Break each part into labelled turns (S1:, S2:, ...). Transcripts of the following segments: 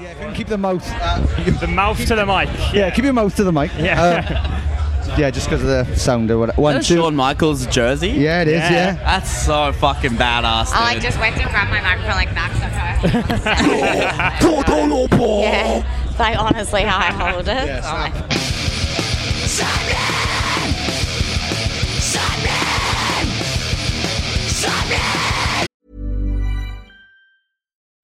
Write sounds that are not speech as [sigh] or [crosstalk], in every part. S1: Yeah, can you keep the mouth. Uh,
S2: The mouth to the mic.
S1: yeah, keep your mouth to the mic.
S2: Yeah.
S1: Uh, yeah, just because of the sound or whatever. One,
S3: That's
S1: two.
S3: Shawn Michaels jersey.
S1: Yeah, it is.
S2: Yeah.
S1: Yeah.
S3: That's so fucking badass, dude.
S4: Oh, I just went to grab my microphone like that. So yeah, it's like honestly how I hold it.
S1: Yeah,
S4: Oh my-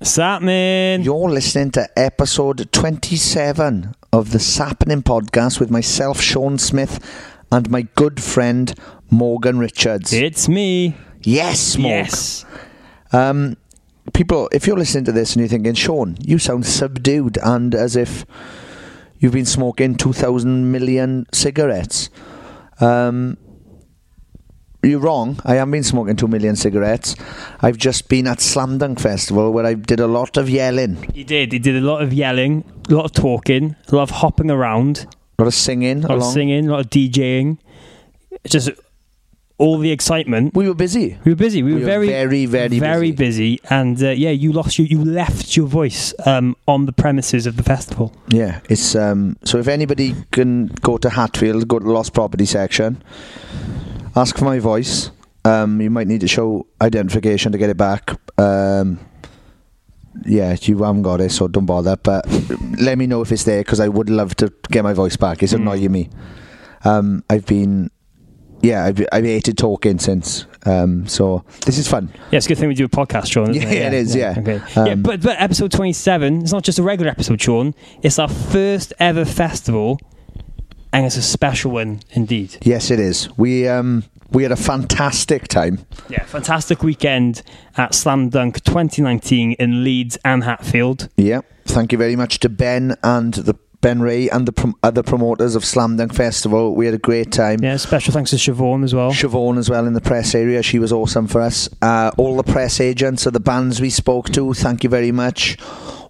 S2: Sapman.
S5: You're listening to episode 27 of the Sappening Podcast with myself, Sean Smith, and my good friend, Morgan Richards.
S2: It's me.
S5: Yes, Morgan.
S2: Yes.
S5: Um, people, if you're listening to this and you're thinking, Sean, you sound subdued and as if you've been smoking 2,000 million cigarettes. Um, you're wrong. I haven't been smoking 2 million cigarettes. I've just been at Slam Dunk Festival where I did a lot of yelling,
S2: He did. He did a lot of yelling, a lot of talking, a lot of hopping around,
S5: a lot of singing.
S2: a lot
S5: along.
S2: of singing, a lot of DJing. Just all the excitement.
S5: We were busy.
S2: We were busy. We were,
S5: We were
S2: very,
S5: very, very
S2: busy. And uh, yeah, you lost your, you left your voice um, on the premises of the festival.
S5: Yeah, it's um. So if anybody can go to Hatfield, go to Lost Property section, ask for my voice. Um, you might need to show identification to get it back. Um, yeah, you haven't got it, so don't bother. But let me know if it's there because I would love to get my voice back.
S2: Mm.
S5: It's annoying me. Um, I've been, yeah, I've I've hated talking since. Um, so this is fun.
S2: Yeah, it's a good thing we do a podcast, Sean. Isn't
S5: [laughs] Yeah,
S2: it?
S5: it is, yeah.
S2: Okay. yeah,
S5: Um,
S2: but but episode twenty seven. It's not just a regular episode, Sean. It's our first ever festival, and it's a special one indeed.
S5: Yes, it is. We um we had a fantastic time.
S2: Yeah, fantastic weekend at Slam Dunk twenty nineteen in Leeds and Hatfield.
S5: Yeah, thank you very much to Ben and the Ben Ray and the prom- other promoters of Slam Dunk Festival. We had a great time.
S2: Yeah, special thanks to Siobhan as well.
S5: Siobhan as well in the press area. She was awesome for us. Uh, all the press agents of the bands we spoke to, thank you very much.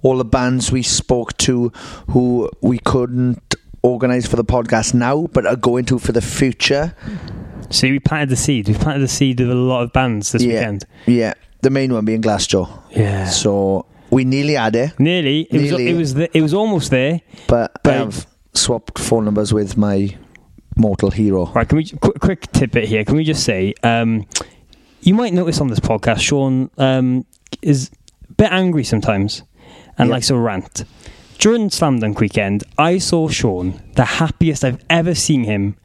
S5: All the bands we spoke to who we couldn't organise for the podcast now, but are going to for the future.
S2: See, we planted the seed. We planted the seed of a lot of bands this
S5: yeah,
S2: weekend.
S5: yeah. The main one being Glassjaw.
S2: Yeah.
S5: So we nearly had it,
S2: Nearly. It
S5: Nearly.
S2: was. It was. The, it was almost there.
S5: but,
S2: But-
S5: I have swapped phone numbers with my mortal hero.
S2: Right, can we quick, quick tidbit here? Can we just say um, you might notice on this podcast, Sean um, is a bit angry sometimes and
S5: Yeah.
S2: likes to rant. During Slam Dunk weekend, I saw Sean the happiest I've ever seen him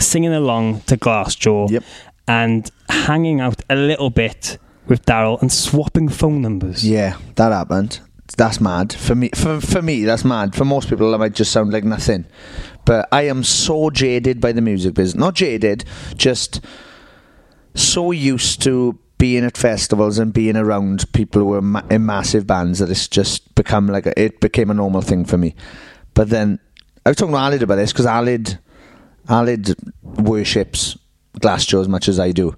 S2: singing along to Glassjaw
S5: Yep.
S2: and hanging out a little bit with Daryl and swapping phone numbers.
S5: Yeah, that happened. That's mad for me. For for me, that's mad. For most people, that might just sound like nothing. But I am so jaded by the music business. Not jaded, just so used to being at festivals and being around people who are ma- in massive bands that it's just become like a, it became a normal thing for me. But then I was talking to Alid about this because Alid Alid worships Glassjaw as much as I do,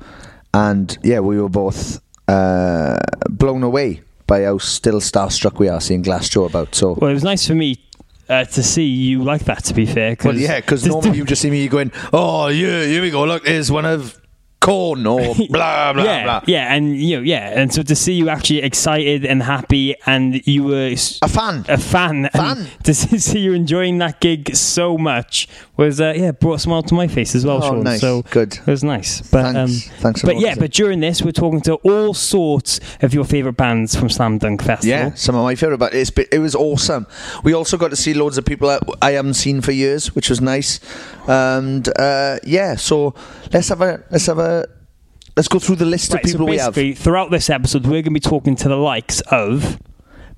S5: and yeah, we were both uh, blown away by how still starstruck we are seeing Glassjaw about. So.
S2: Well, it was nice for me uh, to see you like that, to be fair. [laughs]
S5: Oh, Well, yeah, because normally you just see me going, "Oh, yeah, here we go. Look, here's one of
S2: [laughs]
S5: corn or blah blah
S2: yeah,
S5: blah.
S2: yeah, and you know, yeah, and so to see you actually excited and happy, and you were s-
S5: A fan.
S2: a fan, and
S5: Fan.
S2: [laughs] to see see you enjoying that gig so much was uh, yeah brought a smile to my face as well.
S5: Oh,
S2: Sean.
S5: nice.
S2: So
S5: Good.
S2: It was nice. But
S5: Thanks.
S2: um,
S5: Thanks a
S2: But
S5: lot.
S2: yeah, but during this, we're talking to all sorts of your favorite bands from Slam Dunk Festival.
S5: Yeah, some of my favorite, but it's been, it was awesome. We also got to see loads of people that I haven't seen for years, which was nice. And uh, yeah, so let's have a let's have a let's go through the list
S2: Right,
S5: of people
S2: so
S5: we have.
S2: basically, throughout this episode, we're going to be talking to the likes of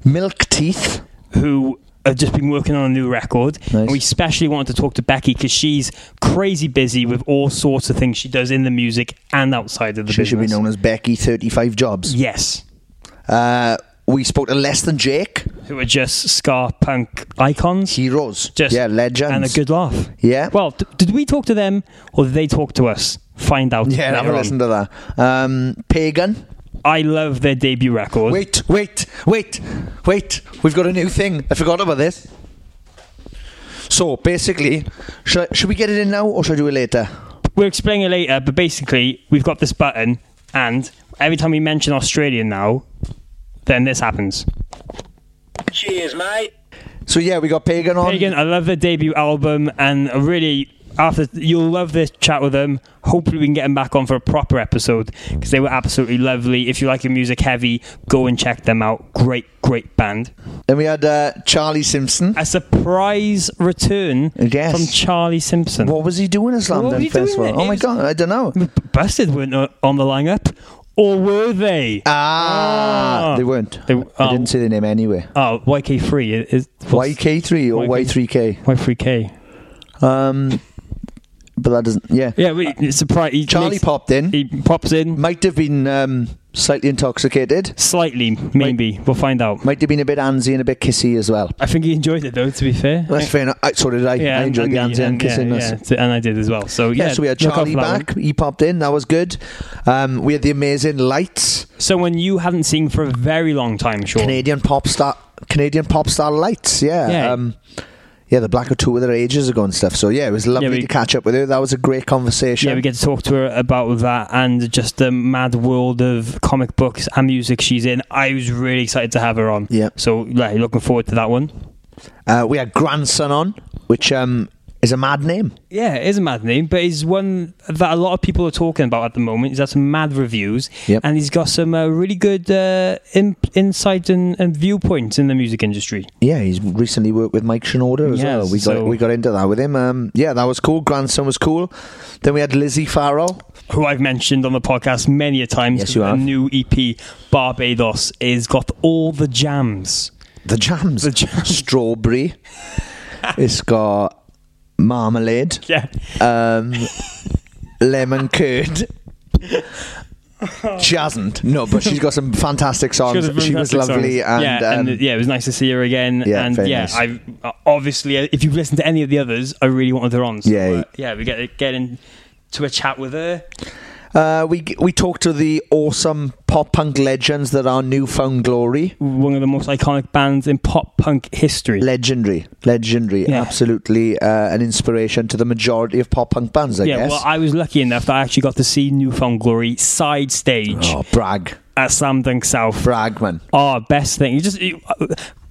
S5: Milk Teeth.
S2: who have just been working on a new record. And we especially wanted to talk to Becky because she's crazy busy with all sorts of things she does in the music and outside of the
S5: She should be
S2: business.
S5: known as Becky Thirty Five Jobs.
S2: yes,
S5: Uh, we spoke to Less Than Jake,
S2: who are just ska punk icons.
S5: Heroes.
S2: Just
S5: yeah, legends.
S2: and a good laugh.
S5: Yeah.
S2: Well, d- did we talk to them or did they talk to us? Find out.
S5: yeah, have
S2: later
S5: a
S2: on.
S5: listen to that. Um, Pagan.
S2: I love their debut record.
S5: Wait, wait, wait, wait. We've got a new thing. I forgot about this. So basically, should, I- should we get it in now or should I do it later?
S2: We'll explain it later, but basically, we've got this button, and every time we mention Australia now, then this happens.
S5: So yeah, we got Pagan on.
S2: Pagan, I love their debut album, and I really, after you'll love this chat with them. Hopefully, we can get them back on for a proper episode because they were absolutely lovely. If you like your music heavy, go and check them out. Great, great band.
S5: Then we had uh, Charlie Simpson.
S2: A surprise return
S5: Yes.
S2: from Charlie Simpson.
S5: What was he doing at Slam
S2: What was he
S5: Dunk
S2: doing
S5: Festival?
S2: there?
S5: Oh
S2: He
S5: my
S2: was-
S5: god, I don't know.
S2: Busted weren't uh, on the lineup, or were they?
S5: Ah,
S2: Ah.
S5: they weren't.
S2: They-
S5: I
S2: oh.
S5: didn't say their name anyway.
S2: oh, YK3 is what's-
S5: YK3 or
S2: YK3.
S5: Y3K.
S2: Y3K.
S5: Um, but that doesn't. Yeah,
S2: Yeah, we, it's surprise. he
S5: Charlie
S2: makes-
S5: popped in.
S2: He pops in
S5: Might have been um, slightly intoxicated.
S2: slightly, maybe. We'll find out.
S5: Might have been a bit antsy and a bit kissy as well.
S2: I think he enjoyed it though. To be fair,
S5: That's fair enough. I, so did I. I enjoyed the hands and kissing
S2: yeah,
S5: us.
S2: yeah, t- and I did as well. So yeah,
S5: Yeah, so we had
S2: look out
S5: Charlie
S2: for that one.
S5: back. He popped in. That was good. Um, we had the amazing Lights,
S2: Someone you haven't seen for a very long time, Sean.
S5: Canadian pop star, Canadian pop star Lights. Yeah,
S2: Yeah.
S5: Um, yeah. The black of two with her ages ago and stuff. So yeah, it was lovely
S2: we-
S5: to catch up with her. That was a great conversation.
S2: Yeah, we get to talk to her about that and just the mad world of comic books and music she's in. I was really excited to have her on.
S5: Yeah.
S2: So like, looking forward to that one.
S5: uh, we had grandson on, which um, is a mad name.
S2: Yeah, it is a mad name, but it's one that a lot of people are talking about at the moment. He's had some mad reviews,
S5: Yep.
S2: and he's got some uh, really good uh, in- insight and, and viewpoints in the music industry.
S5: Yeah, he's recently worked with Mike Shinoda as
S2: Yes,
S5: well. We got
S2: so-
S5: we got into that with him. Um, yeah, that was cool. Grandson was cool. Then we had Lizzie Farrell.
S2: who I've mentioned on the podcast many a times.
S5: Yes, you have.
S2: The new EP, Barbados, is got all the jams.
S5: The jams.
S2: The jams.
S5: [laughs]
S2: [laughs]
S5: Strawberry. it's got marmalade.
S2: Yeah.
S5: Um,
S2: [laughs]
S5: lemon curd. She hasn't. No, but she's got some fantastic songs. She, was lovely, and,
S2: yeah,
S5: um,
S2: and yeah, it was nice to see her again.
S5: Yeah,
S2: and
S5: very
S2: yeah,
S5: nice.
S2: I uh, obviously, uh, if you've listened to any of the others, I really wanted her on. So,
S5: Yeah.
S2: uh, yeah, we get get in to a chat with her.
S5: uh, we we talked to the awesome pop punk legends that are newfound glory.
S2: One of the most iconic bands in pop punk history.
S5: Legendary, legendary,
S2: Yeah.
S5: absolutely uh, an inspiration to the majority of pop punk bands. I
S2: yeah,
S5: guess.
S2: well, I was lucky enough that I actually got to see Newfound Glory side stage
S5: oh, brag,
S2: at Slam Dunk South.
S5: brag, man.
S2: Oh, best thing. You just you, uh,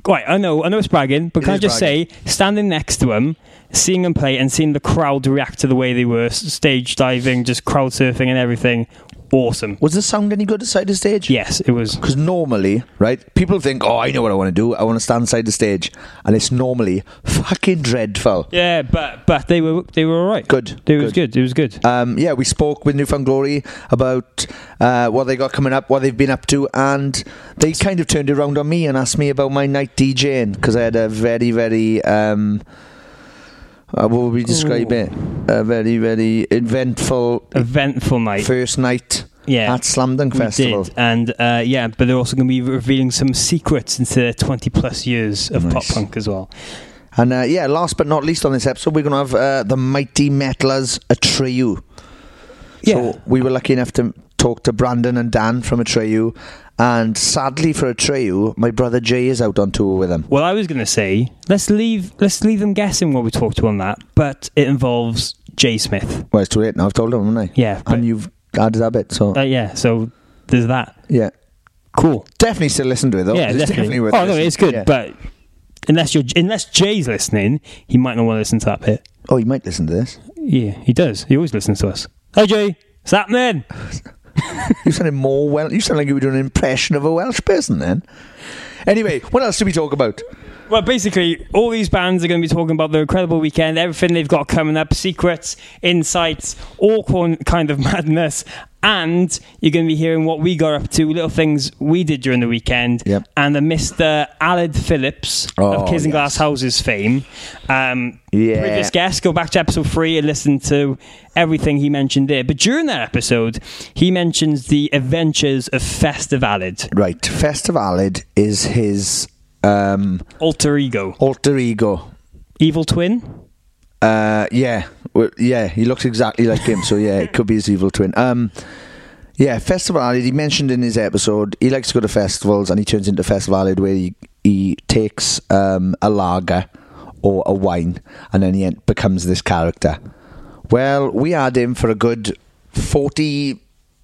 S2: right. I know. I know it's bragging, but
S5: It
S2: can I
S5: is
S2: just
S5: bragging.
S2: say, standing next to him, seeing him play, and seeing the crowd react to the way they were s- stage diving, just crowd surfing, and everything, awesome.
S5: Was the sound any good aside the stage?
S2: Yes, it was.
S5: Because normally, right, people think, oh, I know what I want to do. I want to stand side the stage. And it's normally fucking dreadful.
S2: Yeah, but but they were they were all right.
S5: Good,
S2: It was good. It was good.
S5: Um, yeah, we spoke with Newfound Glory about uh, what they got coming up, what they've been up to, and they kind of turned around on me and asked me about my night DJing because I had a very, very, um, uh, what would we describe it? A very, very eventful
S2: Eventful night.
S5: first night
S2: Yeah.
S5: at Slam Dunk
S2: We
S5: Festival.
S2: did, and uh, yeah, but they're also going to be revealing some secrets into their twenty-plus years of pop
S5: Nice.
S2: punk as well.
S5: And uh, yeah, last but not least on this episode, we're going to have uh, the mighty metalers Atreyu.
S2: Yeah.
S5: So we were lucky enough to talk to Brandon and Dan from Atreyu. And sadly for Atreyu, my brother Jay is out on tour with them.
S2: Well, I was going to say let's leave let's leave them guessing what we talked to on that, but it involves Jay Smith.
S5: Well, it's too late now. I've told him, haven't I?
S2: Yeah, but-
S5: And you've added that bit. So
S2: Uh, yeah, so there's that.
S5: yeah,
S2: cool.
S5: definitely still listen to it though.
S2: yeah,
S5: It's definitely. worth
S2: oh no,
S5: listening.
S2: it's good,
S5: Yeah.
S2: but unless you're unless Jay's listening, he might not want to listen to that bit.
S5: oh, you might listen to this.
S2: Yeah, he does. He always listens to us. Hey Jay, what's happening?
S5: [laughs] You sounded more well. You sound like you were doing an impression of a Welsh person then. Anyway, what else did we talk about?
S2: Well, basically, all these bands are going to be talking about their incredible weekend, everything they've got coming up, secrets, insights, all con- kind of [laughs] madness. And you're going to be hearing what we got up to, little things we did during the weekend,
S5: Yep.
S2: and the Mr. Aled Phillips
S5: Oh,
S2: of Kids and
S5: yes.
S2: Glass Houses fame. Um,
S5: Yeah.
S2: Previous guest, go back to episode three and listen to everything he mentioned there. But during that episode, he mentions the adventures of Festivalid,
S5: Right, Festivalid is his um,
S2: alter ego,
S5: alter ego.
S2: evil twin.
S5: Uh, yeah, well, yeah, he looks exactly like him. So yeah, it could be his evil twin. Um, yeah, Festivalid. He mentioned in his episode he likes to go to festivals, and he turns into Festivalid where he he takes um, a lager or a wine, and then he en- becomes this character. Well, we had him for a good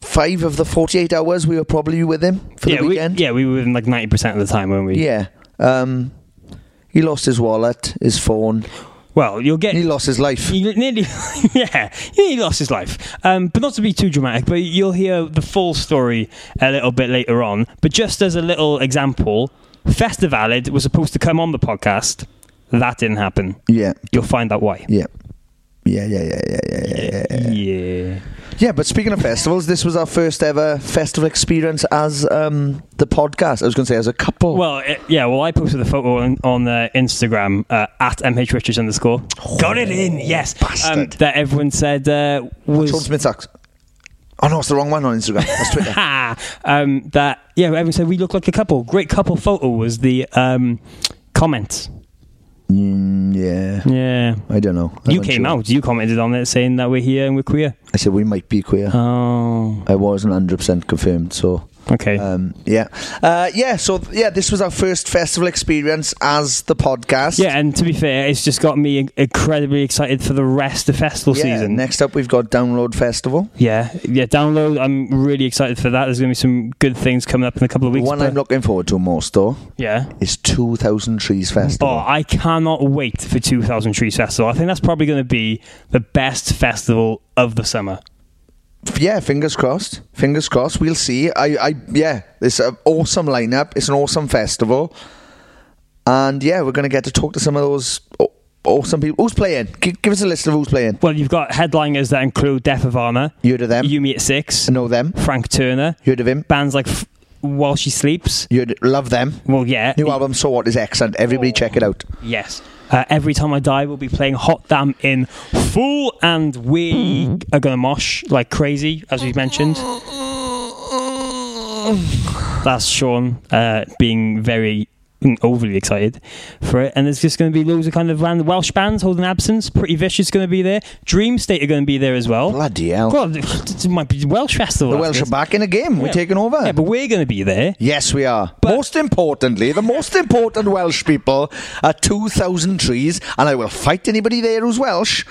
S5: forty-five of the forty-eight hours we were probably with him for
S2: yeah,
S5: the weekend.
S2: We, yeah, we were within like 90% of the time, weren't we?
S5: Yeah. Um, he lost his wallet, his phone.
S2: Well, you'll get.
S5: He lost his life.
S2: He nearly, [laughs] yeah, he nearly lost his life. Um, but not to be too dramatic, but you'll hear the full story a little bit later on. But just as a little example, Festivalid was supposed to come on the podcast. That didn't happen.
S5: Yeah.
S2: You'll find out why.
S5: Yeah. Yeah, yeah, yeah, yeah, yeah, yeah, yeah, yeah.
S2: Yeah.
S5: Yeah, but speaking of festivals, this was our first ever festival experience as um, the podcast. I was going to say as a couple.
S2: Well, it, yeah. Well, I posted the photo on, on uh, Instagram uh, at mhrichards underscore. Got it in. Yes. [laughs]
S5: bastard.
S2: Um, that everyone said uh,
S5: Sean
S2: was
S5: Smith sucks. Oh no, it's the wrong one on Instagram. That's Twitter.
S2: ha [laughs] um, that yeah everyone said we look like a couple great couple photo was the um, comment
S5: mm, yeah.
S2: yeah
S5: I don't know. I'm
S2: you
S5: not
S2: came
S5: sure.
S2: out you commented on it saying that we're here and we're queer
S5: I said we might be queer.
S2: oh
S5: I wasn't hundred percent confirmed, so
S2: okay
S5: Um, yeah, uh, yeah. So th- yeah, this was our first festival experience as the podcast.
S2: yeah and to be fair it's just got me in- incredibly excited for the rest of festival
S5: Yeah,
S2: season
S5: Next up, we've got Download Festival.
S2: yeah yeah download I'm really excited for that there's gonna be some good things coming up in a couple of
S5: The
S2: weeks
S5: one
S2: but-
S5: I'm looking forward to most though
S2: yeah
S5: is Two Thousand Trees Festival.
S2: Oh, I cannot wait for 2000 Trees Festival. I think that's probably going to be the best festival of the summer.
S5: F- Yeah, fingers crossed. Fingers crossed. We'll see. I, I, yeah, it's an awesome lineup. It's an awesome festival, and yeah, we're gonna get to talk to some of those aw- awesome people. Who's playing? G- give us a list of who's playing.
S2: Well, you've got headliners that include Death of Armor,
S5: You heard of them?
S2: Yumi at Six,
S5: know them?
S2: Frank Turner,
S5: You heard of him?
S2: bands like F- While She Sleeps.
S5: You heard- love them?
S2: Well, yeah. Oh.
S5: New album, So What, is excellent. Everybody check it out.
S2: Yes. Uh, Every Time I Die, we'll be playing Hot Damn in full, and we are going to mosh like crazy, as we've mentioned. That's Sean uh, being very mm, overly excited for it. And there's just going to be loads of kind of random Welsh bands holding absence. Pretty Vicious going to be there. Dream State are going to be there as well.
S5: Bloody hell.
S2: God, it might be Welsh festival.
S5: The
S2: after
S5: Welsh
S2: this.
S5: are back in the game. We're
S2: Yeah.
S5: taking over.
S2: Yeah, but we're going to be there.
S5: yes, we are.
S2: But-
S5: most importantly, the most important Welsh people are 2,000 trees, and I will fight anybody there who's Welsh,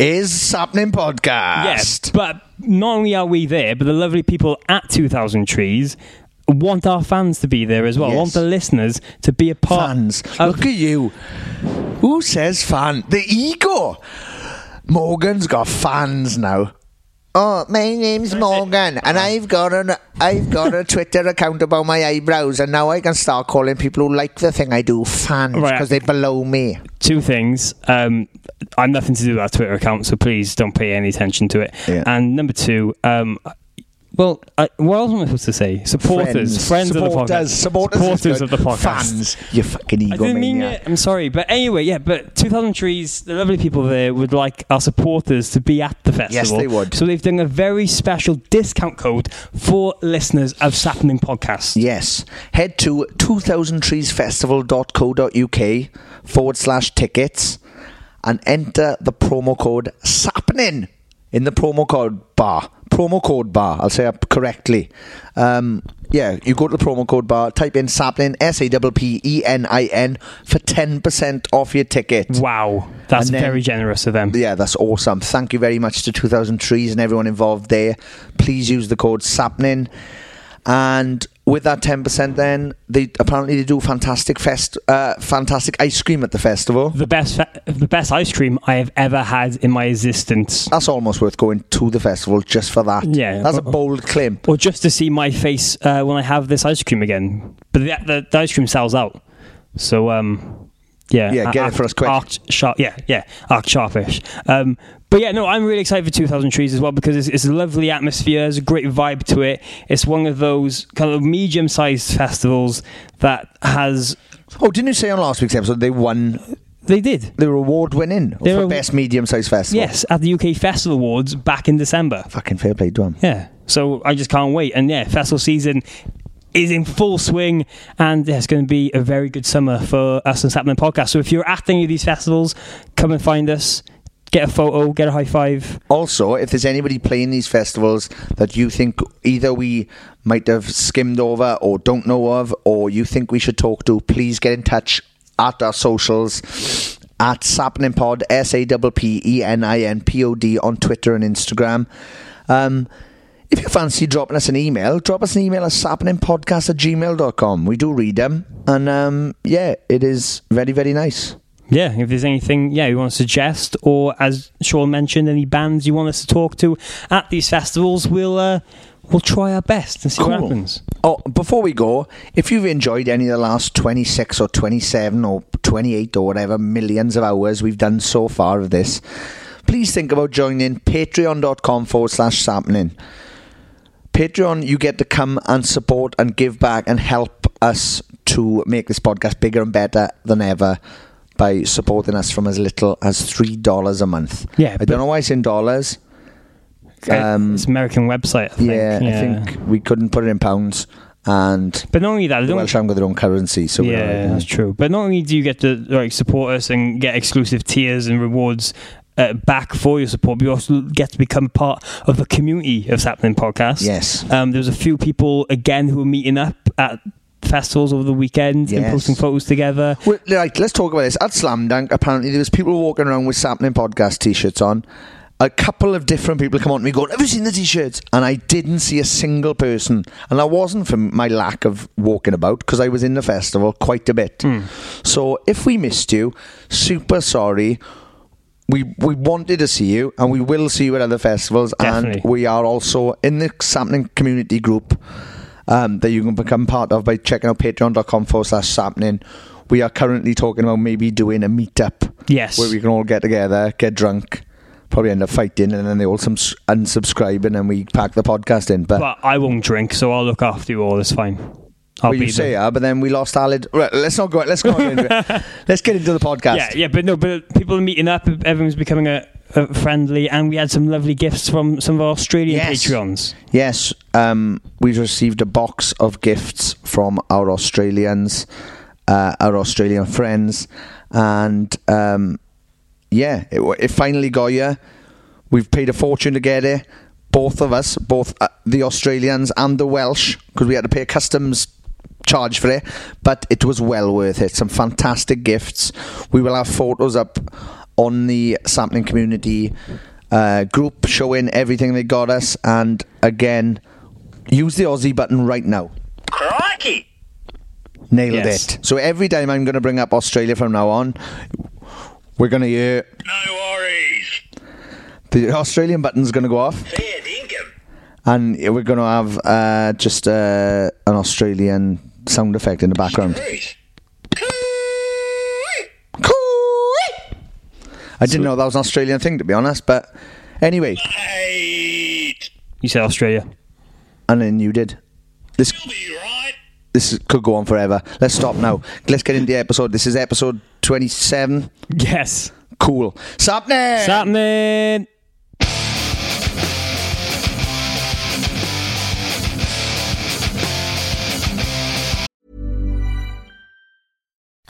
S5: is Sapnin Podcast.
S2: Yes, but not only are we there, but the lovely people at 2000 Trees want our fans to be there as well.
S5: Yes.
S2: Want the listeners to be a part.
S5: Fans.
S2: of-
S5: Look at you. Who says fan? The ego. Morgan's got fans now. Oh, my name's Morgan, and I've got an I've got a Twitter account about my eyebrows, and now I can start calling people who like the thing I do fans
S2: Right.
S5: because they're below me.
S2: two things. Um, I'm nothing to do with our Twitter account, so please don't pay any attention to it.
S5: Yeah.
S2: And number two, um, well, I, what else am I supposed to say? Supporters, friends, of the podcast,
S5: supporters, is
S2: supporters
S5: good.
S2: of the podcast,
S5: fans. You fucking egomaniac.
S2: I didn't mean it. I'm sorry, but anyway, yeah. But 2,000 Trees, the lovely people there would like our supporters to be at the festival.
S5: Yes, they would.
S2: So they've done a very special discount code for listeners of Sapling Podcast.
S5: Yes. Head to 2000treesfestival.co.uk forward slash tickets and enter the promo code SAPNIN in the promo code bar promo code bar. I'll say it correctly. Um, yeah, you go to the promo code bar, type in Sapnin, S A P P E N I N, for 10% off your ticket.
S2: Wow, that's
S5: And then-
S2: very generous of them.
S5: Yeah, that's awesome. Thank you very much to 2000 Trees and everyone involved there. Please use the code SAPNIN. And with that 10%, then they apparently they do fantastic fest, uh, fantastic ice cream at the festival.
S2: The best, fa- the best ice cream I have ever had in my existence,
S5: That's almost worth going to the festival just for that.
S2: Yeah.
S5: that's a bold claim.
S2: or just to see my face uh, when I have this ice cream again. But the, the, the ice cream sells out, so um, yeah,
S5: Yeah, get it
S2: Arc-
S5: for us quick.
S2: Arc sharp, yeah, yeah, arc sharpish. Um, but yeah, no, I'm really excited for 2,000 Trees as well because it's, it's a lovely atmosphere. There's a great vibe to it. It's one of those kind of medium-sized festivals that has.
S5: Oh, didn't you say on last week's episode they won?
S2: They did.
S5: They were award winning
S2: They
S5: for
S2: were-
S5: best medium sized festival.
S2: Yes, at the UK Festival Awards back in December.
S5: fucking fair play to 'em.
S2: Yeah. So I just can't wait. And yeah, festival season is in full swing and yeah, it's going to be a very good summer for us and Sapling Podcast. So if you're at any of these festivals, come and find us, get a photo, get a high five.
S5: Also, if there's anybody playing these festivals that you think either we might have skimmed over or don't know of, or you think we should talk to, please get in touch at our socials at Sapninpod, S A P P E N I N P O D on Twitter and Instagram. Um, if you fancy dropping us an email, drop us an email at sapninpodcast at gmail.com. We do read them. And um, yeah, it is very, very nice.
S2: Yeah, if there's anything, yeah, you want to suggest, or as Sean mentioned, any bands you want us to talk to at these festivals, we'll uh, we'll try our best and see what
S5: Cool.
S2: happens.
S5: Oh, before we go, if you've enjoyed any of the last 26 or 27 or 28 or whatever millions of hours we've done so far of this, please think about joining patreon.com forward slash sapling. Patreon, you get to come and support and give back and help us to make this podcast bigger and better than ever by supporting us from as little as $3 a month.
S2: Yeah,
S5: I
S2: but-
S5: don't know why it's in dollars. Um,
S2: it's American website, I think.
S5: Yeah, I think we couldn't put it in pounds. And
S2: But not only that, I
S5: the
S2: don't
S5: Welsh haven't got their own currency, so we're
S2: yeah,
S5: alright,
S2: that's
S5: yeah.
S2: true. But not only do you get to like support us and get exclusive tiers and rewards uh, back for your support, but you also get to become part of the community of Sapling Podcast.
S5: Yes.
S2: um, there was a few people again who were meeting up at festivals over the weekend and
S5: Yes.
S2: posting photos together.
S5: Well, like, let's talk about this. At Slam Dunk, apparently there was people walking around with Sapling podcast t-shirts on. A couple of different people come on to me going, "Have you seen the t-shirts?" And I didn't see a single person, and that wasn't from my lack of walking about because I was in the festival quite a bit.
S2: Hmm.
S5: So if we missed you, super sorry. We we wanted to see you, and we will see you at other festivals, and
S2: Definitely.
S5: we are also in the Sapling community group. um, that you can become part of by checking out patreon.com forward slash sapling. We are currently talking about maybe doing a meetup
S2: Yes,
S5: where we can all get together, get drunk, probably end up fighting, and then they all subs- unsubscribe and then we pack the podcast in. But,
S2: but I won't drink, so I'll look after you all. It's fine. I'll
S5: well,
S2: be
S5: you
S2: there.
S5: say, uh, but then we lost our lid. Right, let's not go. Let's not get into
S2: [laughs]
S5: it. Let's get into the podcast.
S2: Yeah, yeah, but no, but people are meeting up. Everyone's becoming a, a friendly, and we had some lovely gifts from some of our Australian
S5: Yes.
S2: Patreons.
S5: Yes, um, we've received a box of gifts from our Australians, uh, our Australian friends, and um, yeah, it, wa- it finally got here. We've paid a fortune to get it. Both of us, both uh, the Australians and the Welsh, because we had to pay a customs charge for it, but it was well worth it. Some fantastic gifts. We will have photos up on the sampling community uh, group showing everything they got us. And again, use the Aussie button right now. Crikey! Nailed
S2: Yes.
S5: it. So every time I'm going to bring up Australia from now on, we're going to hear the Australian button's going to go off. And we're going to have uh, just uh, an Australian sound effect in the background. I didn't know that was an Australian thing, to be honest. But anyway,
S2: You said Australia.
S5: and then you did. This this is- could go on forever. Let's stop now. Let's get into the episode. This is episode twenty-seven.
S2: Yes.
S5: Cool. Sapne.
S2: happening?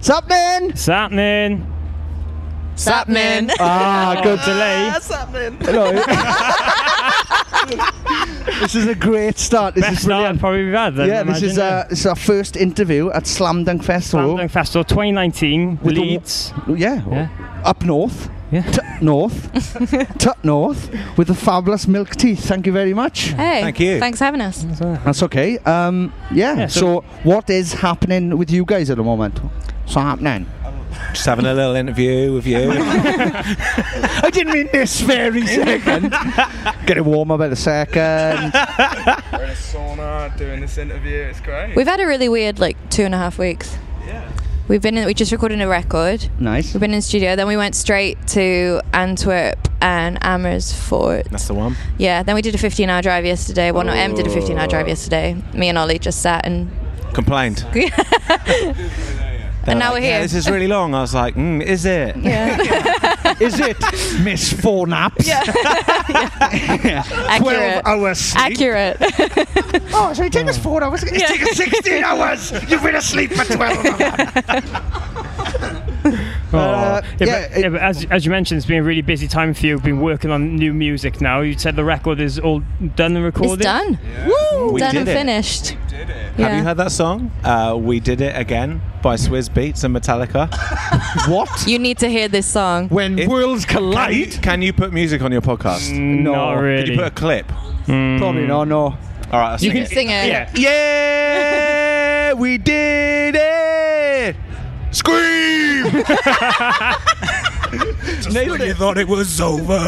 S5: Something.
S2: Something.
S5: Something.
S2: Ah, good
S5: [laughs]
S2: [laughs] delay.
S6: something.
S5: this is a great start. This
S2: Best
S5: is brilliant.
S2: start probably we've had. Then,
S5: yeah, this is, uh, this is our first interview at Slam Dunk Festival.
S2: Slam Festival 2019
S5: With the-
S2: Leeds.
S5: Yeah,
S2: Yeah.
S5: up north.
S2: Yeah.
S5: Tut north. Tut north with the fabulous milk teeth. Thank you very much.
S7: Hey,
S5: Thank you.
S7: Thanks for having us.
S5: That's okay. Um, yeah.
S7: Yeah,
S5: so,
S7: so-
S5: what is happening with you guys at the moment? What's happening?
S8: Just having a little interview with you.
S5: [laughs] I didn't mean this very second. Getting warmer by the second.
S3: We're in a sauna doing this interview. It's great.
S7: [laughs] We've had a really weird like two and a half weeks.
S3: Yeah.
S7: We've been in, we just recorded a record.
S5: Nice.
S7: We've been in studio, then we went straight to Antwerp and Amersfoort.
S8: That's the one.
S7: Yeah, then we did a 15 hour drive yesterday. Well, not M did a 15 hour drive
S8: Oh.
S7: yesterday. Me and Ollie just sat and. [laughs]
S8: Complained. They're
S7: now
S8: like,
S7: we're
S8: "Yeah,
S7: here."
S8: this is really long. I was like, mm, is it? [laughs]
S5: is it? Miss four naps.
S7: Yeah. Accurate.
S5: hours
S9: [laughs]
S7: Accurate.
S5: [laughs] oh, so it took us four hours. It's
S7: Yeah.
S5: [laughs] taken 16 hours. You've been asleep for 12 hours.
S2: Uh, yeah, but, yeah, but as, as you mentioned, it's been a really busy time for you. You've been working on new music now. You said the record is all done and recorded.
S7: done.
S8: Woo! We
S7: Done
S8: did
S7: and
S8: it.
S7: finished.
S8: Have
S7: Yeah.
S8: you heard that song? Uh, we did it again by Swizz Beats and
S7: [laughs]
S8: Metallica.
S5: what?
S7: You need to hear this song.
S5: When
S8: worlds collide. Can you, can you put music on your
S5: no.
S8: podcast?
S5: Mm, not
S8: Could
S5: really. Mm.
S8: you put a clip?
S5: Probably not. No. All
S8: right. I'll
S5: You
S8: sing
S5: can
S8: it.
S5: sing it.
S8: Yeah. Yeah, we did it. Scream!
S5: [laughs] Nailed you thought it was over.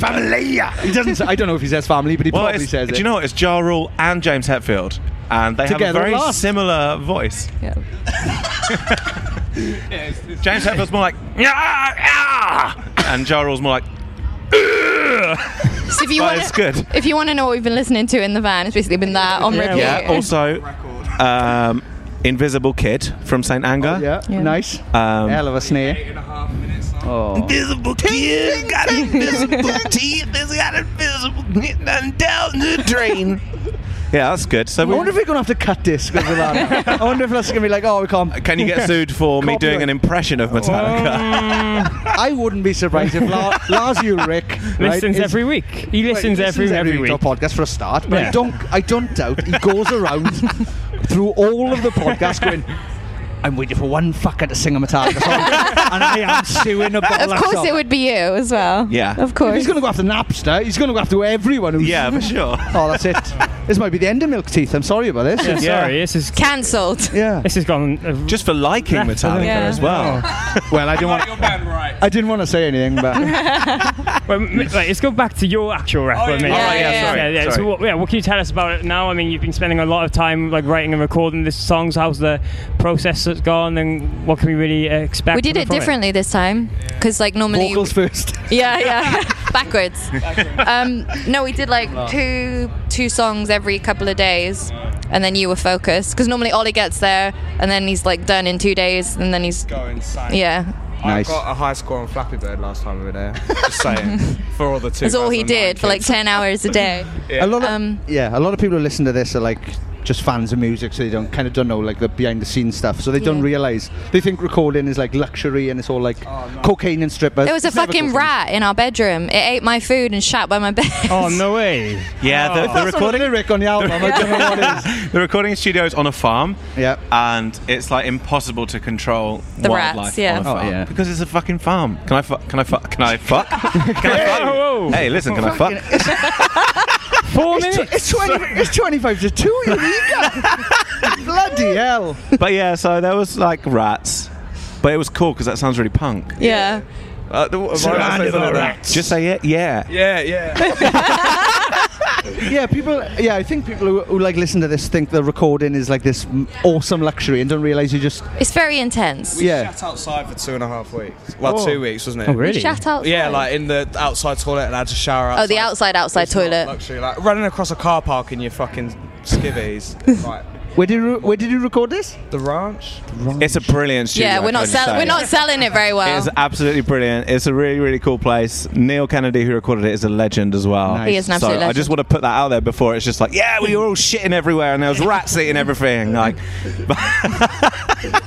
S5: family.
S8: [laughs]
S5: He doesn't. I don't know if he says family, but he
S8: Well,
S5: probably
S8: it's-
S5: says it.
S8: do you know what? It's Ja Rule and James Hetfield, and they
S5: Together
S8: have a very
S5: last.
S8: similar voice.
S7: Yeah.
S3: Uh,
S8: James Hetfield's more like yeah, yeah, and Ja Rule's more like.
S7: So if you
S8: But
S7: want,
S8: it's good.
S7: If you want to know what we've been listening to in the van, it's basically been that on repeat.
S8: Yeah. Also, um, Invisible Kid from Saint Anger. yeah.
S5: Yeah. Nice.
S8: Um,
S5: Hell of a snare. Oh.
S8: Invisible kid got invisible
S10: [laughs]
S8: teeth. This got invisible and down the drain. Yeah, that's good. So
S5: I
S8: we,
S5: wonder if we're gonna have to cut this because of that. I wonder if that's gonna be like, oh, we can't.
S8: can you get sued for me doing an impression of Metallica?
S5: Oh. I wouldn't be surprised
S2: [laughs]
S5: if La- Lars Ulrich right,
S2: Listens
S5: is-
S2: every week. He
S5: Well,
S2: listens, every,
S5: every,
S2: every week.
S5: to our podcast for a start, but I
S2: Yeah.
S5: don't. I don't doubt he goes
S2: [laughs]
S5: around through all of the podcasts going. I'm waiting for one fucker to sing a Metallica song, and I am suing a bottle
S7: of course, it would be you as well.
S5: Yeah.
S7: Of course.
S5: He's going to go after Napster. He's going to go after everyone. Who's yeah,
S8: for sure.
S5: [laughs] oh, that's it. This might be the end of Milk Teeth. I'm sorry about this.
S2: Yeah, sorry, this is
S7: cancelled.
S5: Yeah.
S2: This has gone uh,
S8: just for liking
S2: [laughs]
S5: Metallica
S2: Yeah. as well.
S7: [laughs]
S5: well, I didn't want. I didn't want to say anything, but
S2: Well, m- right, let's go back to your actual record. mate.
S11: yeah, yeah, yeah, yeah, sorry,
S2: yeah, So
S11: sorry.
S2: what, yeah, what can you tell us about it now? I mean, you've been spending a lot of time like writing and recording these songs. How's the process that's gone, and what can we really uh, expect?
S7: we did
S2: from
S7: it
S2: from
S7: differently this time because like normally
S2: Vocals first.
S7: yeah yeah [laughs]
S3: [laughs]
S7: backwards um, no we did like
S2: No.
S7: two two songs every couple of days and then you were focused because normally ollie gets there and then he's like done in two days and then he's
S3: Go insane.
S7: yeah
S3: I got a high score on Flappy Bird last time we were there. Just
S5: [laughs]
S3: saying. for all the two.
S7: that's all he did for like 10 hours a day
S3: [laughs] Yeah.
S5: A lot of
S7: um,
S5: yeah, a lot of people who listen to this are like just fans of music, so they don't kind of don't know like the behind the scenes stuff. So they don't
S7: Yeah.
S5: realize they think recording is like luxury and it's all like cocaine and strippers.
S7: there was a
S5: It's never
S7: fucking
S5: cocaine.
S7: rat in our bedroom. It ate my food and shat by my bed.
S2: Oh no way!
S8: Yeah, the,
S5: If
S8: the
S5: that's not Oh. a
S8: recording
S5: lyric on the album. I don't know what it is.
S8: the recording studio is on a farm.
S5: Yeah,
S8: and it's like impossible to control
S7: The
S8: wildlife
S7: rats, yeah.
S8: on a
S7: Oh,
S8: farm
S7: yeah.
S8: because it's a fucking farm. Can I fuck? Can I fuck? Can
S7: [laughs]
S8: I fuck? can I fuck? Hey, listen, can I fuck?
S2: Four
S5: it's minutes. it's, 20, it's 25 to 2, [laughs] Eureka! Bloody hell.
S8: But yeah, so there was like rats, but it was cool because that sounds really punk.
S7: Yeah.
S8: Uh, the- why
S3: Surrounded
S8: would I say something
S3: by
S8: like that?
S3: rats.
S8: Just say it. Yeah.
S3: Yeah, yeah.
S5: Yeah, people. Yeah, I think people who, who like listen to this think the recording is like this m- awesome luxury and don't realize you just.
S7: [laughs] It's very intense.
S3: We
S5: Yeah.
S3: shat outside for two and a half weeks. Well,
S5: Oh.
S3: two weeks, wasn't it?
S5: Oh, really? We shat
S3: Yeah,
S7: outside?
S3: like in the outside toilet, and I had to shower outside.
S7: Oh, the outside, outside
S3: It's not
S7: toilet.
S3: Luxury, like running across a car park in your fucking skivvies. like
S5: Where did you, where did you record this?
S3: the ranch.
S8: It's a brilliant studio.
S7: Yeah, we're not
S8: can I just
S7: sell-
S8: say.
S7: we're not selling it very well.
S8: It
S5: [laughs]
S8: is absolutely brilliant. It's a really, really cool place. Neil Kennedy, who recorded it, is a legend as well.
S7: Nice. He is an
S8: so
S7: absolute
S8: I just
S7: legend.
S8: want to put that out there before it's just like, yeah, we were all shitting everywhere and there was rats eating everything. Like, [laughs]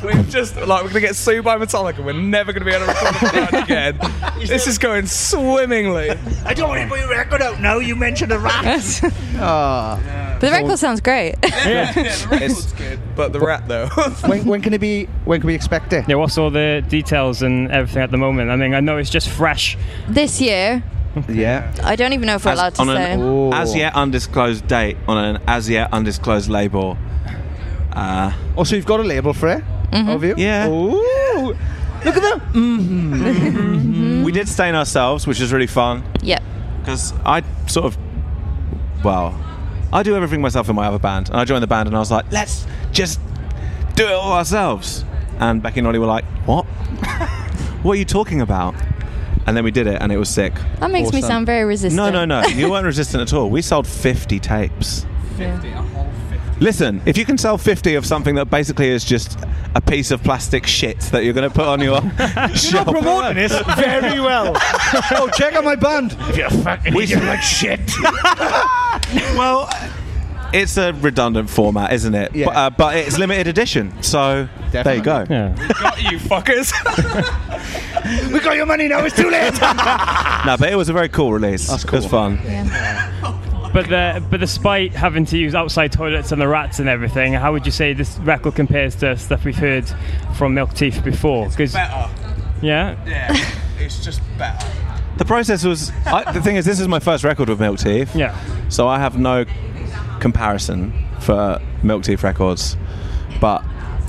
S3: We've just like we're gonna get sued by Metallica. We're never gonna be able to record the
S5: [laughs]
S3: band again. this is going swimmingly.
S5: I don't want to put your record out now. You mentioned a [laughs] rat. Ah.
S7: But the record sounds great.
S3: It's good, but the rat
S8: [laughs]
S3: though.
S5: [laughs] when, when can it be? When can we expect it?
S2: Yeah, what's all the details and everything at the moment? I mean, I know it's just fresh.
S7: [laughs] this year,
S5: Yeah.
S7: I don't even know if we're allowed to
S8: on
S7: say.
S8: an as yet undisclosed date on an as yet undisclosed label. Uh,
S5: Oh, so you've got a label for it? Have you?
S8: Yeah.
S5: Ooh. Look at them.
S8: [laughs] We did stain ourselves, which is really fun.
S7: Yep.
S8: Because I sort of, well, I do everything myself in my other band, and I joined the band, and I was like, let's just do it all ourselves. And Becky and Ollie were like, what? [laughs] what are you talking about? And then we did it, and it was sick.
S7: That makes me sound very resistant.
S8: No, no, no. You
S7: [laughs]
S8: weren't resistant at all. We sold 50 tapes. Listen, if you can sell 50 of something that basically is just a piece of plastic shit that you're going to put on
S7: [laughs]
S8: your
S5: You're not promoting this very [laughs] well. oh, check out my band.
S8: You're fucking
S3: [laughs]
S8: we
S5: you're like
S8: shit.
S5: [laughs]
S8: well, it's a redundant format, isn't it? But, uh, but it's limited edition, so there you go.
S3: Got you fuckers.
S5: [laughs] we got your money now. It's
S3: [laughs]
S5: too late.
S8: [laughs] no, but it was a very cool release. That's cool. It was fun.
S2: But the, but despite having to use outside toilets and the rats and everything, how would you say this record compares to stuff we've heard from Milk Teeth before? Because
S3: better.
S2: yeah,
S3: Yeah, it's just better.
S8: The process was. I, the thing is, this is my first record with Milk Teeth.
S2: Yeah.
S8: So I have no comparison for Milk Teeth records, but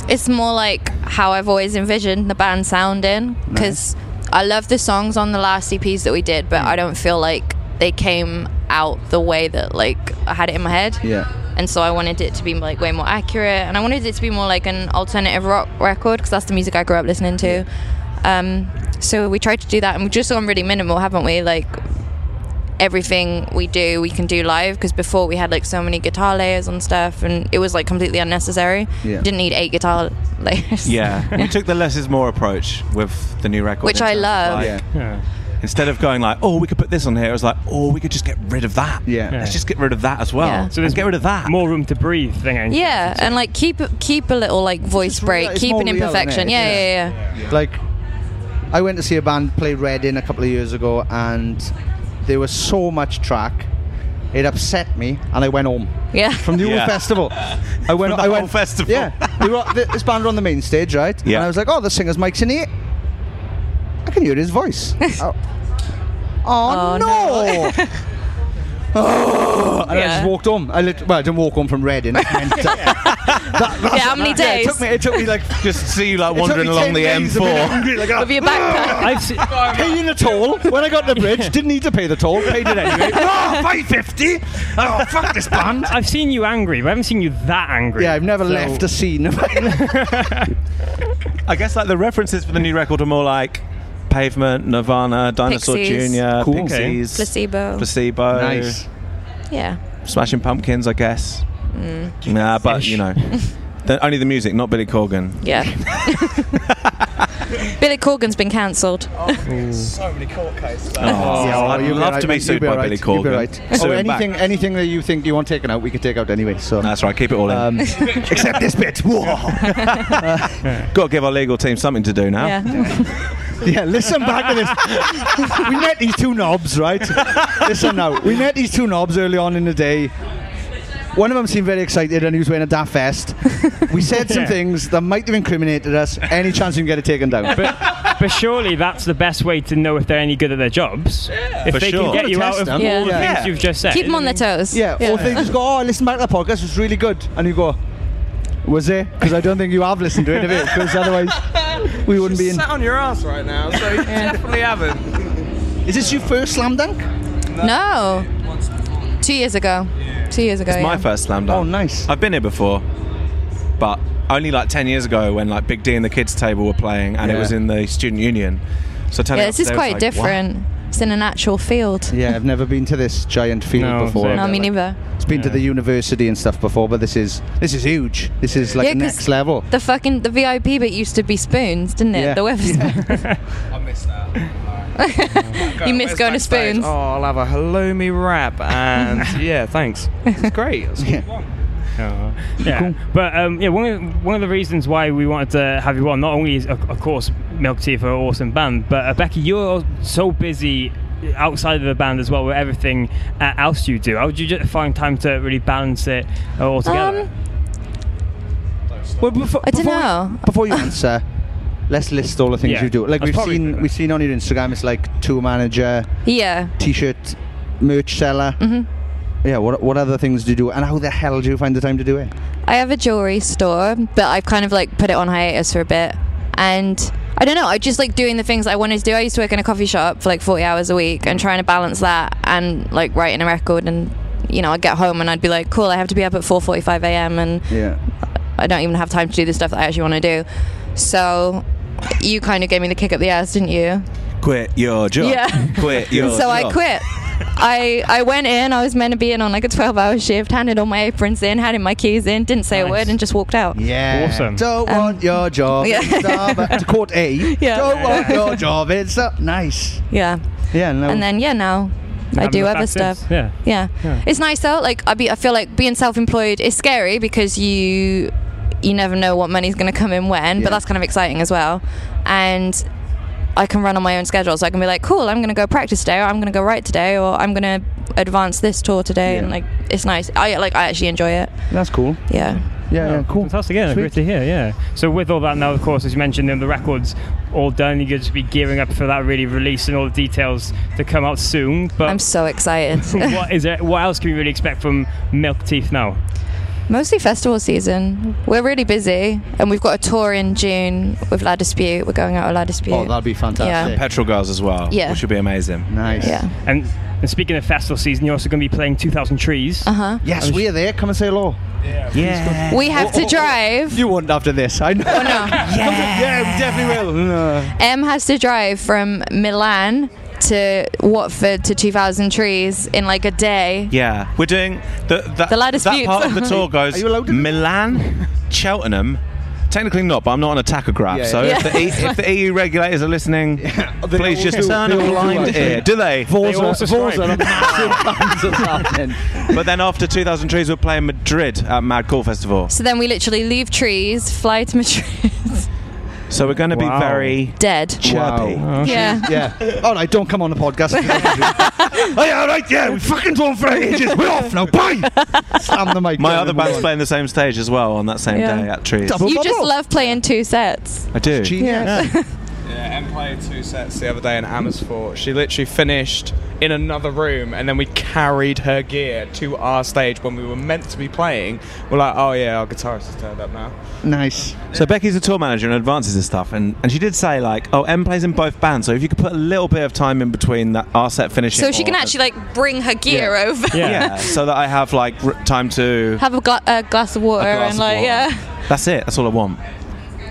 S7: It's more like how I've always envisioned the band sounding because I love the songs on the last EPs that we did,
S5: Mm.
S7: but I don't feel like they came out the way that like I had it in my head.
S5: Yeah.
S7: And so I wanted it to be like way more accurate, and I wanted it to be more like an alternative rock record because that's the music I grew up listening to. Um, so we tried to do that, and we've just gone really minimal, haven't we? Like everything we do we can do live because before we had like so many guitar layers and stuff and it was like completely unnecessary
S8: Yeah.
S7: didn't need eight guitar [laughs] layers
S8: yeah,
S7: [laughs]
S8: we took the less is more approach with the new record,
S7: Which
S8: in
S7: I
S8: terms of,
S7: love.
S8: like,
S7: Yeah.
S8: Instead of going like, oh, we could put this on here, it was like, oh, we could just get rid of that.
S5: Yeah.
S8: Let's just get rid of that as well.
S7: Yeah.
S8: So let's get rid of that.
S2: More room to breathe thing.
S7: yeah and like keep keep a little like voice break
S5: it's
S7: keep
S5: more
S7: an
S5: real, isn't
S7: imperfection
S5: it?
S7: yeah
S5: Yeah.
S7: yeah yeah,
S5: Like, I went to see a band play Reading a couple of years ago, and there was so much track, it upset me, and I went home.
S7: Yeah.
S5: [laughs] From the
S8: Yeah.
S5: whole festival. I went.
S8: From the
S5: I
S8: whole
S5: went
S8: festival.
S5: Yeah. They were, th- this band were on the main stage, right?
S8: Yeah.
S5: And I was like, oh, the singer's mic's in here. I can hear his
S9: [laughs]
S5: voice. oh. Oh, no! oh,
S9: job.
S5: And I
S9: yeah.
S5: just walked home. I lit- well, I didn't walk home from Reading. It's mental.
S8: [laughs]
S9: yeah, how many
S5: Yeah,
S9: days?
S5: it took me. It took me like
S8: Just see you like
S5: It took
S8: wandering
S5: me
S8: along
S5: 10
S8: the
S5: days to be
S8: M4.
S5: hungry, like, ah,
S9: With your backpack.
S5: I've seen, paying the toll when I got to the [laughs] bridge. Didn't need to pay the toll. Paid it [laughs] anyway. oh, 550. Oh, fuck this band.
S2: I've seen you angry, but I haven't seen you that angry.
S5: Yeah, I've [laughs] never
S2: So-
S5: left a scene.
S8: I guess like the references for the new record are more like Pavement, Nirvana, Dinosaur
S7: Pixies.
S8: Jr.,
S7: Cool.
S8: Pixies,
S7: Placebo.
S8: Placebo,
S7: Nice. Yeah.
S8: Smashing Pumpkins, I guess.
S7: Mm.
S8: Nah, but
S7: [laughs]
S8: you know, the, only the music, not Billy Corgan.
S7: Yeah. Billy Corgan's been cancelled.
S12: So many court cases.
S8: Oh, yeah, I'd
S5: you'll
S8: love to be
S5: mate,
S8: sued
S5: you'll
S8: by
S5: all
S8: Billy
S5: you'll be
S8: Corgan.
S5: all right.
S8: Sue
S5: Oh,
S8: him back.
S5: anything, anything that you think you want taken out, we could take out anyway. So
S8: That's right, keep it all in.
S5: Um, [laughs] except this bit.
S8: Got to Um, give our legal team something to do now.
S5: yeah, listen back to this. [laughs] we met these two knobs, right? listen now. We met these two knobs early on in the day. One of them seemed very excited and he was wearing a daft vest. We said some
S2: Yeah.
S5: things that might have incriminated us. Any chance we can get it taken down?
S2: But, but surely that's the best way to know if they're any good at their jobs. if
S5: For
S2: they
S5: sure.
S2: can get you
S5: Gotta
S2: out
S5: test
S2: of
S5: them.
S2: all the
S5: Yeah.
S2: things Mm-hmm. you've just said.
S7: Keep them on their toes.
S5: Yeah, or they just go, oh, I listened back to the podcast, it's really good. And you go, was it? Because I don't think you have listened to it, have you? Because otherwise, we wouldn't be in.
S12: Sat on your ass right now, so you definitely haven't.
S5: Is this your first slam dunk?
S7: No. Two years ago. Two years ago.
S8: It's my
S7: yeah.
S8: first slam dunk. Oh,
S5: nice.
S8: I've been here before, but only like 10 years ago when like Big D and the kids table were playing and it
S5: Yeah.
S8: was in the student union. So turning
S7: Yeah,
S8: up
S7: this is
S8: today was
S7: quite
S8: like,
S7: different. It's in an actual field.
S5: Yeah, I've never been to this giant field before.
S7: No, me neither.
S5: It's been to the university and stuff before, but this is this is huge. This is like
S7: Yeah, 'cause
S5: next level.
S7: The fucking the VIP bit used to be spoons, didn't it?
S5: Yeah.
S7: The
S5: [laughs]
S7: Weatherspoons.
S12: I missed that.
S5: [laughs]
S7: [laughs] you miss going to spoons.
S12: Oh, I'll have a halloumi wrap
S7: [laughs]
S12: and yeah, thanks. It's great. That's what we want.
S2: Oh, yeah. But um, yeah, one of, one of the reasons why we wanted to have you on, not only is, of of course, Milk Tea for an awesome band, but uh, Becky, you're so busy outside of the band as well with everything uh, else you do. How would you just find time to really balance it uh,
S7: Oh.
S2: all
S7: Um,
S2: together?
S5: Well, before,
S7: I don't
S5: before we-
S7: know.
S5: before you answer, let's list all the things
S2: Yeah.
S5: you do. Like
S2: That's
S5: we've
S2: probably
S5: seen, we've seen on your Instagram, it's like tour manager,
S7: [laughs] Yeah.
S5: t-shirt, merch seller. Mm-hmm. Yeah. What what other things do you do, and how the hell do you find the time to do it?
S7: I have a jewelry store, but I've kind of like put it on hiatus for a bit. And I don't know, I just like doing the things I wanted to do. I used to work in a coffee shop for like 40 hours a week and trying to balance that and like writing a record and you know, I'd get home and I'd be like, cool, I have to be up at 4:45 a.m. and
S5: Yeah.
S7: I don't even have time to do the stuff that I actually want to do. So you kind of gave me the kick up the ass, didn't you?
S8: Quit your job.
S7: Yeah.
S8: Quit your
S7: [laughs] so I
S8: job."
S7: quit. I, I went in, I was meant to be in on like a 12 hour shift, handed all my aprons in, handed my keys in, didn't say a word, and just walked out.
S5: Yeah.
S2: Awesome.
S5: Don't want your job.
S7: Um, yeah.
S5: It's up- to quote A.
S7: [laughs] Yeah.
S5: Don't want your job. It's up. Nice.
S7: Yeah.
S5: Yeah. No.
S7: And then, yeah, now I
S5: Having
S7: do
S5: the
S7: other
S5: fat tits.
S7: stuff.
S2: Yeah.
S7: yeah.
S5: Yeah.
S7: It's nice though. Like, I, be, I feel like being self employed is scary because you you never know what money's going to come in when, but that's kind of exciting as well. And I can run on my own schedule. So I can be like, cool, I'm going to go practice today, or I'm going to go write today, or I'm going to advance this tour today. And like, it's nice. I like, I actually enjoy it.
S5: That's cool.
S7: Yeah.
S5: Yeah, yeah, cool.
S2: Fantastic, yeah, great to hear, yeah. So with all that now, of course, as you mentioned, um, the record's all done, you're going to be gearing up for that really release and all the details to come out soon. But I'm
S7: so excited.
S2: [laughs] what is it? What else can we really expect from Milk Teeth now?
S7: Mostly festival season. We're really busy, and we've got a tour in June with La Dispute. We're going out with La Dispute.
S8: Oh, that'd
S5: be
S7: fantastic.
S8: And Petrol Girls as well,
S7: Yeah.
S8: which would be amazing.
S5: Nice.
S7: Yeah.
S2: And, and speaking of festival season, you're also going to be playing 2,000 Trees. Uh
S7: huh.
S5: Yes, we are there. Come and say hello. Yeah. Oh,
S7: We have to drive.
S5: You won't after this. I know.
S7: Oh,
S5: [laughs] yeah. we
S7: [laughs]
S5: definitely will. No.
S7: M has to drive from Milan to Watford to 2,000 trees in like a day.
S8: Yeah, we're doing the that,
S7: The ladder
S8: that
S7: disputes. [laughs]
S8: part of the tour goes
S7: Are you allowed to-
S8: Milan, Cheltenham. Technically not, but I'm not on a tachograph.
S5: Yeah,
S8: so
S5: yeah.
S8: If, the e, if the EU regulators are listening,
S5: They
S8: please
S5: all
S8: just
S5: do.
S8: turn
S5: They
S8: a
S5: all do,
S8: blind
S5: actually.
S8: ear. Do they?
S5: Forza, Forza, I'm [laughs] massive fans of that. then.
S8: but then after 2000 Trees, we're playing Madrid at Mad Cool Festival.
S7: So then we literally leave trees, fly to
S8: [laughs]
S7: Madrid,
S8: So we're going to be very
S7: dead.
S8: chirpy.
S7: Yeah. [laughs]
S5: Yeah. All right, don't come on the podcast. oh, yeah, all right, yeah. We fucking talked for ages. We're off now. Bye. Slam the mic.
S8: My
S5: down
S8: other
S5: and move
S8: band's
S5: on.
S8: playing the same stage as well on that same
S7: Yeah.
S8: day at Trees.
S7: You just love playing two sets.
S8: I do.
S7: Yeah.
S3: Yeah, and played two sets the other day in Amersfoort. She literally finished in another room, and then we carried her gear to our stage when we were meant to be playing. We're like, oh yeah, our guitarist has turned up now.
S5: Nice.
S8: So Becky's a tour manager and advances this stuff, and, and she did say like, oh, M plays in both bands, so if you could put a little bit of time in between that our set
S7: [laughs]
S8: finishing,
S7: So she
S8: or-
S7: can actually like bring her gear
S8: Yeah.
S7: [laughs] over.
S8: yeah. so that I have like r- time to.
S7: Have a, gla- a glass of water
S8: glass
S7: and
S8: of
S7: like
S8: water.
S7: yeah.
S8: That's it. That's all I want.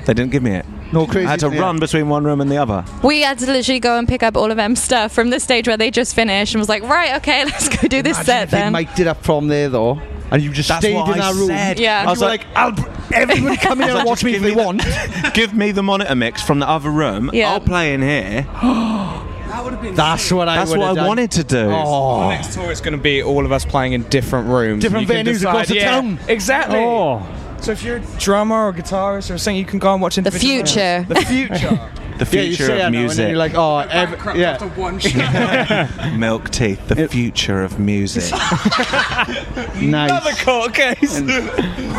S8: They didn't give me it.
S5: No crazy.
S8: I had to
S5: yeah.
S8: run between one room and the other.
S7: We had to literally go and pick up all of M's stuff from the stage where they just finished and was like, right, okay, [laughs] let's go do this
S5: Imagine
S7: set
S5: if they
S7: then.
S5: mic'd it up from there though, and you just
S8: That's
S5: stayed
S8: what
S5: in
S8: I
S5: that room.
S8: said.
S7: Yeah.
S5: And
S8: I
S5: I
S8: was
S5: was you were
S8: like-
S5: like, I'll br-
S13: [laughs]
S5: everyone [laughs] come in
S8: [laughs] I was
S5: here and
S8: like,
S5: watch me if they want.
S8: [laughs] give me the monitor mix from the other room.
S7: Yeah.
S8: I'll play in here.
S5: [gasps] That's what I.
S8: That's
S5: would've
S8: what I
S5: done. Oh.
S8: wanted to do.
S3: Our next tour is going to be all of us playing in different rooms.
S5: Different
S3: You can
S5: venues across the
S3: yeah,
S5: town.
S3: Exactly.
S5: Oh.
S3: So if you're a drummer or guitarist or something, you can go and watch individual rooms.
S7: future.
S3: The future.
S8: The
S5: Yeah, you
S8: future
S5: say that now, and
S8: of
S5: then
S8: music.
S5: you're like, oh, every, yeah. [laughs]
S8: [laughs] Milk teeth. The future of music.
S5: nice.
S3: Another court case.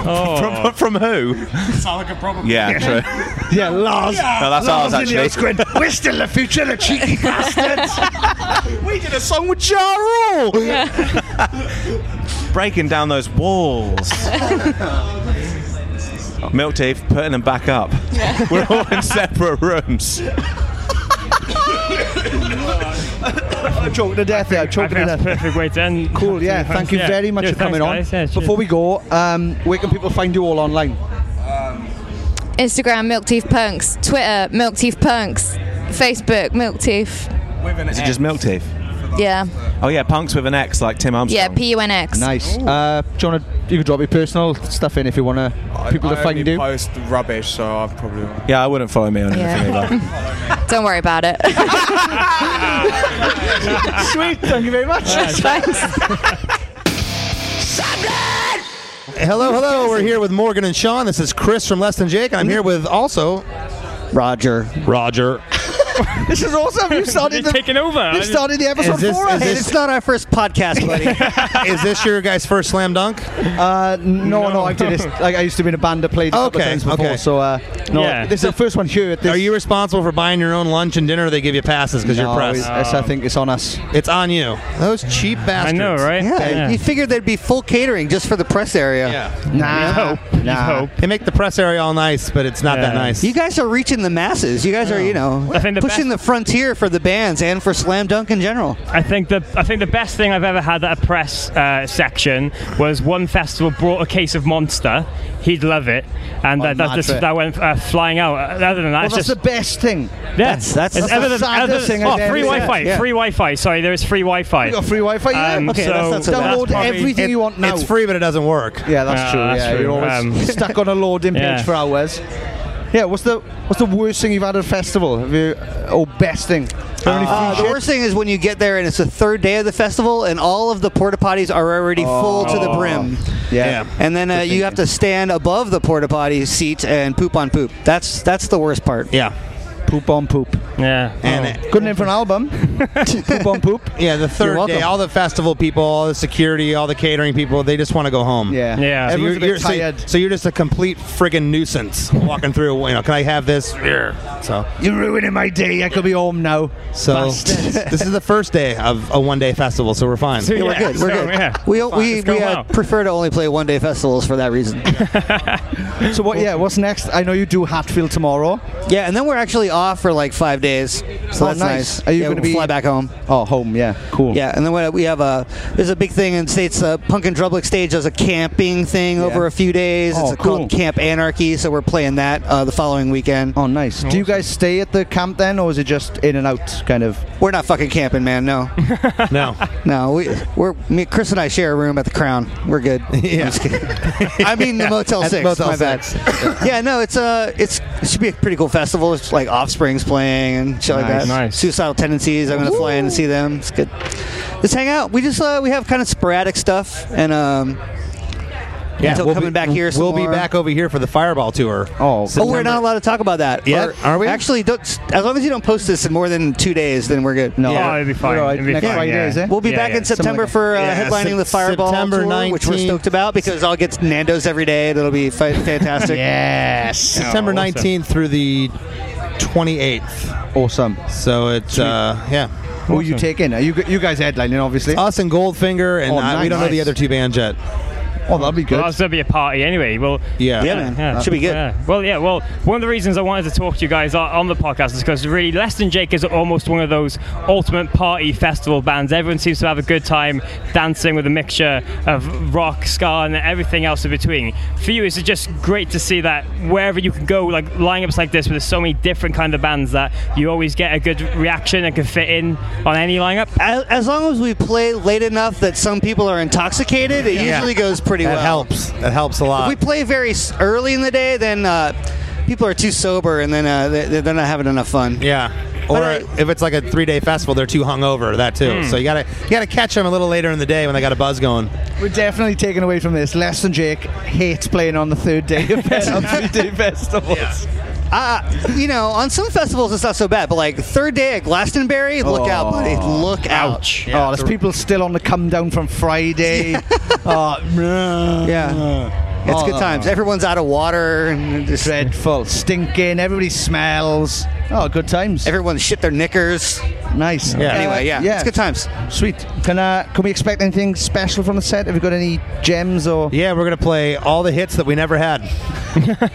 S3: Oh.
S8: From, from who?
S3: Sound like a problem.
S8: Yeah, true.
S5: [laughs] Yeah, Lars.
S8: No, that's
S5: Lars
S8: ours,
S5: in the house
S8: actually.
S5: going, We're still the future, the [laughs]
S8: [laughs]
S5: cheeky bastards.
S11: [laughs]
S3: we did a song with Ja Rule.
S8: [laughs] Breaking down those walls. Milk teeth, putting them back up. We're all in separate rooms.
S5: [laughs] I choked to death there. I
S2: I
S5: choked
S2: think
S5: to
S2: that's a
S5: death.
S2: perfect way to end.
S5: Cool, yeah. Thank you
S2: Yeah.
S5: very much
S2: Yeah,
S5: for coming on.
S2: thanks, guys. Yeah,
S5: Before we go, um, where can people find you all online?
S7: Instagram Milk Teeth Punks, Twitter Milk Teeth Punks, Facebook Milk Teeth.
S8: Is it just milk teeth?
S7: Yeah,
S8: Oh yeah, punks with an X like Tim Armstrong.
S7: yeah, P U N X.
S5: Nice. Uh, do you want to? You can drop your personal stuff in if you want to. People
S3: I
S5: to find
S3: only
S5: you.
S3: post rubbish, so I've probably.
S8: Yeah, I wouldn't
S7: [laughs]
S8: follow me on anything
S7: Yeah.
S8: like that.
S7: [laughs] Don't worry about it.
S5: [laughs] Sweet. Thank you very much.
S7: [laughs]
S8: [laughs]
S7: Thanks.
S10: Hello, hello. We're here with Morgan and Sean. This is Chris from Less Than Jake, and I'm here with also Roger. Roger.
S5: This
S9: [laughs]
S5: is
S2: [laughs]
S5: awesome. You started the,
S2: taking over.
S5: You started the episode
S10: Is this-
S5: for
S10: is
S5: us.
S10: this-
S5: It's
S10: not our first [laughs] podcast, buddy. is this your guy's first slam dunk?
S5: Uh, no, no, I did this. Like I used to be in a band that played a couple
S10: Okay,
S5: times before.
S10: okay.
S5: So uh, no,
S10: Yeah.
S5: this is the first one here. At this
S10: Are you responsible for buying your own lunch and dinner? Or they give you passes because
S5: No,
S10: you're press.
S5: it's- I think it's on us.
S10: It's on you. Those cheap
S2: I
S10: bastards.
S2: know, right?
S9: Yeah, you figured there'd be full catering just for the press area.
S10: Yeah.
S5: Nah, nah.
S10: They make the press area all nice, but it's not that nice.
S9: You guys are reaching the masses. You guys are, you know,
S2: I think the
S9: pushing the frontier for the bands and for slam dunk in general.
S2: I think the I think the best thing I've ever had at a press uh, section was one festival brought a case of Monster. He'd love it, and that, that,
S5: mad
S2: just,
S5: trip.
S2: that went uh, flying out. Other than that,
S5: Oh, Well,
S2: it's
S5: that's
S2: just
S5: the best thing.
S2: yeah.
S5: that's- that's-
S2: It's
S5: that's
S2: other than-
S5: the saddest
S2: other-
S5: thing
S2: oh,
S5: I've ever
S2: free
S5: seen.
S2: Wi-Fi,
S5: Yeah.
S2: free Wi-Fi. Sorry, there is free Wi-Fi.
S5: You got free Wi-Fi. Yeah.
S2: Um,
S5: okay,
S2: so
S5: that's, that's download everything you want now.
S10: It's free, but it doesn't work.
S5: Yeah, that's
S2: Ah,
S5: true.
S2: that's
S5: yeah,
S2: true.
S5: you're always
S2: Um,
S5: stuck on a loading
S2: [laughs]
S5: page
S2: yeah.
S5: for hours. Yeah, what's the what's the worst thing you've had at a festival? Have you? Oh, best thing.
S9: Uh, the worst thing is when you get there and it's the third day of the festival and all of the porta potties are already full to
S10: Oh.
S9: the brim.
S5: Yeah.
S9: And then uh, you have to stand above the porta potty seat and poop on poop. That's that's the worst part.
S10: Yeah.
S5: Poop on poop.
S2: Yeah.
S10: And
S5: Good name for
S2: [laughs]
S5: an album. poop on poop.
S10: Yeah, the third
S5: welcome.
S10: day, all the festival people, all the security, all the catering people, they just want to go home.
S5: Yeah. Yeah.
S10: So you're,
S5: Everyone's a bit
S10: you're- so-
S5: tired.
S10: So, you're just a complete friggin' nuisance walking through. You know, can I have this? So,
S5: You're ruining my day. I could be home now.
S10: so
S5: Bastards.
S10: this is the first day of a one day festival, so we're fine.
S2: So,
S9: Yeah, we're good. We're
S2: so,
S9: good.
S2: yeah.
S9: We,
S2: Fine,
S9: we,
S2: let's go
S9: we uh,
S2: now.
S9: prefer to only play one day festivals for that reason.
S5: so what? Yeah. What's next? I know you do Hatfield tomorrow.
S9: yeah, and then we're actually off for like five days. So
S5: Oh,
S9: that's
S5: nice.
S9: nice.
S5: Are you
S9: Yeah,
S5: gonna
S9: we'll
S5: be-
S9: fly back home?
S5: Oh, home. Yeah. Cool.
S9: Yeah, and then we- we have a there's a big thing in states. Uh, Punk and Drublick Stage does a camping thing over a few days.
S5: Oh,
S9: it's a, called Camp Anarchy, so we're playing that uh, the following weekend.
S5: Oh, nice. Do you guys stay at the camp then, or is it just in and out kind of?
S9: We're not fucking camping, man. No,
S10: No.
S9: no. We we're me, Chris and I share a room at the Crown. We're good.
S10: [laughs] Yeah.
S9: I'm just kidding. I
S10: [laughs]
S9: mean the Motel
S10: At
S9: Six.
S10: Motel
S9: my bad. yeah, no. It's uh, it's it should be a pretty cool festival. It's like Offspring's playing and shit like
S2: Nice.
S9: that.
S2: Nice.
S9: Suicidal Tendencies. I'm gonna fly in and see them. It's good. Just hang out. We just uh, we have kind of sporadic stuff and um.
S10: Yeah,
S9: until
S10: we'll
S9: coming
S10: be-
S9: back here. some
S10: We'll be
S9: more.
S10: back over here for the Fireball tour. Oh,
S9: Oh, we're not allowed to talk about that.
S10: Yeah,
S9: Or-
S10: are we?
S9: Actually, don't, as long as you don't post this in more than two days, then we're good.
S10: No. Oh, it'd be fine. We're all right. It'd be Next fine, Friday, yeah. is it?
S9: We'll be
S10: Yeah,
S9: back
S10: yeah.
S9: in September
S10: Something like
S9: for uh,
S10: that. Yeah,
S9: headlining
S10: Sep-
S9: the Fireball
S10: September
S9: tour, which we're
S10: 19th.
S9: stoked about because I'll get Nando's every day and it'll be fi-
S10: [laughs]
S9: fantastic. yes.
S10: September 19th through the 28th. Awesome. So it's, uh, yeah.
S5: Who are you taking? Are you g- you guys headlining, obviously?
S10: Us and Goldfinger, and
S5: Oh,
S10: I- we
S5: nice.
S10: don't know the other two bands yet.
S5: Oh, that'll be
S10: good.
S2: Well, that's gonna be a party anyway. Well,
S10: Yeah. Yeah, man. Should be good.
S2: yeah. Well, yeah. Well, one of the reasons I wanted to talk to you guys on on the podcast is because really, Less Than Jake is almost one of those ultimate party festival bands. Everyone seems to have a good time dancing with a mixture of rock, ska, and everything else in between. For you, is it just great to see that wherever you can go, like lineups like this, with so many different kind of bands that you always get a good reaction and can fit in on any lineup?
S9: As, as long as we play late enough that some people are intoxicated, it
S10: Yeah.
S9: usually goes pretty
S10: That
S9: well.
S10: helps. That helps a lot.
S9: If we play very s- early in the day, then uh, people are too sober and then uh, they- they're not having enough fun.
S10: Yeah. Or if it's like a three-day festival, they're too hungover. That too.
S9: Hmm.
S10: So you gotta you gotta catch them a little later in the day when they got a buzz going.
S5: We're definitely taking away from this. Less than Jake hates playing on the third day of [laughs] fest- on
S10: [laughs]
S5: third day festivals.
S9: Uh, you know, on some festivals it's not so bad, but like third day at Glastonbury, look out, buddy, look out.
S5: oh, there's
S9: [laughs]
S5: people still on the come down
S10: [laughs]
S5: from Friday. oh,
S9: yeah. It's good times. Everyone's out of water. And just
S5: Dreadful. Stinking. Everybody smells. Oh, good times.
S9: Everyone shit their knickers.
S5: Nice.
S9: Yeah. Anyway, yeah, it's good times.
S5: Uh, Sweet. Can uh, can we expect anything special from the set? Have you got any gems or?
S10: Yeah, we're gonna play all the hits that we never had.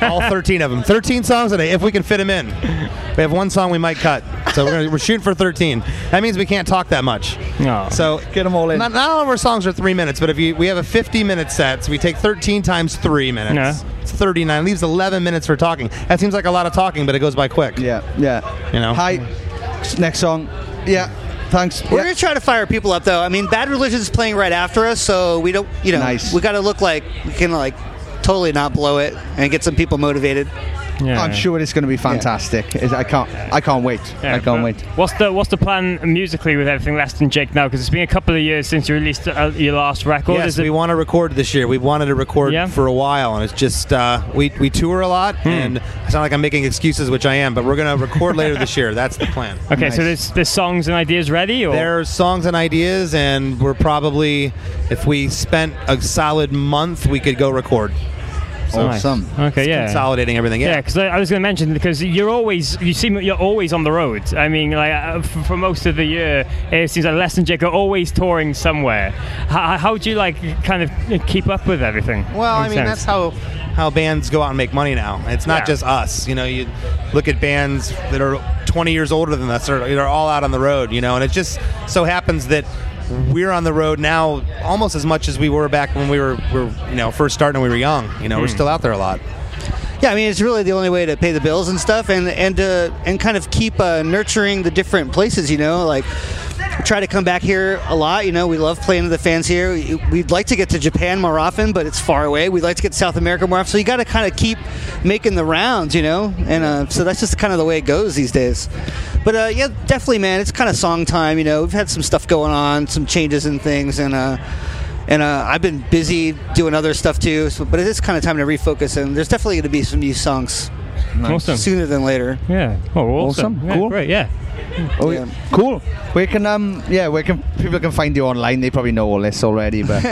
S10: all 13 of them. 13 songs today, if we can fit them in. We have one song we might cut, so we're gonna, we're shooting for 13. That means we can't talk that much.
S2: No.
S10: So
S5: get them all in.
S10: Not, not all of our songs are three minutes, but if you we have a 50 minute set, so we take 13 times three minutes.
S5: Yeah.
S10: It's 39. Leaves 11 minutes for talking. That seems like a lot of talking, but it goes by quick.
S5: Yeah, yeah.
S10: You know.
S5: Hi. Next song. Yeah. Thanks.
S9: We're gonna try to fire people up though. I mean, Bad Religion's playing right after us, so we don't, you know, we got to look like we can like totally not blow it and get some people motivated.
S5: I'm sure it's going to be fantastic. Is- I can't. I can't wait. I
S2: but
S5: can't wait.
S2: What's the what's the plan musically with everything less than Jake now? Because it's been a couple of years since you released uh, your last record.
S10: Yes,
S2: Is it-
S10: we want to record this year. We've wanted to record for a while, and it's just uh, we we tour a lot,
S2: Hmm.
S10: and it's not like I'm making excuses, which I am, but we're gonna record later this year. That's the plan.
S2: [laughs] okay, so there's there's songs and ideas ready. Or?
S10: There are songs and ideas, and we're probably if we spent a solid month, we could go record.
S2: Awesome. Okay,
S10: It's
S2: yeah.
S10: consolidating everything.
S2: Yeah, because I, I was going to mention because you're always you seem you're always on the road. I mean, like uh, for, for most of the year, it seems like Less Than Jake are always touring somewhere. How, how do you like kind of keep up with everything?
S10: Well, I
S2: In a
S10: mean, that's
S2: sense.
S10: how how bands go out and make money now. It's not
S2: Yeah.
S10: just us. You know, you look at bands that are 20 years older than us. They're, they're all out on the road. You know, and it just so happens that we're on the road now almost as much as we were back when we were, were you know first starting when we were young. You know, we're
S9: Hmm.
S10: still out there a lot.
S9: Yeah, I mean it's really the only way to pay the bills and stuff, and and uh, and kind of keep uh, nurturing the different places. You know, like try to come back here a lot. You know, we love playing to the fans here. We- We'd like to get to Japan more often, but it's far away. We'd like to get to South America more often. So you got to kind of keep making the rounds. You know, and uh, so that's just kind of the way it goes these days. But uh, yeah, definitely, man, it's kind of song time. You know, we've had some stuff going on, some changes and things, and. Uh, and uh, I've been busy doing other stuff too, so, but it is kind of time to refocus. And there's definitely going to be some new songs
S2: Nice. Awesome.
S9: sooner than later.
S2: Yeah. Oh, awesome. Yeah,
S5: cool.
S2: Great. Yeah.
S5: Oh,
S9: Yeah.
S5: Cool. Where can um yeah where can people can find you online? They probably know all this already,
S9: [laughs]
S5: but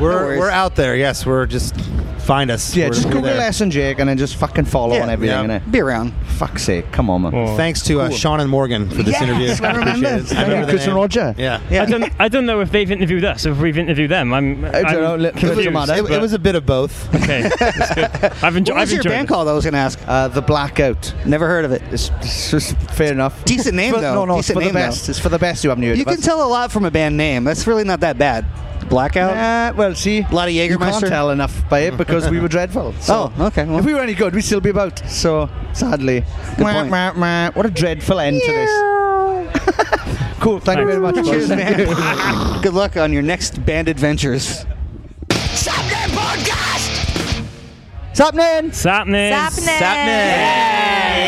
S10: We're we're out there. Yes, we're just find us.
S5: yeah,
S10: We're-
S5: just
S10: we're
S5: Google
S10: there.
S5: Lesson Jake and then just fucking follow
S10: Yeah.
S5: on everything.
S10: Yeah.
S5: Innit?
S9: Be around.
S5: Fuck's sake, come on, man.
S10: Thanks to uh, Sean and Morgan for this
S5: Yes,
S10: interview.
S5: I remember.
S10: Appreciate it.
S5: Thank you,
S10: the
S5: Chris and
S10: name.
S5: Roger.
S10: Yeah.
S2: I don't I don't know if they've interviewed us, if we've interviewed them. I'm.
S10: I don't
S2: I'm
S10: know. It was-
S2: confused,
S10: it was- it
S2: but-
S10: was a bit of both.
S2: Okay.
S10: [laughs]
S2: That's good. I've enjoyed.
S9: What was
S2: I've
S9: your
S2: enjoyed
S9: band
S2: it.
S9: called? I was going to ask.
S5: Uh, the Blackout.
S9: Never heard of it.
S5: It's, it's just fair enough.
S9: Decent name,
S5: For-
S9: though.
S5: No, no, it's
S9: Decent
S5: for the
S9: name,
S5: best.
S9: though.
S5: It's for the best. You haven't heard.
S9: You
S5: of
S9: can
S5: us.
S9: tell a lot from a band name. That's really not that bad. Blackout.
S5: Uh, well, see, a
S9: lot of Jägermeister.
S5: You can't tell enough by it because we were dreadful.
S2: [laughs]
S5: So
S9: [laughs] Oh, okay.
S5: If we were any good, we'd still be about. So sadly, Mwah, mwah, mwah. what a dreadful end to this. cool. Thank you very much.
S9: Cheers,
S5: boys. [laughs]
S9: man. Good luck on your next band adventures.
S5: Sapnin!
S2: Sapnin!
S9: Sapnin!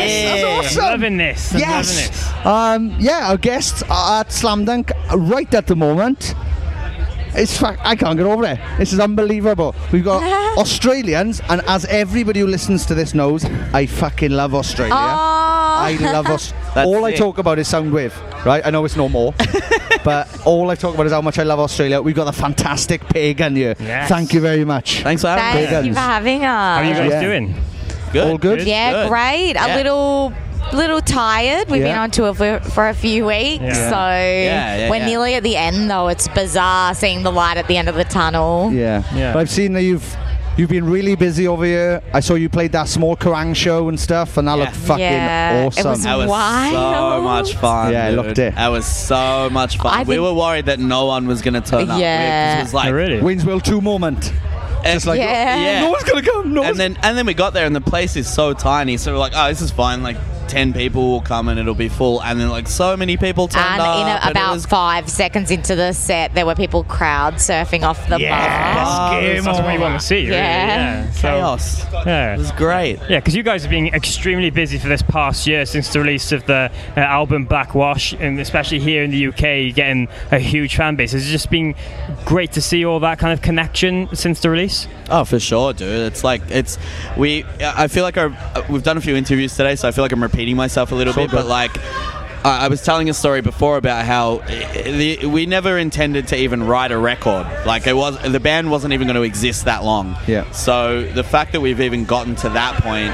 S2: Yes!
S5: That's awesome.
S2: I'm loving this. I'm loving
S5: yes. Um, yeah, our guests are at Slam Dunk right at the moment. It's fact. I can't get over it. This is unbelievable. We've [laughs] got Australians, and as everybody who listens to this knows, I fucking love Australia. I love us.
S14: Oh. [laughs] That's
S5: all I
S14: it.
S5: talk about is Soundwave, right? I know it's no more, but all I talk about is how much I love Australia. We've got the fantastic pagan here.
S15: Yes.
S5: Thank you very much. Thanks for
S15: Thank you for having us.
S5: Good. All good.
S4: Yeah, great. A
S5: Yeah.
S4: little little tired. We've been
S5: Yeah.
S4: on tour for, for a few weeks,
S5: Yeah.
S4: so
S5: Yeah, yeah,
S4: we're
S5: yeah.
S4: nearly at the end. Though it's bizarre seeing the light at the end of the tunnel.
S5: Yeah. But I've seen that you've you've been really busy over here. I saw you played that small Kerrang show and stuff, and that looked fucking
S4: Yeah, it
S5: awesome.
S4: was
S3: That was so
S4: wild.
S3: much fun.
S5: Yeah, I
S3: dude.
S5: loved it.
S3: That was so much fun.
S4: I've
S3: we
S4: been-
S3: were worried that no one was going to turn up.
S4: Yeah.
S3: It was
S5: Oh,
S3: like,
S5: Wayne's World 2 moment.
S3: Just
S5: like, "Oh, Yeah. "No one's gonna come. No
S3: and then and then we got there, and the place is so tiny. So we're like, oh, this is fine. Like ten people will come, and it'll be full. And then like so many people turned
S4: And
S3: up.
S4: in a,
S3: and it
S4: about
S3: was
S4: five seconds into the set, there were people crowd surfing off the bar.
S2: Game That's what you want to see. Really.
S4: Yeah.
S2: Yeah.
S3: Um, Chaos.
S2: Yeah. It was
S3: great.
S2: Yeah, because you guys have been extremely busy for this past year since the release of the uh, album Backwash, and especially here in the UK, getting a huge fan base. It's just been great to see all that kind of connection since the release.
S3: Oh, for sure, dude. It's like it's we. I feel like our, we've done a few interviews today, so I feel like I'm repeating myself a little bit. But like, I, I was telling a story before about how i- the, we never intended to even write a record. Like it was the band wasn't even going to exist that long.
S5: Yeah.
S3: So the fact that we've even gotten to that point.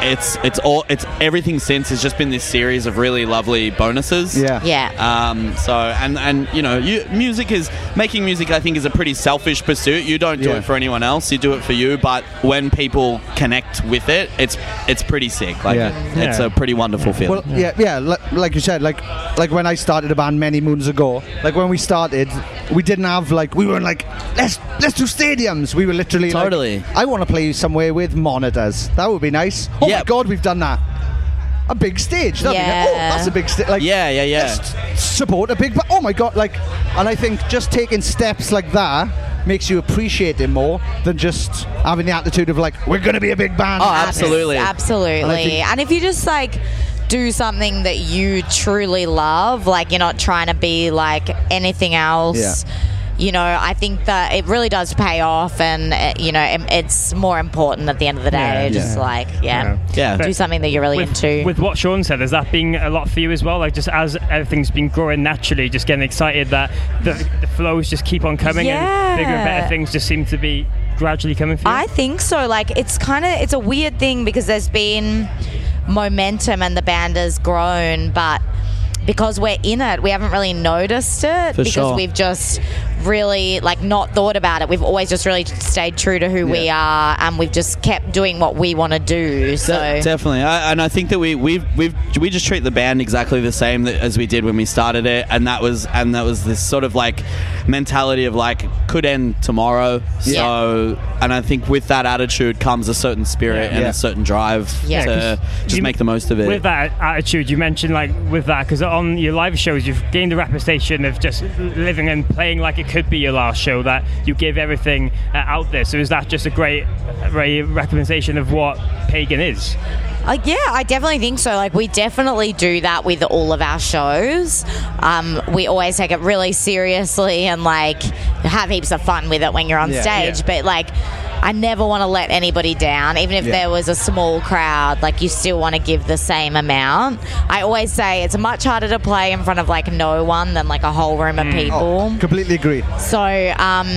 S3: It's it's all it's everything since has just been this series of really lovely bonuses.
S5: Yeah.
S4: Yeah.
S3: Um, so and and you know, you, music is making music. I think is a pretty selfish pursuit. You don't do
S5: Yeah.
S3: it for anyone else. You do it for you. But when people connect with it, it's it's pretty sick. Like
S5: Yeah.
S3: it- it's
S5: Yeah.
S3: a pretty wonderful feeling.
S5: Well, yeah, yeah, li- like you said, like like when I started a band many moons ago. Like when we started, we didn't have like we weren't like let's let's do stadiums. We were literally like,
S3: Totally.
S5: I want to play somewhere with monitors. That would be nice. Oh my god, we've done that. A big stage. That'd be nice. Oh,
S3: Yeah.
S5: that's a big stage. Like
S3: Yeah, yeah, yeah.
S5: let's support a big. But oh my god, like, and I think just taking steps like that. Makes you appreciate it more than just having the attitude of like we're going to be a big band.
S2: Oh,
S3: Oh,
S4: Abs-
S5: And I
S4: Absolutely.
S5: think-
S4: And if you just like do something that you truly love, like you're not trying to be like anything else.
S11: Yeah.
S4: You know, I think that it really does pay off, and uh, you know, it- it's more important at the end of the day.
S2: Yeah.
S4: just
S2: Yeah.
S4: like, yeah,
S2: Yeah.
S4: do something that you're really
S2: with,
S4: into.
S2: With what Sean said, has that been a lot for you as well? Like just as everything's been growing naturally, just getting excited that the, the flows just keep on coming
S4: Yeah.
S2: and bigger and better things just seem to be gradually coming for you.
S4: I think so. Like it's kind of it's a weird thing because there's been momentum and the band has grown, but because we're in it, we haven't really noticed it
S11: For
S4: because
S11: sure.
S4: we've just really like not thought about it. We've always just really stayed true to who we are, and we've just kept doing what we want to do. So
S3: De- definitely, I, and I think that we we've, we've we just treat the band exactly the same that, as we did when we started it, and that was and that was this sort of like mentality of like could end tomorrow. So, and I think with that attitude comes a certain spirit and
S2: Yeah.
S3: a certain drive
S2: Yeah. Yeah,
S3: to
S2: 'cause
S3: just
S2: you-
S3: make the most of it.
S2: With that attitude, you mentioned like with that because on your live shows, you've gained the reputation of just living and playing like it could be your last show. That you give everything uh, out there. So is that just a great, great representation of what pagan is?
S4: Like, yeah, I definitely think so. Like, we definitely do that with all of our shows. Um, we always take it really seriously and, like, have heaps of fun with it when you're on
S11: Yeah,
S4: stage.
S11: yeah.
S4: But, like, I never want to let anybody down, even if
S11: Yeah.
S4: there was a small crowd. Like, you still want to give the same amount. I always say it's much harder to play in front of, like, no one than, like, a whole room of
S11: Mm.
S4: people.
S5: Mm.
S11: Oh,
S5: Oh, completely agree.
S4: So, um,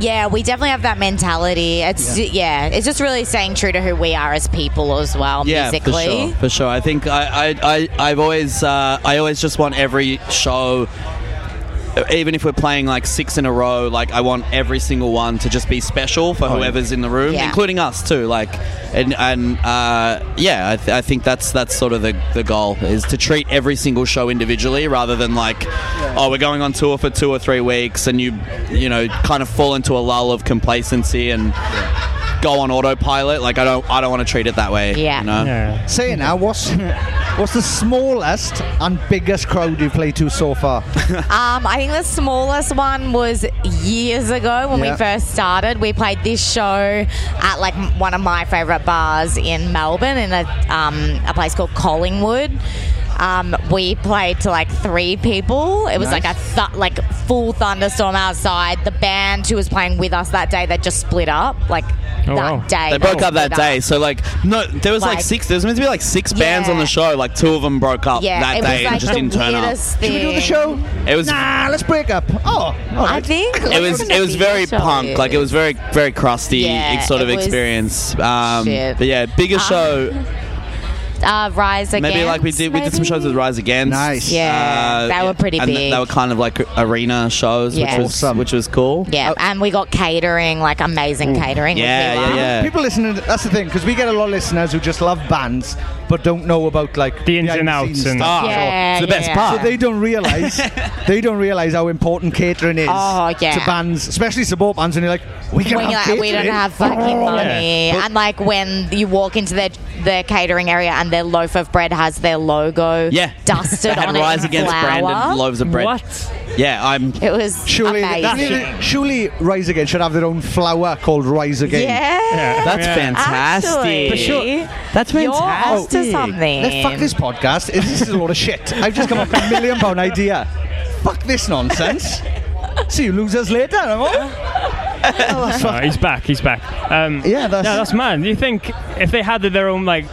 S4: yeah, we definitely have that mentality. It's yeah. it's just really staying true to who we are as people as well, musically.
S3: For sure, for sure. I think I, I, I I've always uh, I always just want every show even if we're playing like six in a row, like I want every single one to just be special for
S12: Oh, yeah.
S3: whoever's in the room,
S12: Yeah.
S3: including us too. Like, and and uh, yeah, I, th- I think that's that's sort of the, the goal is to treat every single show individually rather than like, oh, we're going on tour for two or three weeks, and you you know kind of fall into a lull of complacency and go on autopilot. Like I don't I don't want to treat it that way. you know?
S5: Saying that, what's [laughs] what's the smallest and biggest crowd you've played to so far?
S4: Um, I think the smallest one was years ago when
S5: Yeah.
S4: we first started. We played this show at like m- one of my favourite bars in Melbourne in a, um, a place called Collingwood. Um, we played to like three people. It was
S16: Nice.
S4: like a th- like full thunderstorm outside. The band who was playing with us that day they just split up like that day.
S3: They broke up that
S4: split
S3: day. So like no, there was like,
S4: Like-
S3: six. There was meant to be like six bands on the show. Like two of them broke up
S4: Yeah,
S3: Oh, that
S4: it was
S3: day
S4: like
S3: and just
S4: the
S3: didn't turn up.
S4: weirdest Should we do the thing.
S5: show?
S3: It was.
S5: Nah, let's break up. Oh,
S4: I
S5: [laughs]
S4: think
S3: It was it was very punk, like it was very very crusty
S4: Yeah,
S3: sort of
S4: it was
S3: experience. Um,
S4: shit.
S3: but yeah, bigger
S4: Uh,
S3: show.
S4: Uh, Rise again.
S3: Maybe like we did we did some shows with Rise Against. Uh,
S4: Nice. Yeah, they were pretty
S3: and
S4: big.
S3: They were kind of like arena shows,
S4: Yeah.
S3: which was which was cool.
S4: Yeah, and we got catering, like amazing catering. with
S3: uh, Yeah,
S4: Viva.
S3: yeah, yeah.
S5: People listening, that's the thing, because we get a lot of listeners who just love bands but don't know about like the ins
S2: and outs and-
S5: stuff.
S2: Ah, Yeah, it's the best yeah. part.
S5: So they don't realize they don't realize how important catering is
S4: Oh, yeah.
S5: to bands, especially support bands. And you're like, we can
S4: when
S5: have
S4: you're like, we don't
S5: catering."
S4: have fucking money.
S5: But-
S4: And like when you walk into their their catering area and their loaf of bread has their logo
S3: Yeah.
S4: dusted
S3: [laughs] They had
S4: on it.
S3: Rise
S4: in
S3: Against
S4: flour.
S3: brand and loaves of bread.
S4: What?
S3: Yeah, I'm.
S4: It was
S5: Surely,
S4: amazing.
S5: surely, Rise Again should have their own flower called Rise Again.
S4: Yeah. Yeah.
S3: That's
S4: Yeah.
S3: fantastic.
S4: Actually, For sure.
S3: That's
S4: you're fantastic. onto something.
S5: Now, fuck this podcast. This is a lot of shit. I've just come up with a million pound idea. Fuck this nonsense. See you losers later. I'm
S2: [laughs]
S5: off.
S2: Oh, he's back. He's back. Um, yeah, that's no, that's mad. You think if they had their own like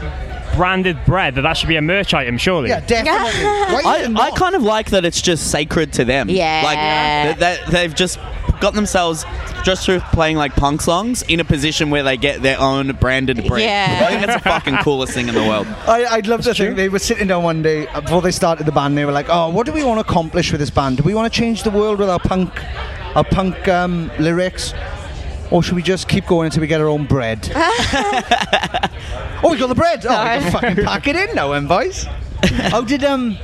S2: branded bread, that that should be a merch item, surely?
S5: Yeah, definitely.
S2: [laughs]
S3: I, I kind of like that it's just sacred to them.
S2: Yeah.
S3: Like that, that they've just gotten themselves just through playing like punk songs in a position where they get their own branded bread.
S5: Yeah.
S3: I think that's
S4: [laughs]
S3: the fucking coolest thing in the world.
S5: I, I'd love to think they were sitting down one day uh, before they started the band. They were like, "Oh, what do we want to accomplish with this band? Do we want to change the world with our punk, our punk um, lyrics, or should we just keep going until we get our own
S4: [laughs]
S5: bread?" oh, we got the bread. Oh, we can fucking pack it in now, then, boys. how did um,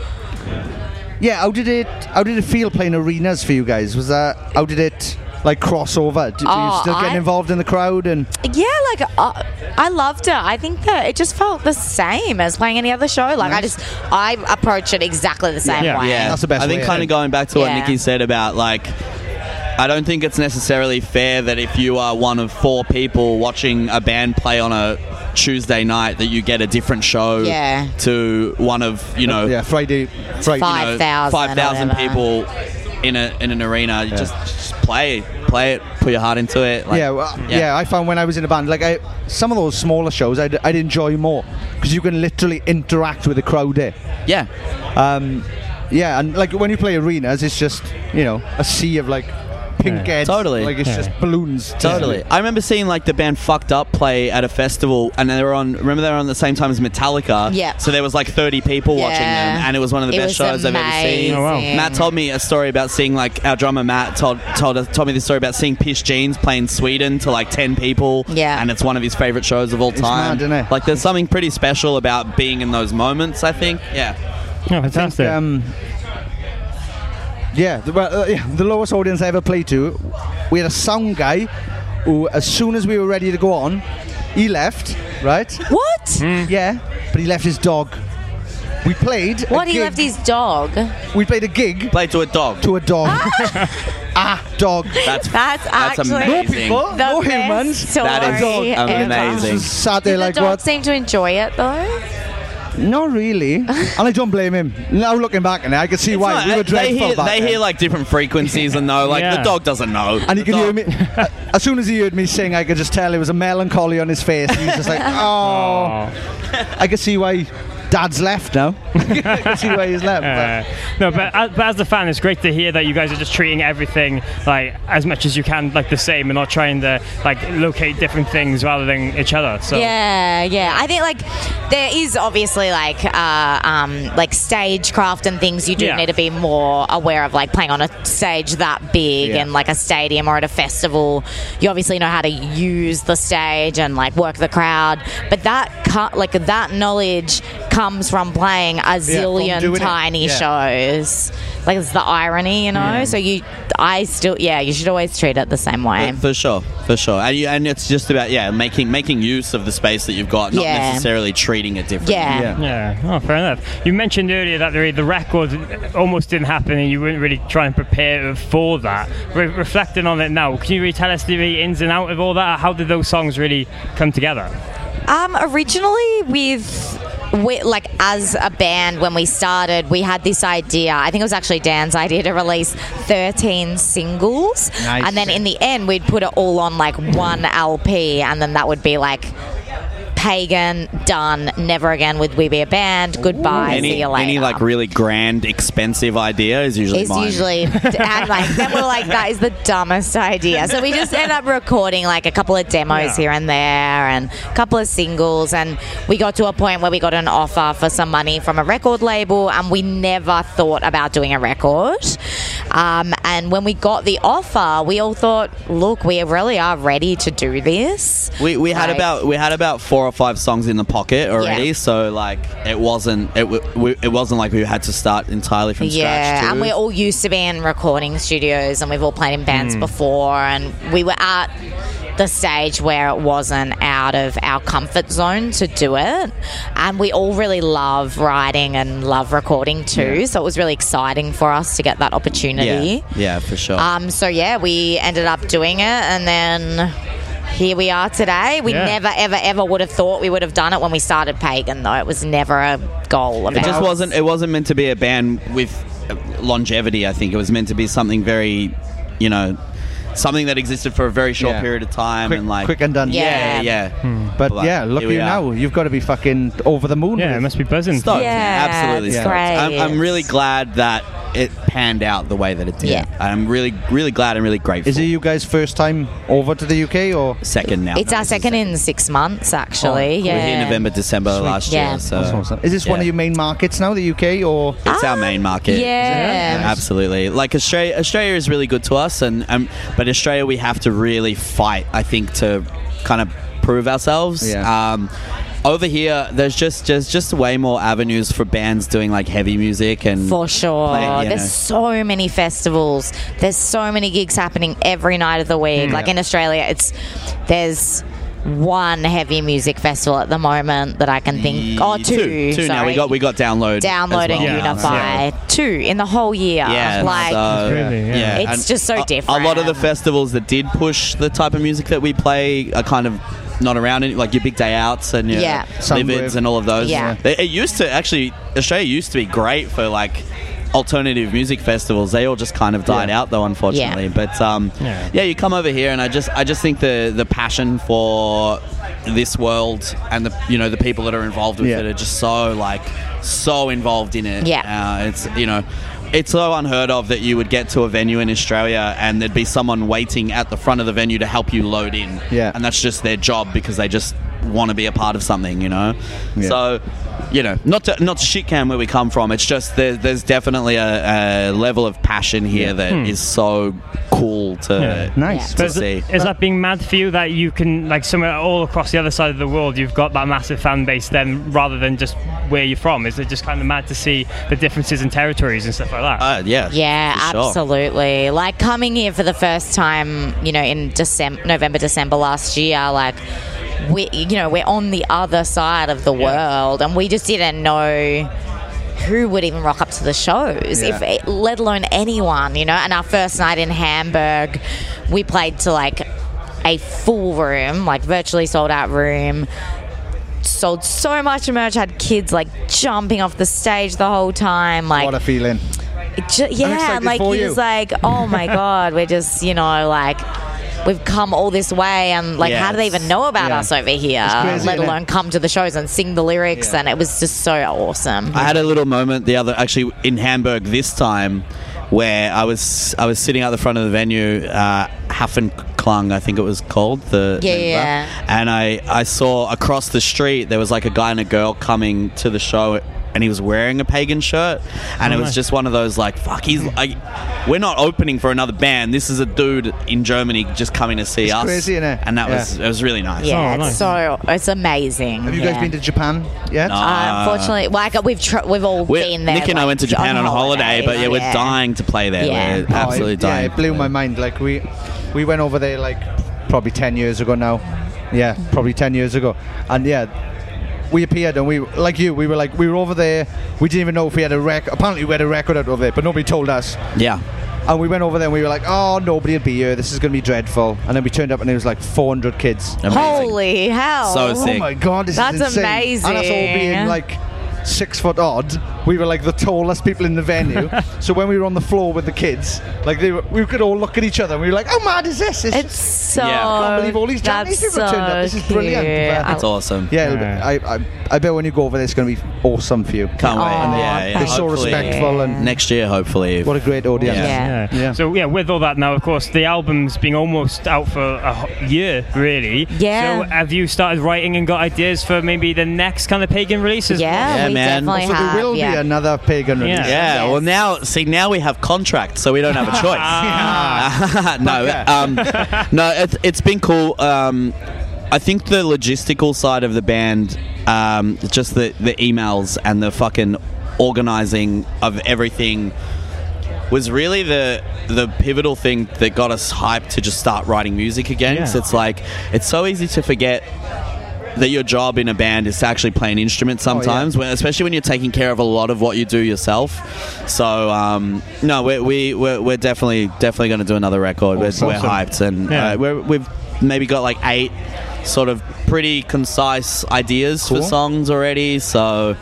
S5: yeah, how did it? How did it feel playing arenas for you guys? Was that how did it like cross over? Do, do you
S4: Oh,
S5: still get
S4: I-
S5: involved in the crowd and?
S4: Yeah, like uh, I loved it. I think that it just felt the same as playing any other show. Like I just I approach it exactly the same way.
S3: I think kind of going back to what
S4: Yeah.
S3: Nikki said about like. I don't think it's necessarily fair that if you are one of four people watching a band play on a Tuesday night that you get a different show
S4: Yeah.
S3: to one of you know
S5: Uh, yeah Friday, Friday
S3: you know,
S4: 5,000 or
S3: 5,000
S4: whatever.
S3: people in a in an arena You
S5: Yeah.
S3: just, just play play it put your heart into it like,
S5: yeah, well, yeah, I found when I was in a band, like I, some of those smaller shows, I'd, I'd enjoy more because you can literally interact with the crowd there.
S3: Yeah.
S5: Um, yeah, and like when you play arenas, it's just you know a sea of like pink
S3: Yeah.
S5: heads.
S3: Totally.
S5: Like it's
S3: Yeah.
S5: just balloons.
S3: Totally. I remember seeing like the band Fucked Up play at a festival, and they were on. Remember they were on the same time as Metallica.
S4: Yeah.
S3: So there was like 30 people watching them,
S4: Yeah.
S3: and it was one of the
S4: It
S3: best
S4: was
S3: shows I've ever seen.
S4: amazing. Oh, wow.
S3: Matt told me a story about seeing like our drummer Matt told told us told me this story about seeing Piss Jeans playing Sweden to like 10 people.
S4: Yeah.
S3: And it's one of his favorite shows of all time.
S5: mad, isn't
S3: Like there's something pretty special about being in those moments. I think. Yeah.
S5: Yeah, fantastic. um, yeah, the, well, uh, yeah, the lowest audience I ever played to, we had a sound guy who, as soon as we were ready to go on, he left, right?
S4: What?
S5: Yeah, but he left his dog. We played.
S4: What he left his dog.
S5: We played a gig.
S3: Played to a dog.
S5: To a dog. [laughs] ah, dog.
S3: That's
S4: That's actually
S5: No people,
S4: the
S5: no
S4: best
S5: humans.
S4: Story ever.
S5: Sat there
S4: Did
S5: like
S4: the dog
S5: what?
S4: seem to enjoy it though? [laughs]
S5: Not really, and I don't blame him. Now looking back, and I can see why
S3: It's
S5: we
S3: not-
S5: were
S3: they
S5: dreadful
S3: hear,
S5: back
S3: they
S5: then.
S3: hear like different frequencies and know like
S5: Yeah.
S3: the dog doesn't know.
S5: and he could hear me. [laughs] uh, As soon as he heard me sing, I could just tell it was a melancholy on his face. He was
S2: [laughs]
S5: just like, oh. I could see why Dad's left now. I could [laughs] see why he's left. but-
S2: Uh, no, but as, but as the fan, it's great to hear that you guys are just treating everything like as much as you can, like the same, and not trying to like locate different things rather than each other. So
S4: Yeah, yeah. I think like there is obviously like uh, um, like stagecraft and things you do
S2: Yeah.
S4: need to be more aware of, like playing on a stage that big
S2: Yeah.
S4: and like a stadium or at a festival. You obviously know how to use the stage and like work the crowd, but that co- like that knowledge comes from playing a zillion
S2: doing it.
S4: tiny
S2: Yeah. Mm.
S4: shows. Like it's the irony, you know.
S3: Yeah.
S4: So you, I still, yeah, you should always treat it the same way.
S3: For sure, for sure, and, you, and it's just about yeah making making use of the space that you've got, not
S2: Yeah.
S3: necessarily treating it differently.
S2: yeah. Oh, fair enough. You mentioned earlier that the, the record almost didn't happen, and you weren't really trying to prepare for that. Re- reflecting on it now, can you really tell us the ins and out of all that? How did those songs really come together?
S4: Um, originally with we like as a band when we started, we had this idea. I think it was actually Dan's idea to release 13 singles,
S17: Nice.
S4: and then in the end, we'd put it all on like one LP, and then that would be like. Pagan, done, never again would we be a band. Goodbye,
S3: any,
S4: see you later.
S3: any like really grand, expensive idea is usually
S4: It's
S3: mine. [laughs]
S4: usually and like then we're like that is the dumbest idea. So we just end up recording like a couple of demos
S17: Yeah.
S4: here and there and a couple of singles and we got to a point where we got an offer for some money from a record label and we never thought about doing a record. Um, and when we got the offer, we all thought, look, we really are ready to do this.
S3: We, we had
S4: Like-
S3: about we had about four or five songs in the pocket already,
S4: Yeah.
S3: so like it wasn't it w- we, it wasn't like we had to start entirely from scratch.
S4: yeah,
S3: too.
S4: and we're all used to being in recording studios, and we've all played in bands
S3: Mm.
S4: before, and we were at the stage where it wasn't out of our comfort zone to do it, and we all really love writing and love recording too.
S3: Yeah.
S4: So it was really exciting for us to get that opportunity.
S3: yeah, yeah, for sure.
S4: Um, so yeah, we ended up doing it, and then. Here we are today. We
S3: Yeah.
S4: never, ever, ever would have thought we would have done it when we started Pagan, though. It was never a goal of
S3: It just
S4: ours.
S3: wasn't. It wasn't meant to be a band with uh, longevity. I think it was meant to be something very, you know, something that existed for a very short
S18: Yeah.
S3: period of time and like
S18: quick and done.
S3: Yeah, yeah.
S2: Hmm.
S18: But yeah, look at
S3: here we
S18: you
S3: are.
S18: now. You've got to be fucking over the moon. Yeah, it
S2: must be buzzing.
S3: Stoked. absolutely.
S18: it's
S3: stoked. I'm,
S18: great.
S3: I'm really glad that it panned out the way that it did.
S18: Yeah.
S3: I'm really, really glad and really grateful.
S18: Is it you guys' first time over to the UK or
S3: second now?
S4: It's our second in six months, actually. yeah.
S3: We're here November, December
S18: Sweet.
S3: last
S4: Yeah.
S3: year. So
S18: That's awesome. Is this one of your main markets now, the UK, or
S3: It's our main market.
S4: yeah. Nice.
S3: absolutely. Like Australia, Australia is really good to us, and um, but Australia we have to really fight. I think to kind of prove ourselves.
S18: Yeah.
S3: Um, over here, there's just there's just way more avenues for bands doing like heavy music and
S4: For sure.
S3: play, you
S4: Oh, There's
S3: know.
S4: so many festivals. There's so many gigs happening every night of the week.
S3: Mm.
S4: Like
S3: Yeah.
S4: in Australia, it's there's one heavy music festival at the moment that I can think. Oh, two.
S3: two, two now we
S4: sorry.
S3: got we got download as
S4: Downloading
S3: well.
S4: Unify two in the whole year.
S3: Yeah,
S4: like
S3: so-
S4: it's
S3: and
S4: just so
S3: a,
S4: different.
S3: A lot of the festivals that did push the type of music that we play are kind of not around any like your big day outs and your
S4: Yeah.
S3: livids and all of those.
S4: Yeah.
S3: They- it used to actually Australia used to be great for like alternative music festivals. They all just kind of died out though, unfortunately. But um, yeah. you come over here and I just I just think the the passion for this world and the you know the people that are involved with
S18: Yeah.
S3: it are just so like so involved in it.
S18: Yeah.
S3: Uh, it's you know, it's so unheard of that you would get to a venue in Australia and there'd be someone waiting at the front of the venue to help you load in.
S18: Yeah.
S3: And that's just their job because they just want to be a part of something, you know. So, you know, not to not to shit can where we come from. It's just there, there's definitely a, a level of passion here that is
S2: Hmm.
S3: so cool to
S2: Nice.
S3: uh, to
S2: Is,
S3: see.
S2: is that being mad for you that you can like somewhere all across the other side of the world you've got that massive fan base then rather than just where you're from? Is it just kind of mad to see the differences in territories and stuff like that?
S3: Uh, yeah.
S4: Yeah, absolutely. Like coming here for the first time, you know, in December, November, December last year, like we, you know, we're on the other side of the world, and we just didn't know who would even rock up to the shows,
S17: Yeah.
S4: if let alone anyone, you know. And our first night in Hamburg, we played to like a full room, like virtually sold out room sold so much merch. Had kids like jumping off the stage the whole time. Like
S18: what a feeling?
S4: it ju- yeah,
S18: excited
S4: like
S18: for
S4: he
S18: you.
S4: was like, oh
S3: [laughs]
S4: my god, we're just you know like. We've come all this way, and like,
S17: Yeah,
S4: how do they even know about
S3: yeah.
S4: us over here?
S3: It's crazy,
S4: let
S3: isn't it?
S4: alone come to the shows and sing the lyrics, and it was just so awesome.
S3: I had a little moment the other actually in Hamburg this time where I was I was sitting out the front of the venue uh, Hafenklang I think it was called the
S4: Yeah, yeah.
S3: and I I saw across the street there was like a guy and a girl coming to the show and he was wearing a pagan shirt and
S19: Oh,
S3: it was
S19: nice.
S3: just one of those like fuck he's like we're not opening for another band this is a dude in Germany just coming to see
S18: It's
S3: us
S18: crazy, innit?
S3: and that
S18: Yeah.
S3: was it was really Oh, nice
S4: yeah, it's so it's amazing.
S18: Have you guys been to Japan yet?
S4: Uh, unfortunately, like we've tr- we've all
S3: We're-
S4: been there.
S3: Nick and I
S4: like,
S3: went to Japan on, a holiday, but yeah, we're
S4: yeah.
S3: dying to play there.
S4: Yeah.
S3: We're absolutely
S18: oh, it,
S3: dying.
S18: Yeah, it blew my mind. Like we, we went over there like probably ten years ago now. Yeah, probably ten years ago, and yeah. We appeared and we, like you, we were like, we were over there. We didn't even know if we had a record. Apparently, we had a record out over there, but nobody told us.
S3: Yeah.
S5: And we went over there and we were like, oh, nobody will be here. This is going to be dreadful. And then we turned up and it was like 400 kids.
S4: Holy hell!
S5: Oh my god, this
S4: That's
S5: is insane.
S4: amazing.
S5: And us all being like six foot odd, we were like the tallest people in the venue. so when we were on the floor with the kids, like they were, we could all look at each other and we were like, "How mad is this?" It's,
S4: so.
S5: I can't believe all these Japanese
S4: that's
S5: people have turned up. This
S4: so
S5: is brilliant.
S4: cute.
S5: But-
S4: That's awesome.
S5: Yeah, it'll be- I, I, I bet when you go over there, it's going to be awesome for you.
S3: Can't wait.
S5: And
S3: yeah, yeah.
S5: They're so
S3: Hopefully-
S5: respectful and
S3: next year, hopefully.
S5: um, What a great audience.
S2: Yeah. So yeah, with all that now, of course, the album's been almost out for a ho- year, really.
S4: Yeah.
S2: So have you started writing and got ideas for maybe the next kind of pagan releases?
S4: Yeah,
S3: Yeah, we man. definitely
S5: So there will be another pagan
S3: Yeah.
S5: release.
S3: Well, now see, now we have contracts, so we don't have a choice. [laughs] no, um, no, it's, it's been cool. Um, I think the logistical side of the band, um, just the the emails and the fucking organizing of everything was really the the pivotal thing that got us hyped to just start writing music again. 'Cause it's like it's so easy to forget that your job in a band is to actually play an instrument sometimes, when, especially when you're taking care of a lot of what you do yourself. So um, no, we're, we we're, we're definitely definitely going to do another record.
S11: Awesome.
S3: We're, we're hyped and
S11: Yeah.
S3: uh, we're, we've maybe got like eight sort of pretty concise ideas
S11: Cool.
S3: for songs already. So.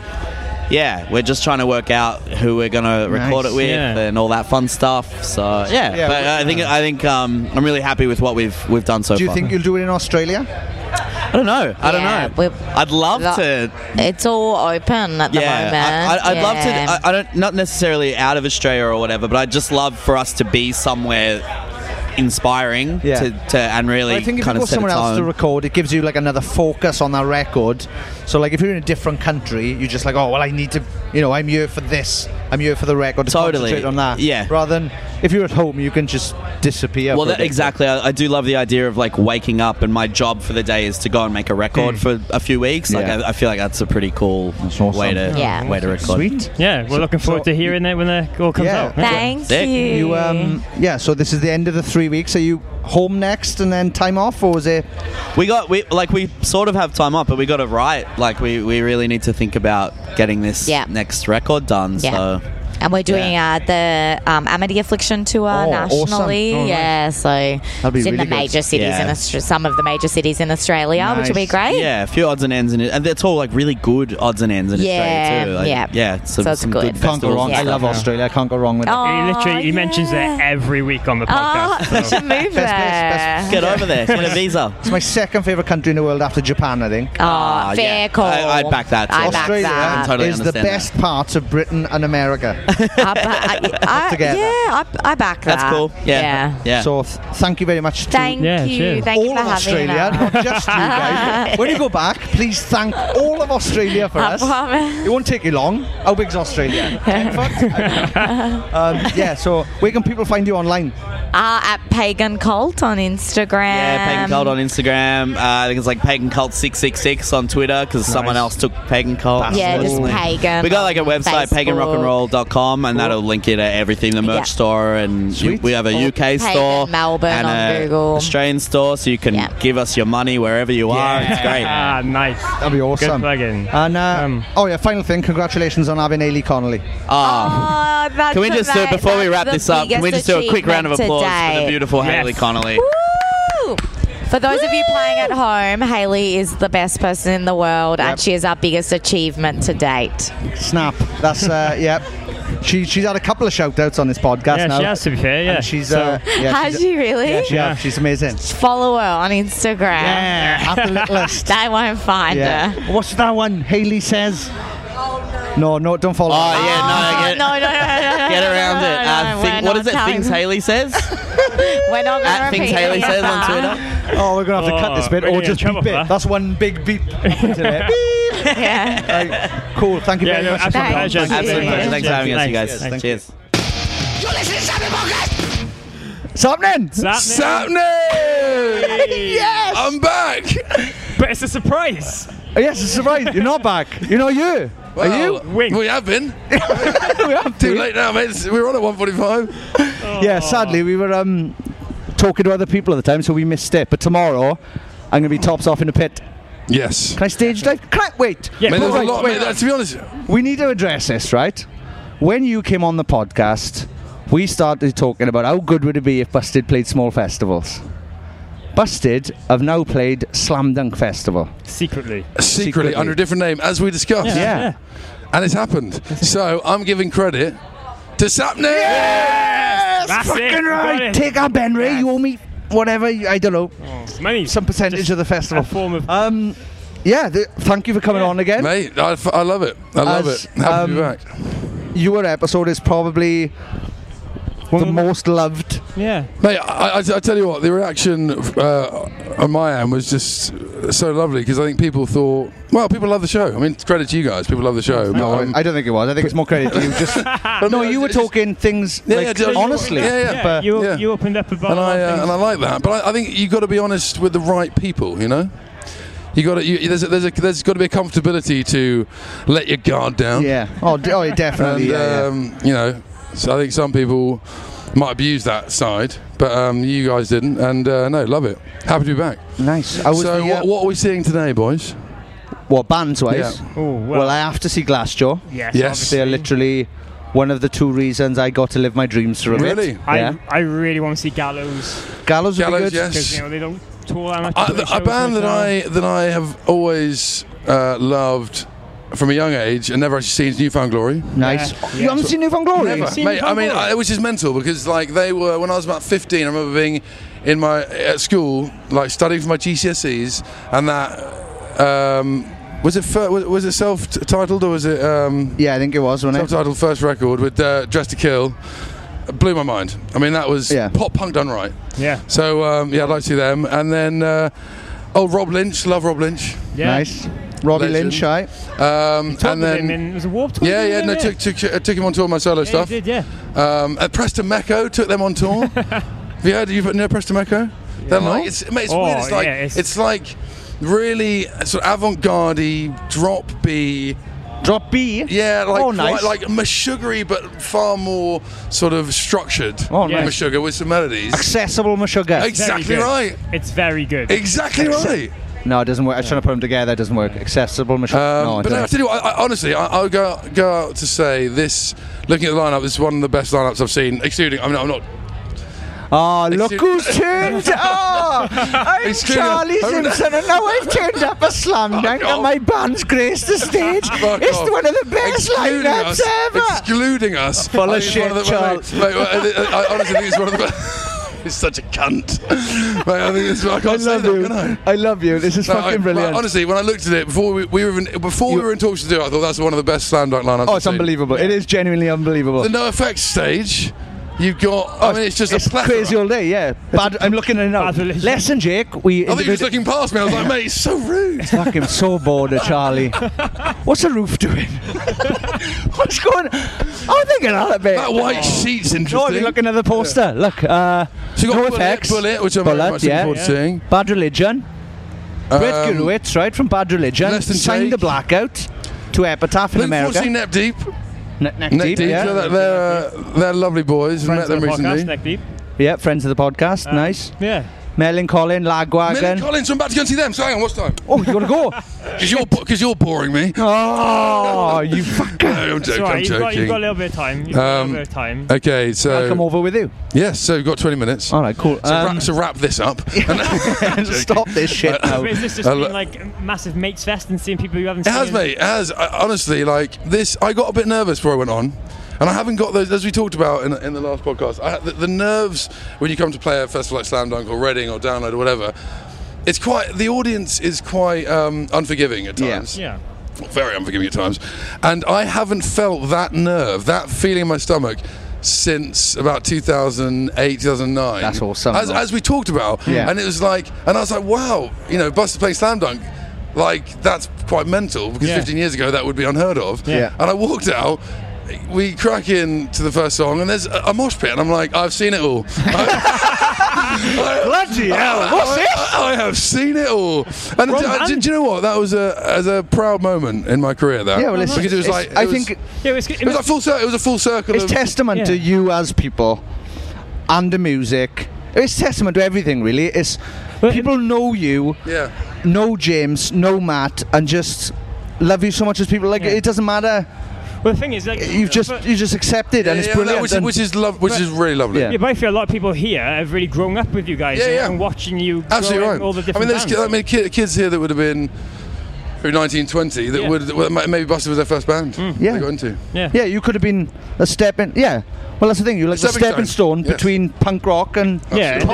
S3: Yeah, we're just trying to work out who we're gonna record
S11: Nice.
S3: it with
S11: Yeah.
S3: and all that fun stuff. So yeah,
S5: Yeah,
S3: but
S5: we-
S3: I think I think um, I'm really happy with what we've we've done so
S5: do you
S3: far.
S5: think you'll do it in Australia?
S3: I don't know.
S4: Yeah,
S3: I don't know. I'd love
S4: lo-
S3: to.
S4: It's all open at the moment.
S3: I, I, I'd love
S4: Yeah.
S3: to. I, I don't not necessarily out of Australia or whatever, but I'd just love for us to be somewhere inspiring
S5: Yeah.
S3: to, to and really
S5: I think if you
S3: kind
S5: go
S3: of set
S5: somewhere
S3: a
S5: else to
S3: tone.
S5: record, it gives you like another focus on that record. So like if you're in a different country, you're just like, oh well, I need to, you know, I'm here for this. I'm here for the record. To
S3: Totally.
S5: Concentrate on that.
S3: Yeah.
S5: Rather than if you're at home, you can just disappear.
S3: well,
S5: for a
S3: that,
S5: bit.
S3: exactly. I, I do love the idea of like waking up and my job for the day is to go and make a
S5: Mm.
S3: record for a few weeks. Like
S2: Yeah.
S3: I, I feel like that's a pretty cool way to
S2: Yeah.
S3: way to record.
S2: Yeah, we're
S5: So-
S2: looking forward
S5: so-
S2: to hearing it when it all comes out.
S5: You um, yeah. So this is the end of the three weeks. Are you home next and then time off, or is it?
S3: We got we like we sort of have time up, but we got to write. Like we, we really need to think about getting this
S4: Yeah.
S3: next record done.
S4: Yeah.
S3: So
S4: and we're doing uh, the um, Amity Affliction tour nationally.
S3: Oh, awesome. Oh,
S4: yeah, so
S3: That'd be
S4: it's in
S3: really
S4: the major
S3: good.
S4: cities
S3: Yeah.
S4: in Austra- some of the major cities in Australia, which will be great.
S3: Yeah, a few odds and ends in it, and it's all like really good odds and ends in
S4: Yeah,
S3: Australia too. Like,
S4: yeah.
S3: yeah. Some,
S4: So it's
S3: some
S4: good.
S3: good.
S4: Can't go
S3: festivals
S4: wrong.
S3: and
S4: I love
S3: stuff.
S5: Australia. I can't go wrong with it.
S4: Oh,
S2: he literally he mentions that every week on
S4: [laughs]
S2: the podcast.
S4: Oh, should move there.
S3: Get over there.
S2: [laughs]
S3: Get a visa.
S5: It's my second favorite country in the world after Japan, I think.
S4: Ah, fair call.
S3: I- I'd back that, I too. back
S5: Australia
S3: that. I totally
S5: is the
S3: understand that.
S5: best parts of Britain and America.
S4: I,
S5: together.
S4: Yeah, I, I back that.
S5: So th- thank you very much. To
S4: Thank Yeah, you. cheers. Thank you
S5: all
S4: for
S5: of
S4: having
S5: Australia,
S4: us.
S5: not just you
S4: [laughs]
S5: guys. when you go back, please thank all of Australia for
S4: I
S5: us.
S4: promise.
S5: It won't take you long. How
S4: [laughs]
S5: big's Australia? Ten foot? um, yeah. So where can people find you online?
S4: Uh, at Pagan Cult on Instagram.
S3: Yeah, Pagan
S4: Um,
S3: Cult on Instagram. Uh, I think it's like Pagan Cult six six six on Twitter because someone else took Pagan Cult.
S4: Yeah, just
S3: Absolutely.
S4: Pagan
S3: We got like a website,
S4: Facebook.
S3: paganrockandroll.com, and that'll link you to everything the merch
S4: Yeah.
S3: store, and you, we have a
S4: Or
S3: UK
S4: Pagan
S3: store,
S4: Melbourne
S3: and uh,
S4: on
S3: a
S4: Google.
S3: Australian store, so you can give us your money wherever you are. It's great.
S2: Ah, nice.
S5: That'd be awesome.
S2: Good plug-in.
S5: And uh,
S2: Um,
S5: oh yeah, final thing. Congratulations on having Ailey Connolly.
S4: Oh, that's
S3: Ah. Can we just do
S4: ama-
S3: before we
S4: that's
S3: wrap
S4: the
S3: this up? Can we
S4: biggest
S3: just do a quick round of
S4: achievement
S3: applause for
S4: today.
S3: the beautiful Haley Connolly?
S4: Woo! For those of you playing at home, Haley is the best person in the world, and she is our biggest achievement to date.
S5: Snap.
S3: [laughs]
S5: That's uh, yep. She she's had a couple of shout outs on this podcast
S4: Yeah,
S5: now.
S4: she has, to
S2: be fair.
S5: Yeah, she's uh, yeah,
S4: Has
S5: she's-
S4: she really?
S5: Yeah, she has. she's amazing.
S4: Follow her on Instagram.
S5: Yeah, have a little
S4: [laughs]
S5: list.
S4: they won't find her.
S5: What's that one? Haley says. No, no, don't follow. Oh
S3: yeah, no,
S4: get- Ah, No, no, no, no, no,
S3: Get around
S4: no,
S3: it.
S4: no,
S3: Uh,
S4: no,
S3: think-
S4: we're not
S3: what is it?
S4: telling [laughs]
S3: Things
S4: them.
S3: Haley says.
S4: We're not going to
S3: At
S4: repeat
S3: things
S4: any
S3: Haley
S4: of [laughs]
S3: says on
S4: that.
S3: Twitter.
S5: [laughs] Oh, we're gonna have to cut this bit,
S2: we're
S5: or
S2: gonna
S5: just
S2: get in
S5: beep it. That's one big beep.
S2: [laughs]
S4: yeah.
S5: cool. Thank you
S2: Yeah,
S5: very
S2: no,
S5: much.
S2: absolute
S5: Thank
S2: pleasure.
S5: you.
S2: Absolute
S5: Thank you.
S2: pleasure. Thanks for having us, you guys.
S5: Thank
S3: Cheers.
S5: Something.
S17: Something.
S5: [laughs] Yes. Oh,
S17: I'm back.
S2: But it's a surprise.
S5: Yes, it's right. You're not back. You're not you. Are you?
S17: Wink. We have been. we
S5: have
S17: Too late now, mate. It's- We were on at 145.
S5: Yeah, sadly, we were um, talking to other people at the time, so we missed it. But tomorrow, I'm going to be tops off in the pit.
S17: Yes.
S5: Can I stage dive? Can I, wait.
S17: Yeah, Mate,
S5: but
S17: there's a lot, mate. That's- to be honest.
S5: We need to address this, right? When you came on the podcast we started talking about how good would it be if Busted played small festivals. Busted have now played Slam Dunk Festival.
S2: Secretly.
S17: Secretly, under a different name, as we discussed.
S5: Yeah. Yeah.
S17: And it's happened. So I'm giving credit to Sapney.
S5: That's fucking right. Take up, Benry. You owe me whatever. I don't know.
S2: Money.
S5: Some percentage of the festival.
S2: form of.
S5: Um, yeah. th- thank you for coming on again.
S17: Mate, I, f- I love it. I love
S5: As,
S17: it. Happy to be
S5: um,
S17: back.
S5: Your episode is probably the most loved.
S2: Yeah.
S17: Mate, I, I, I tell you what, the reaction uh, on my end was just so lovely because I think people thought, well, people love the show. I mean, it's credit to you guys. People love the show. Um,
S5: No, I- I don't think it was. I think it's more credit to
S17: [laughs]
S5: you. Just no, you were talking things
S17: Yeah,
S5: like,
S17: yeah, just-
S5: honestly.
S17: yeah, yeah.
S5: But
S2: you, you opened up a bar.
S17: and I uh,
S2: things.
S17: and I like that. But I, I think you've got to be honest with the right people. You know, you got to you, there's a, there's a, there's got to be a comfortability to let your guard down.
S5: Yeah. Oh, d- oh, yeah,
S17: And,
S5: definitely, yeah, yeah.
S17: um, You know, so I think some people might abuse that side, but um, you guys didn't. And uh, no, love it. Happy to be back.
S5: Nice. I was
S17: so
S5: the,
S17: what,
S5: uh,
S17: what are we seeing today, boys?
S5: What bands wise?
S17: Yeah.
S2: Oh,
S5: well. I have to see Glassjaw.
S2: Yes, Yes. obviously.
S5: They are literally one of the two reasons I got to live my dreams through it.
S2: I,
S5: Yeah.
S2: I really want to see Gallows.
S5: Gallows would be Gallows, good. yes.
S2: Because you know, they don't tour that much.
S17: I,
S2: they
S17: th-
S2: show
S17: Uh, a
S2: us
S17: band
S2: much
S17: that
S2: now.
S17: I that I have always uh, loved from a young age and never actually seen is Newfound Glory.
S5: Nice. You haven't seen Newfound Glory?
S17: Never.
S5: You've seen
S17: Mate, I
S5: Newfound
S17: mean,
S5: Glory?
S17: I, which is mental because like they were when I was about 15. I remember being in my at school, like studying for my GCSEs, and that um, was it. Fir- was, was it self-titled or was it? Um,
S5: yeah, I think it was. Wasn't
S17: it? self-titled first record with uh, Dress to Kill. It Blew my mind. I mean, that was pop punk done right.
S2: Yeah.
S17: So um, yeah, I'd like to see them, and then uh, oh, Rob Lynch, love Rob Lynch.
S2: Yeah. Nice.
S5: Robbie Lynch, aye.
S17: Um, and
S2: with
S17: then
S2: him in- it was a warped
S17: yeah, yeah, no, [laughs] took, took, uh, took him on tour my solo
S2: Yeah, you
S17: stuff.
S2: did, yeah.
S17: Um, uh, Preston Mecco took them on
S2: [laughs]
S17: tour. Have you heard? You've know Preston Mecco? They're
S2: No.
S17: like it's, mate, it's
S2: Oh,
S17: weird. It's like
S2: yeah,
S17: it's,
S2: it's-
S17: like really sort of avant-garde drop B.
S5: Drop B.
S17: Yeah, like
S5: Oh, nice.
S17: like, like sugary, but far more sort of structured.
S5: Oh,
S17: than
S5: nice.
S17: Meshuggah with some melodies.
S5: Accessible Meshuggah.
S17: Exactly right.
S2: It's very good.
S17: Exactly right.
S5: No, it doesn't work. I was trying to put them together. It doesn't work. Accessible Meshuggah. no, it
S17: Um, but no, I
S5: doesn't.
S17: tell you what, I, I, honestly, I, I'll go go out to say this. Looking at the lineup, this is one of the best lineups I've seen. Excluding, I mean, I'm not.
S5: Ah, look
S17: Excuse- [laughs]
S5: who's turned up! I'm
S17: Excuse me,
S5: Charlie
S17: I'm-
S5: Simpson, and now I've turned up a slam dunk, and my band's graced the
S17: [laughs]
S5: stage.
S17: Fuck
S5: it's
S17: off.
S5: one of the best
S17: Excluding
S5: lineups
S17: us-
S5: ever.
S17: Excluding us.
S5: Full of
S17: I think it's one
S5: shit,
S17: the- Mate, mate, I, I honestly think it's one of the [laughs] best. He's such a cunt. [laughs] Mate, I think it's, I can't say that, can I?
S5: I love you. This is
S17: No, I-
S5: fucking brilliant.
S17: well, honestly, when I looked at it before we, we were in, before we were in talks to do, it, I thought that's one of the best slam dunk lineups.
S5: oh,
S17: I've
S5: it's
S17: seen.
S5: unbelievable. It is genuinely unbelievable.
S17: The no effects stage, you've got.
S5: Oh,
S17: I mean, it's just a plethora.
S5: Crazy all day, yeah. Bad, I'm looking at it now. Lesson, Jake. We.
S17: I think he was looking past me. I was like, mate, it's so rude.
S5: It's fucking
S17: [laughs]
S5: so bored of Charlie. What's the roof doing? [laughs] What's going on?
S17: Oh,
S5: I'm thinking of that bit.
S17: That white sheet's
S5: No, I've
S17: interesting.
S5: been looking at the poster. Look, uh,
S17: So you got
S5: no
S17: Bullet,
S5: effects.
S17: Bullet, which I'm very much looking forward to seeing.
S5: Bad Religion. Brett
S17: Um,
S5: Gurewitz, right, from Bad Religion.
S17: Less Than
S5: Signed
S17: Jake.
S5: the Blackout to Epitaph in
S17: Look forward to
S5: America.
S17: seeing Nep Deep.
S5: Ne- Neck
S17: Neck
S5: Deep,
S17: Deep,
S5: yeah.
S17: so that- they're, uh, they're lovely boys. Met them recently.
S5: Yeah, friends of the podcast.
S17: Uh,
S5: nice.
S2: Yeah.
S5: Melon Colin,
S17: Millie
S5: Lagwagon.
S17: Collins, I'm about to go and see them. So hang on, what's time?
S5: Oh, you want to go?
S17: Because you're, bo- [laughs] 'cause you're boring me.
S5: Oh, you fucker.
S17: No, I'm
S2: It's
S17: joking.
S2: all right,
S17: I'm
S2: you've
S17: joking. Um,
S2: got- you've got a little bit of time. You've got a little bit of time.
S17: Okay, so.
S5: I'll come over with you.
S17: Yes, so we've got 20 minutes. All
S5: right, cool.
S17: So,
S5: Um,
S17: wrap, so wrap this
S5: [laughs]
S17: up. [laughs] Uh, and
S5: stop this shit now.
S2: Is this just been like a massive mates fest and seeing people you haven't
S17: It
S2: seen?
S17: has, mate. It has. I, honestly, like this, I got a bit nervous before I went on, and I haven't got those as we talked about in, in the last podcast. I, the, the nerves when you come to play a festival like Slam Dunk or Reading or Download or whatever. It's quite. The audience is quite um, unforgiving at times.
S2: Yeah.
S17: Very unforgiving at times, and I haven't felt that nerve, that feeling in my stomach. Since about 2008, 2009. That's awesome. As,
S5: though.
S17: as we talked about.
S5: Yeah.
S17: And it was like, and I was like, wow, you know, Buster playing Slam Dunk, like, that's quite mental because
S5: Yeah.
S17: 15 years ago that would be unheard of.
S5: Yeah.
S17: And I walked out. We crack in to the first song, and there's a, a mosh pit, and I'm like, I've seen it all. [laughs]
S5: Bloody hell, what's
S17: I,
S5: this?
S17: I, I have seen it all. And
S5: Wrong
S17: do- do,
S5: band.
S17: do you know what? That was a as a proud moment in my career. That
S5: Yeah, well, it's-
S17: because it was
S5: it's-
S17: like
S5: I
S17: it was-
S5: think-
S2: Yeah, it was,
S17: it was like full circle. It was a full circle.
S5: It's
S17: of-
S5: testament to you as people and the music. It's testament to everything, really. It's people know you,
S17: yeah.
S5: know James, know Matt, and just love you so much as people. Like it doesn't matter
S2: Well, the thing is, like
S20: You've just you just accepted, and it's
S17: yeah, that-
S20: brilliant.
S17: which is-
S20: and-
S17: which is lov- which is really lovely.
S2: Yeah. but I feel a lot of people here have really grown up with you guys
S17: Yeah,
S2: and,
S17: yeah.
S2: and watching you grow
S17: Absolutely
S2: in
S17: right.
S2: all the
S17: I
S2: different
S17: mean, there's
S2: bands.
S17: ki- I mean, ki- kids here that would have been through 1920 that
S2: Yeah.
S17: would well, ma- maybe Buster was their first band. Yeah, they got into.
S2: Yeah.
S5: Hmm. Yeah, you could have been a step in. Yeah. Well, that's the thing. You're like a
S17: Stepping
S5: stepping
S17: stone,
S5: stone,
S17: yes.
S5: between punk rock and pop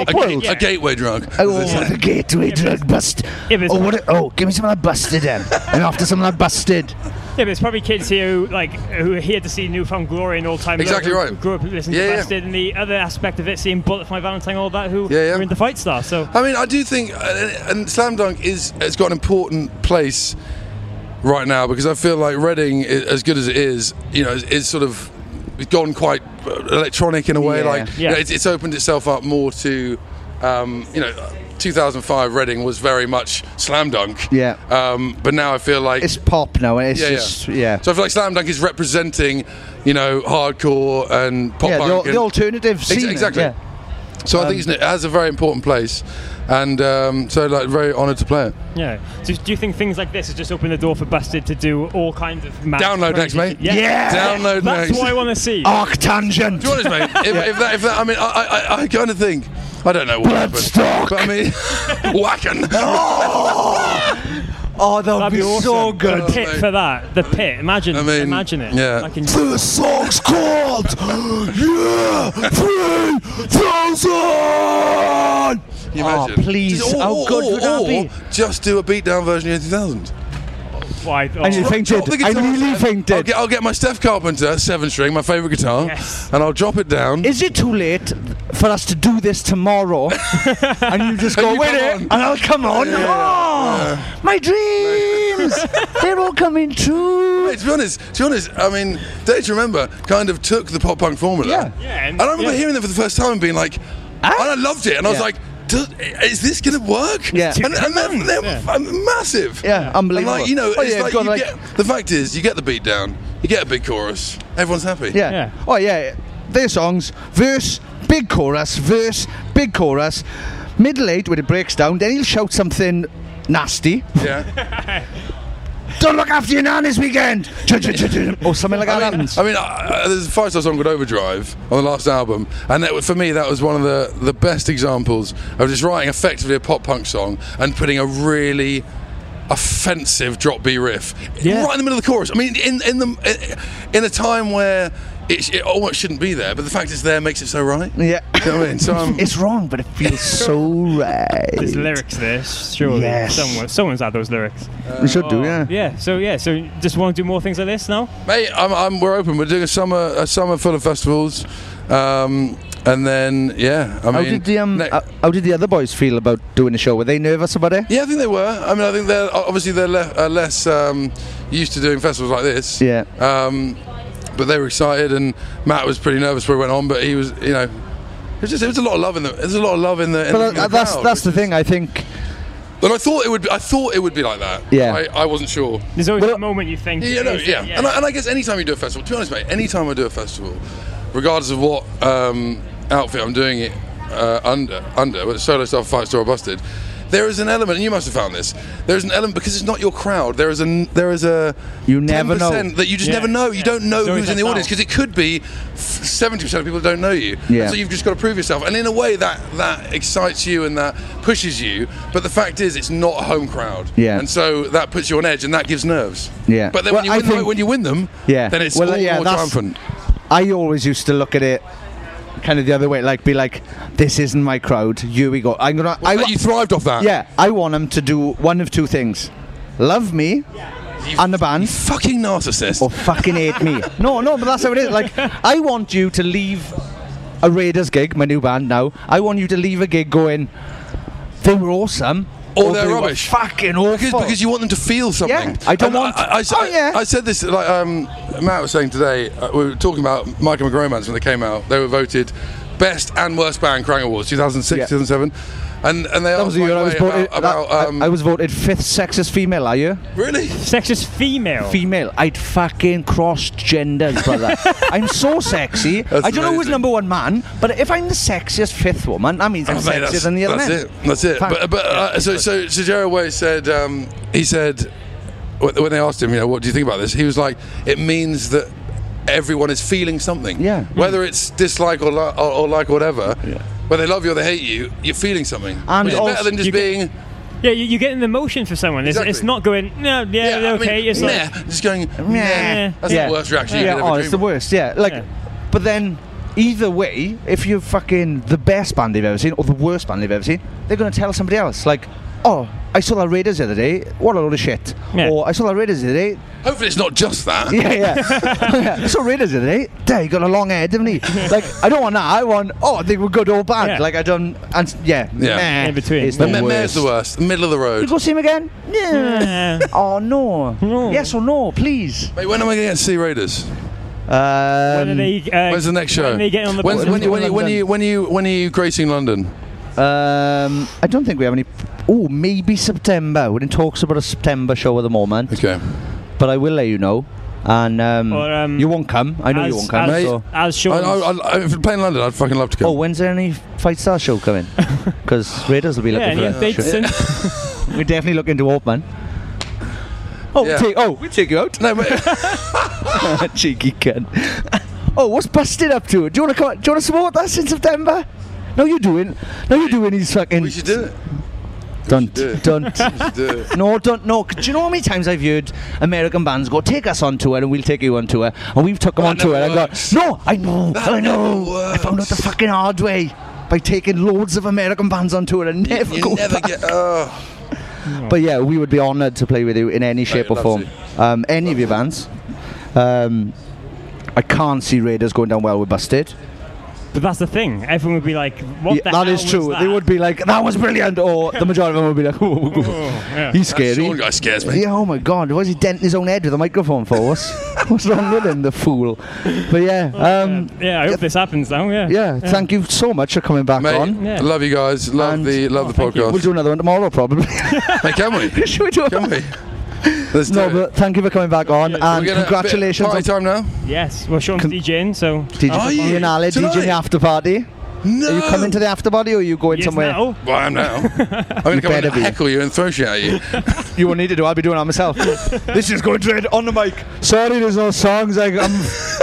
S17: a,
S5: world.
S17: ga- a gateway drug.
S5: Oh, the gateway drug bust. Oh, what? a- oh, give me some of that busted then. [laughs] and after some of that busted.
S2: Yeah, but it's probably kids here who like who are here to see Newfound Glory and All Time Low,
S5: Exactly
S2: who
S5: right.
S2: Grew up listening
S17: Yeah,
S2: to
S17: yeah.
S2: Busted, and the other aspect of it, seeing Bullet for My Valentine, all that, who
S17: Yeah, yeah.
S2: were into Fight Star. So
S17: I mean, I do think, and, and Slam Dunk is has got an important place right now because I feel like Reading, i- as good as it is, you know, is, is sort of gone quite uh, electronic in a way.
S21: Yeah.
S17: Like, you
S21: Yeah.
S17: know, it's, it's opened itself up more to, um, you know. 2005 Reading was very much slam dunk.
S5: Yeah.
S17: Um, but now I feel like
S5: It's pop now. and It's
S17: Yeah, yeah.
S5: just yeah.
S17: So I feel like Slam Dunk is representing, you know, hardcore and pop
S5: Yeah, the
S17: punk.
S5: al-
S17: and-
S5: the alternative
S17: Ex-
S5: scene,
S17: exactly.
S5: yeah.
S17: So I
S5: Um,
S17: think it's- it has a very important place, and um, so like very honoured to play it.
S2: yeah, so do you think things like this has just opened the door for Busted to do all kinds of mad
S17: Download
S2: crazy
S17: next, mate.
S2: shit? Yeah,
S17: Yeah. Download
S2: That's
S17: next.
S2: what I want to see.
S5: Arctangent.
S17: Do you want honest,
S2: [laughs]
S5: [laughs]
S17: mate? If, if that, if that, I mean, I, I, I, I kind of think I don't know what happened, but I mean, [laughs]
S5: [laughs]
S17: whacking.
S5: Oh, that
S2: would be, so good. The pit
S17: Oh, mate.
S2: for that. The pit. Imagine. imagine it.
S17: yeah.
S2: Like in-
S22: The song's called Yeah 3000!
S17: Can you imagine?
S5: Oh, please.
S17: Just, or,
S5: How
S17: or-
S5: good would that
S17: or
S5: be?
S17: Just do a beatdown version of 2000.
S2: Why?
S5: And you fainted. I really fainted.
S17: I'll get, I'll get my Steph Carpenter seven string, my favourite guitar, and I'll drop it down.
S5: Is it
S17: [laughs]
S5: too late for us to do this tomorrow? and you just go
S17: you
S5: with
S17: come
S5: it,
S17: on.
S5: and I'll come on.
S17: Yeah, Uh, yeah,
S5: Oh, my dreams! They're all coming true.
S17: Hey, to be honest, to be honest, I mean, Day to Remember kind of took the pop punk formula. Yeah,
S2: yeah.
S17: And I remember
S2: yeah.
S17: hearing that for the first time and being like, and I loved it, and I was
S5: Yeah.
S17: like. Does, is this gonna work?
S5: Yeah.
S17: and, and they're, they're f- massive.
S5: Yeah, unbelievable.
S17: And like you know,
S5: Oh,
S17: it's
S5: yeah,
S17: like,
S5: God,
S17: you
S5: like-
S17: get, the fact is, you get the beat down, you get a big chorus, everyone's happy.
S5: Yeah. Oh yeah. Their songs, verse, big chorus, verse, big chorus. Middle eight when it breaks down, then he'll shout something nasty.
S17: yeah.
S5: [laughs]
S17: [laughs]
S5: Don't look after your nan this weekend. or something like that
S17: [laughs] I mean,
S5: happens.
S17: I mean, uh, uh, there's a five star song called Overdrive on the last album, and that, was- for me, that was one of the, the best examples of just writing effectively a pop punk song and putting a really offensive drop B riff right in the middle of the chorus. I mean, in in the in a time where it, it almost shouldn't be there, but the fact it's there makes it so right.
S5: Yeah.
S17: You know what I mean? So um, I'm-
S5: it's wrong, but it
S17: [laughs]
S5: feels so right.
S2: There's lyrics there, surely.
S5: Yes.
S2: Someone, someone's had those lyrics.
S5: We should do, yeah.
S2: Yeah, so yeah, so just want to do more things like this now?
S17: Mate, I'm, I'm, we're open. We're doing a summer a summer full of festivals, um, and then yeah, I mean,
S5: how did the um,
S17: ne-
S5: how, how did the other boys feel about doing the show? Were they nervous about it?
S17: Yeah, I think they were. I mean, I think they're obviously they're le- uh, less um, used to doing festivals like this.
S5: Yeah.
S17: Um, but they were excited, and Matt was pretty nervous when we went on, but he was, you know, it was just it was a lot of love in the there's a lot of love in the. In
S5: But
S17: the, in
S5: uh,
S17: the
S5: that's
S17: crowd,
S5: that's the
S17: which-
S5: thing. I think.
S17: But I thought it would. Be, I thought it would be like that.
S5: Yeah.
S17: I, I wasn't sure.
S2: There's always that moment you think.
S17: Yeah, no,
S2: is it-
S17: yeah. And, I, and I guess anytime you do a festival, to be honest, mate, anytime I do a festival, regardless of what um, outfit I'm doing it uh, under, under whether it's solo stuff, fight store, or busted, there is an element, and you must have found this. There is an element because it's not your crowd. There is an there is a
S5: you never know.
S17: that you just
S5: Yeah,
S17: never know. You
S5: yeah.
S17: don't know
S5: It's always
S17: who's in the
S5: that
S17: audience because it could be seventy percent of people don't know you.
S5: Yeah.
S17: And so you've just got to prove yourself, and in a way that that excites you and that pushes you. But the fact is, it's not a home crowd.
S5: Yeah.
S17: And so that puts you on edge, and that gives nerves.
S5: Yeah.
S17: But then
S5: Well,
S17: when, you
S5: I
S17: win them,
S5: think-
S17: when you win them,
S5: Yeah.
S17: then it's all more
S5: that's-
S17: triumphant.
S5: I always used to look at it kind of the other way, like be like, "This isn't my crowd. Here we go." I'm gonna. I,
S17: you thrived off that.
S5: Yeah, I want them to do one of two things: love me. and the band,
S17: fucking narcissist,
S5: or fucking hate
S17: [laughs]
S5: me. No, no, but that's how it is. Like, I want you to leave a Raiders gig, my new band now. I want you to leave a gig going, they were awesome,
S17: Or
S5: or
S17: they're
S5: they were
S17: rubbish.
S5: fucking awful.
S17: Because, because you want them to feel something.
S5: Yeah, I don't
S17: And
S5: want- Oh,
S17: I, I, I- I said this like um, Matt was saying today. Uh, we were talking about Mike and McGromans when they came out. They were voted best and worst band Krang Awards 2006, 2007, and and they
S5: That was
S17: asked
S5: the
S17: Mike
S5: year I was
S17: Way
S5: voted.
S17: about, about
S5: that- I-
S17: um,
S5: I, was voted fifth sexist female. Are you
S17: really
S2: sexist female?
S5: Female. I'd fucking crossed genders, brother.
S17: [laughs]
S5: I'm so sexy. I don't know who's
S17: amazing.
S5: number one man, but if I'm the sexiest fifth woman, that means I'm
S17: Oh, mate,
S5: sexier than the other
S17: that's
S5: men.
S17: it. That's it.
S5: Fuck.
S17: But, but uh, so, so, so Jerry Way said, um, he said, wh- when they asked him, you know, what do you think about this? He was like, it means that everyone is feeling something. Yeah. Whether it's dislike or, li- or, or like or whatever, whether they love you or they hate you, you're feeling something.
S2: And
S17: Which is
S2: also-
S17: better than just
S2: you get-
S17: being.
S2: Yeah, you, you're getting the motion for someone. It's, it's not going, no, yeah,
S17: I mean,
S2: okay. it's like,
S17: meh, just going, meh. That's
S5: Yeah.
S17: the worst reaction you
S5: Yeah,
S17: could
S5: oh,
S17: ever
S5: it's the
S17: dream of.
S5: worst. Yeah, like, but then either way, if you're fucking the best band they've ever seen or the worst band they've ever seen, they're gonna tell somebody else. Like, oh, I saw the Raiders the other day. What a load of shit. Or I saw the Raiders the other
S17: [laughs]
S5: day.
S17: Hopefully, it's not just that.
S5: [laughs] Yeah, yeah. yeah. [laughs] I saw Raiders the other day. There, he got a long head,
S17: [laughs]
S5: didn't he? Like, I don't want that. I want. Oh, they were good old band.
S17: Yeah.
S5: Like, I don't. And s- yeah,
S17: [laughs] Yeah.
S5: meh is
S17: The meh- meh's the worst. Middle of the
S5: You
S17: road.
S5: go see him again? Yeah. [laughs] oh no. Yes or no, please.
S17: Mate, when am I going to get to see Raiders?
S5: Um,
S2: uh,
S17: When's the next show? When's- when, you- when, you- when, you, when, you, when are you gracing London?
S5: Um, I don't think we have any. Oh, maybe September. We're in talks about a September show at the moment.
S17: Okay.
S5: But I will let you know. And um,
S2: Or, um,
S5: you won't come. I know
S2: as-
S5: you won't come.
S2: as-
S5: so.
S2: as Sean's- I- I- I-
S17: if you're playing London, I'd fucking love to come.
S5: Oh, when's there any Fight Star
S2: [laughs]
S5: show coming? Because Raiders will be
S2: Yeah,
S5: looking
S2: any
S5: for that
S2: updates
S5: show. [laughs] We're definitely looking to open. Oh, we
S17: Yeah.
S5: take, oh, we take you out.
S17: No, but
S5: [laughs] cheeky kid. oh, what's Busted up to? Do you want to come? Do you want to support us in September? No, you're doing. No, you're doing. He's fucking. We
S17: should do it.
S5: Don't,
S17: [laughs]
S5: don't.
S17: do
S5: no, don't, no. 'Cause Do you know how many times I've heard American bands go, "Take us on tour, and we'll take you on tour," and we've took them on tour, and I go, "No, I know, I know, I found out the fucking hard way by taking loads of American bands on tour and never
S17: you
S5: go
S17: never
S5: back."
S17: get. Oh.
S5: But yeah, we would be honoured to play with you in
S2: Oh,
S5: any shape or
S17: love
S5: form. Um, any of your bands. Um, I can't see Raiders going down well with Busted.
S2: but that's the thing. Everyone would be like, what
S5: Yeah,
S2: the
S5: that
S2: hell
S5: is true.
S2: was
S5: They
S2: that?
S5: would be like, "That was
S2: [laughs]
S5: brilliant," or the majority of them would be like,
S2: Oh, yeah.
S5: "He's
S2: That
S5: scary."
S2: Sean guy scares me.
S5: Yeah. Oh my god, why is he denting his own head with a microphone for?
S2: [laughs]
S5: What's what's wrong with him, the fool? But yeah, um,
S2: Oh, Yeah, I hope this happens now. Yeah.
S5: yeah. Thank you so much for coming back
S17: Mate,
S5: on. Oh,
S17: love you guys. Love the love the podcast.
S5: We'll do another one tomorrow,
S17: [laughs]
S5: probably.
S17: Hey, can we?
S5: [laughs] Should we do
S17: Can we?
S5: [laughs] no, but thank you for coming back on,
S2: We're
S5: and
S2: gonna-
S5: congratulations.
S2: party
S17: time now.
S2: Yes. Well, Sean's DJing, so.
S5: DJ
S2: I'll-
S5: you and Ali, DJ the after party.
S17: No.
S5: Are you coming to the after party or are you going
S2: Yes,
S5: somewhere?
S2: now.
S17: Well, I am now. I'm going to come and heckle you and throw shit at you.
S5: [laughs] You won't need to do. I'll be doing it myself. [laughs] this is going to end on the mic. Sorry, there's no songs. I, I'm,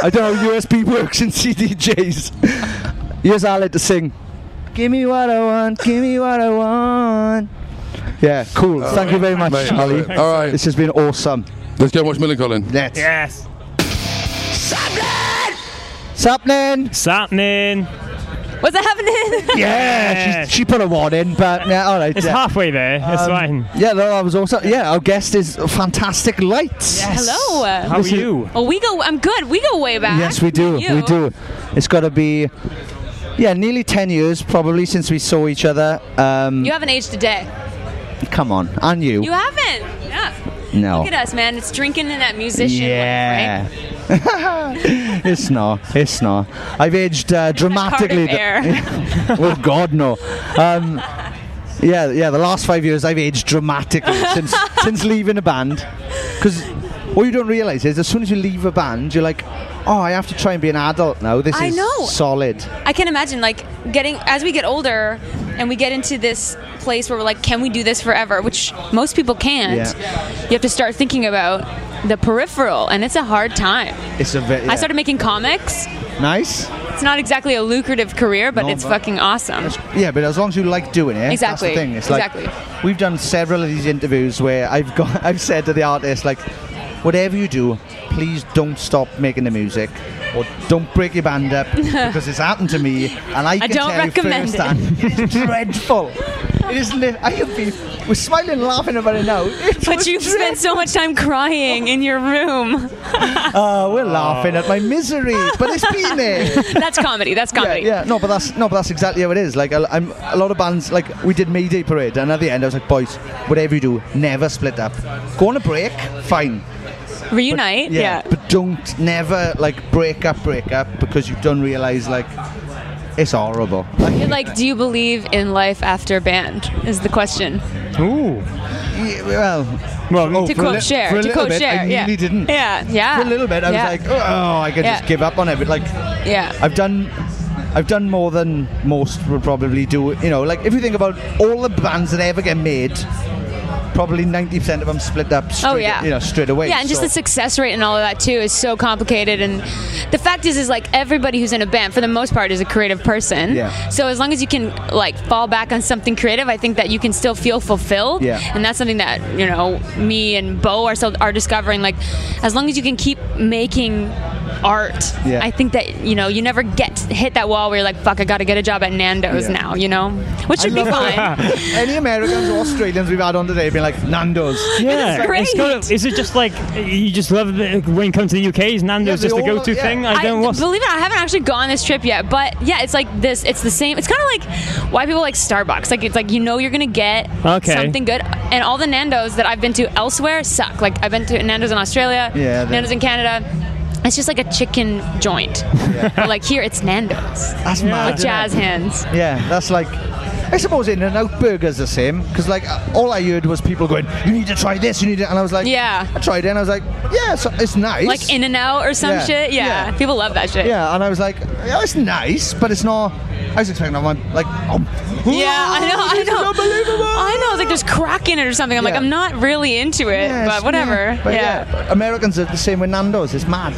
S5: I don't know how USB works in CDJs. Here's Ali to sing. Give me what I want. Give me what I want. Yeah, cool.
S17: All
S5: Thank you
S17: right.
S5: very much,
S17: Mate,
S5: Ali.
S17: love it. All right.
S5: This has been awesome.
S17: Let's go and watch Millen Colin.
S5: Let's.
S2: Yes.
S5: Sapnin!
S2: Sapnin!
S18: What's that happening?
S5: Yeah, she, she put a one in, but yeah, all right.
S2: It's
S5: yeah. Um,
S2: halfway there. It's fine.
S5: Yeah, no, I was also. Yeah, our guest is fantastic lights.
S16: Hello.
S5: How This are is- you?
S16: Oh, we go. I'm good. We go way back.
S5: Yes, we do.
S16: You.
S5: We do. It's got to be, yeah, nearly 10 years probably since we saw each other. Um,
S16: You haven't aged a day.
S5: Come on. And you.
S16: You haven't. Yeah.
S5: No.
S16: Look at us, man. It's drinking in that musician.
S5: yeah.
S16: life, right?
S5: [laughs] it's not. It's not. I've aged uh, dramatically. th-
S16: Air.
S5: [laughs] oh, God, no. Um, yeah, yeah, the last five years I've aged
S16: [laughs]
S5: dramatically since since leaving a band. Because what you don't realise is as soon as you leave a band, you're like, oh, I have to try and be an adult now. This
S16: I
S5: is
S16: know.
S5: solid.
S16: I can imagine like getting as we get older and we get into this place where we're like, can we do this forever? Which most [laughs] people can't.
S5: Yeah.
S16: You have to start thinking about the peripheral, and it's a hard time.
S5: It's a very.
S16: I started making comics.
S5: Nice.
S16: It's not exactly a lucrative career, but
S5: No,
S16: it's
S5: but-
S16: fucking awesome.
S5: Yeah, but as long as you like doing it,
S16: Exactly,
S5: That's the thing. It's like
S16: exactly.
S5: we've done several of these interviews where I've got, [laughs] I've said to the artist like, whatever you do, please don't stop making the music, or don't break your
S16: [laughs]
S5: band up because it's happened to me, and I
S16: I
S5: can
S16: don't
S5: tell
S16: recommend
S5: you
S16: it.
S5: firsthand, [laughs] it. it's dreadful. It is. Li- I have been. We're smiling, and laughing about it now. It
S16: But
S5: was
S16: you've spent so much time crying in your room.
S5: Oh, we're laughing at my misery, but it's been there.
S16: [laughs] that's comedy. That's comedy.
S5: Yeah, yeah, no, but that's no, but that's exactly how it is. Like, I, am a lot of bands. Like, we did Mayday Parade, and at the end, I was like, boys, whatever you do, never split up. Go on a break, fine.
S16: Reunite.
S5: But-
S16: yeah.
S5: but don't never like break up, break up because you don't realize like it's horrible. Like,
S16: You're Like, do you believe in life after band? Is the question.
S5: ooh, well,
S2: well,
S16: to
S5: for a
S16: quote
S5: li-
S16: Cher.
S5: for a
S16: to
S5: little
S16: quote
S5: bit,
S16: Cher.
S5: I
S16: yeah.
S5: really didn't.
S16: Yeah. Yeah.
S5: For a little bit, I
S16: Yeah.
S5: was like, oh, I could
S16: Yeah.
S5: just give up on it. But like,
S16: Yeah.
S5: I've done, I've done more than most would probably do. You know, like if you think about all the bands that ever get made, probably 90% of them split up straight,
S16: Oh yeah,
S5: you know, straight away.
S16: Yeah, and just
S5: so-
S16: the success rate and all of that too is so complicated. And the fact is, is like everybody who's in a band, for the most part, is a creative person.
S5: Yeah.
S16: So as long as you can like fall back on something creative, I think that you can still feel fulfilled.
S5: Yeah.
S16: And that's something that you know me and Bo are still are discovering. Like, as long as you can keep making art,
S5: Yeah.
S16: I think that you know you never get hit that wall where you're like, fuck, I got to get a job at Nando's
S5: Yeah.
S16: now. You know, which
S5: I
S16: should be
S5: love
S16: fine.
S5: [laughs] how Any Americans or Australians we've had on today have been like Nando's.
S2: Yeah, it's got is it just like you just love it when you come to the UK? Is Nando's
S5: Yeah,
S2: just
S5: they
S2: a
S5: all-
S2: go-to
S5: yeah.
S2: thing? I don't know.
S16: believe it. I haven't actually gone this trip yet, but yeah, it's like this. It's the same. It's kind of like why people like Starbucks. Like it's like you know you're gonna get
S2: Okay.
S16: something good, and all the Nando's that I've been to elsewhere suck. Like I've been to Nando's in Australia,
S5: Yeah, they-
S16: Nando's in Canada. It's just like a chicken joint.
S5: [laughs] Yeah.
S16: But, like here, it's Nando's.
S5: That's mad,
S16: With
S5: isn't it?
S16: jazz hands.
S5: Yeah, that's like. I suppose In and Out Burger's the same because like uh, all I heard was people going, "You need to try this, you need to," and I was like,
S16: Yeah.
S5: I tried it, and I was like, "Yeah, so it's nice."
S16: Like In and Out or some
S5: Yeah.
S16: shit. Yeah.
S5: Yeah.
S16: people love that shit.
S5: Yeah, and I was like, "Yeah, it's nice, but it's not." I was expecting I'm like, oh,
S16: Yeah, I know, I
S5: this is
S16: know,
S5: unbelievable.
S16: I know. It's like there's crack in it or something. I'm like,
S5: Yeah.
S16: I'm not really into it, but whatever.
S5: But
S16: yeah.
S5: yeah. Americans are the same with Nando's.
S16: [laughs]
S5: It's mad.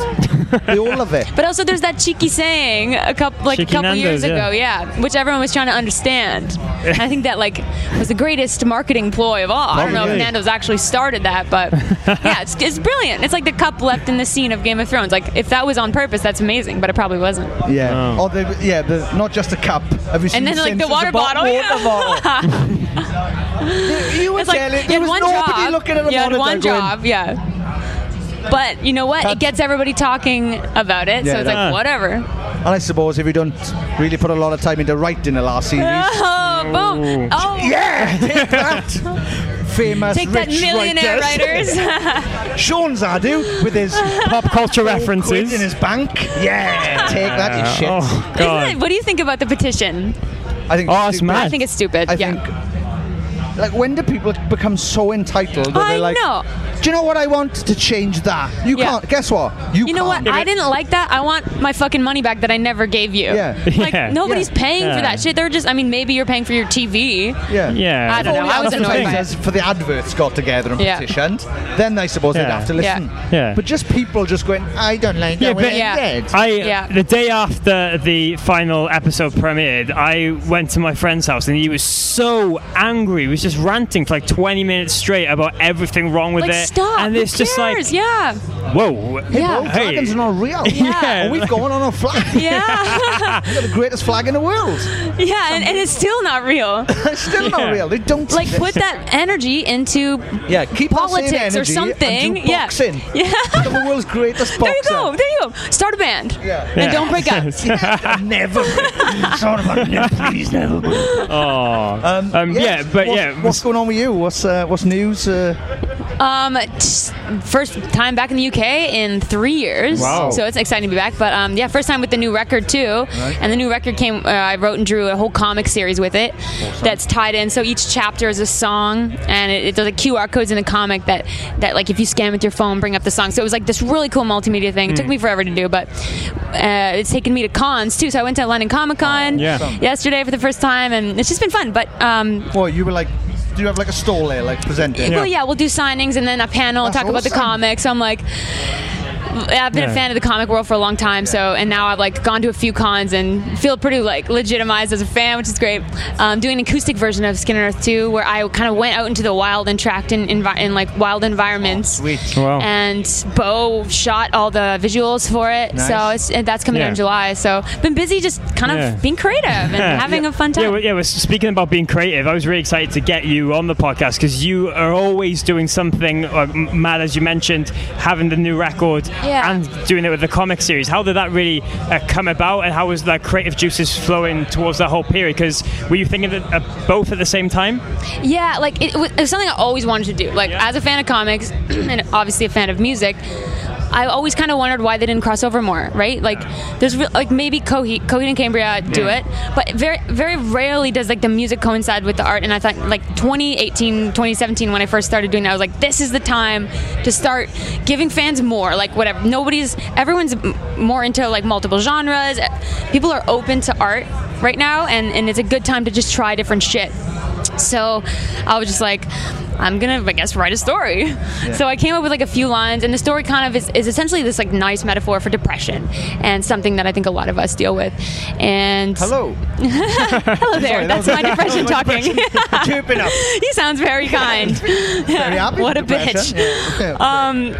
S5: they all love it.
S16: But also, there's that cheeky saying a couple like
S5: Cheeky
S16: a couple years
S5: Nando's, yeah.
S16: ago, yeah. which everyone was trying to understand. And I think that like was the greatest marketing ploy of all. I don't know if
S2: Probably.
S16: Nando's actually started that,
S5: [laughs]
S16: but yeah, it's, it's brilliant. It's like the cup left in the scene of Game of Thrones. Like if that was on purpose, that's amazing, but it probably wasn't.
S5: Yeah. Or they, yeah, the, not just a cup. Have you
S16: And
S5: seen
S16: then like the
S5: Simpsons?
S16: water
S5: A bo-
S16: bottle. yeah.
S5: water bottle.
S16: [laughs]
S5: you were
S16: It's like,
S5: telling-
S16: you
S5: there
S16: had
S5: was
S16: one
S5: nobody
S16: job.
S5: looking at a
S16: you had
S5: monitor
S16: one
S5: going-
S16: job, yeah. But you know what? it gets everybody talking about it,
S5: Yeah,
S16: so it's
S5: that-
S16: like whatever.
S5: And I suppose if you don't really put a lot of time into writing the last series,
S16: [laughs] Oh, boom! Oh, [laughs]
S5: yeah! Take that, famous
S16: Take that,
S5: rich
S16: millionaire writers.
S5: [laughs] Sean Zadu
S16: [laughs]
S5: with his pop culture
S2: references.
S5: in his bank. Yeah, take that, you shit.
S2: Oh,
S16: Isn't it- what do you think about the petition?
S5: I think. Oh,
S16: I think it's stupid. yeah.
S5: Like, when do people become so entitled that
S16: I
S5: they're like,
S16: know.
S5: "Do you know what I want to change that? You
S16: Yeah.
S5: can't. Guess what? You,
S16: You, know
S5: can't.
S16: what? I didn't like that. I want my fucking money back that I never gave you.
S5: Yeah.
S16: Like
S5: [laughs] Yeah.
S16: nobody's
S5: Yeah.
S16: paying
S5: Yeah.
S16: for that shit. They're just. I mean, maybe you're paying for your TV.
S5: [laughs] Yeah.
S2: Yeah.
S16: I don't know. I was
S5: That's the
S16: annoyed
S5: thing.
S16: by it.
S5: Says For the adverts got together and
S16: Yeah.
S5: petitioned, then I suppose they'd
S2: Yeah.
S5: have to
S2: Yeah.
S5: listen.
S2: Yeah.
S5: But just people just going, I don't like that. way I did."
S2: I [laughs] the day after the final episode premiered, I went to my friend's house and he was so angry. He was just ranting for like 20 minutes straight about everything wrong with
S16: Like
S2: it.
S16: stop.
S2: And
S16: Who
S2: it's just like,
S16: cares? yeah.
S2: whoa,
S5: Hey, bro, dragons are not real.
S2: [laughs] Yeah.
S5: And we've gone on a flag.
S16: [laughs] Yeah.
S5: [laughs] We've got the greatest flag in the world.
S16: Yeah, and, and it's still not real.
S5: [laughs] it's still not Yeah. real. They don't
S16: like put that energy into
S5: Yeah, keep that same
S16: politics or
S5: energy and do
S16: something. yeah, [laughs]
S5: boxing.
S16: yeah.
S5: Become the world's greatest
S16: There you
S5: boxer.
S16: go. There you go. Start a band and don't break
S2: [laughs]
S16: up.
S5: never. Sorry about it. Please never.
S2: Oh.
S5: Um,
S2: yeah, but
S5: what's,
S2: yeah.
S5: What's going on with you? What's uh, what's news? Uh,
S16: Um, t- first time back in the UK in three years.
S5: Wow.
S16: So it's exciting to be back. But um, yeah, first time with the new record too.
S5: Right.
S16: And the new record came. Uh, I wrote and drew a whole comic series with it
S5: Awesome.
S16: that's tied in. So each chapter is a song, and it, it, there's like QR codes in the comic that that like if you scan with your phone, bring up the song. So it was like this really cool multimedia thing. It took
S5: Hmm.
S18: Mm.
S16: me forever to do, but uh, it's taken me to cons too. So I went to London Comic Con
S5: Yeah. Awesome.
S16: yesterday for the first time, and it's just been fun. But um,
S5: well, you were like, do you have like a stall there, like presenting?
S16: well, yeah, we'll do signings and then a panel and
S5: That's
S16: talk about the
S5: awesome.
S16: comics. So I'm like, I've been
S5: Yeah.
S16: a fan of the comic world for a long time, so and now I've like gone to a few cons and feel pretty like legitimized as a fan, which is great. Um, doing an acoustic version of Skin and Earth 2, where I kind of went out into the wild and tracked in, envi- in like wild
S23: Oh,
S16: environments.
S5: sweet. Wow.
S16: And Bo shot all the visuals for it,
S2: Nice.
S16: so it's, and that's coming out in
S2: Yeah.
S16: July. So been busy, just kind of
S2: Yeah.
S16: being creative and having a fun time.
S2: [laughs] Yeah, well, yeah. Well, speaking about being creative, I was really excited to get you on the podcast because you are always doing something uh, m- mad, as you mentioned, having the new record
S16: Yeah.
S2: and doing it with the comic series. How did that really uh, come about, and how was the creative juices flowing towards that whole period? Because were you thinking that uh, both at the same time?
S16: Yeah, like it, was, it was something I always wanted to do. Like as a fan of comics [clears throat] and obviously a fan of music, I always kind of wondered why they didn't cross over more, right? Like there's re- like maybe Coheed, Coheed and Cambria do
S18: Yeah.
S16: it, but very very rarely does like the music coincide with the art. And I thought like 2018, 2017 when I first started doing that, I was like, this is the time to start giving fans more. Like whatever, nobody's everyone's m- more into like multiple genres. People are open to art right now, and and it's a good time to just try different shit. So I was just like, I'm gonna, I guess, write a story. So I came up with like a few lines, and the story kind of is, is essentially this like nice metaphor for depression and something that I think a lot of us deal with. And [laughs] hello, hello there.
S19: Sorry, that
S16: That's
S19: was-
S5: [laughs]
S16: my depression
S19: that was
S16: talking.
S19: Chirping up.
S16: he sounds [laughs] very kind. [laughs]
S19: Very happy
S16: what a
S19: with depression.
S16: bitch [laughs] um,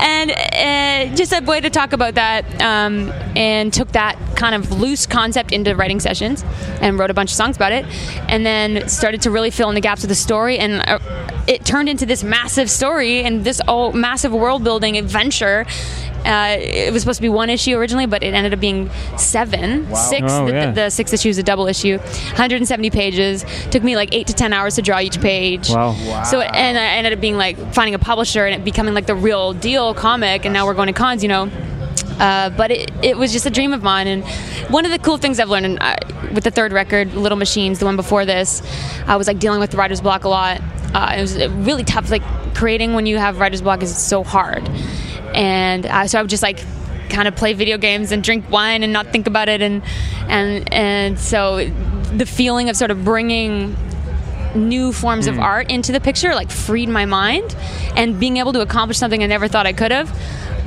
S16: and uh, just a way to talk about that um, and took that kind of loose concept into writing sessions and wrote a bunch of songs about it and then started to really fill in the gaps of the story and uh, it turned into this massive story and this all massive world building adventure uh, it was supposed to be one issue originally, but it ended up being seven,
S7: Wow.
S16: six.
S7: Oh,
S16: the,
S7: yeah.
S16: the six issues, a double issue, 170 pages. Took me like eight to ten hours to draw each page.
S7: Wow. Wow.
S16: So it- and I ended up being like finding a publisher and it becoming like the real deal comic, and now we're going to cons, you know. Uh, but it, it was just a dream of mine, and one of the cool things I've learned and I, with the third record, Little Machines, the one before this, I was like dealing with writer's block a lot. Uh, it was uh, really tough. Like creating when you have writer's block is so hard, and uh, so I would just like kind of play video games and drink wine and not think about it and and and so the feeling of sort of bringing new forms of
S7: Mm.
S16: art into the picture like freed my mind and being able to accomplish something I never thought I could have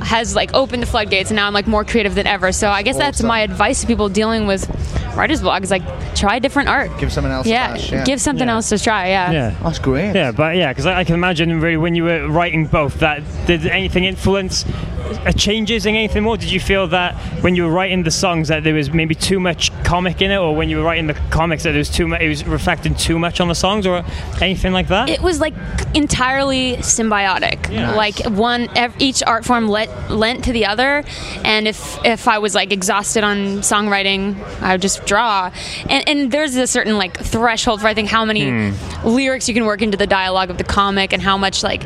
S16: has like opened the floodgates and now I'm like more creative than ever so I guess that's
S5: Awesome.
S16: my advice to people dealing with writer's block is like try different art
S5: Give someone else.
S16: yeah,
S5: a bash, yeah.
S16: give something else to try yeah
S2: Yeah,
S5: that's great.
S2: Yeah, but yeah, because I, I can imagine really when you were writing both that did anything influence uh, changes in anything more? Did you feel that when you were writing the songs that there was maybe too much comic in it, or when you were writing the comics that there was too much, it was reflecting too much on the songs, or anything like that?
S16: It was like entirely symbiotic.
S2: Yeah.
S16: Like one, ev- each art form let, lent to the other, and if if I was like exhausted on songwriting, I would just draw. And, and there's a certain like threshold for I think how many
S7: Hmm.
S16: lyrics you can work into the dialogue of the comic and how much like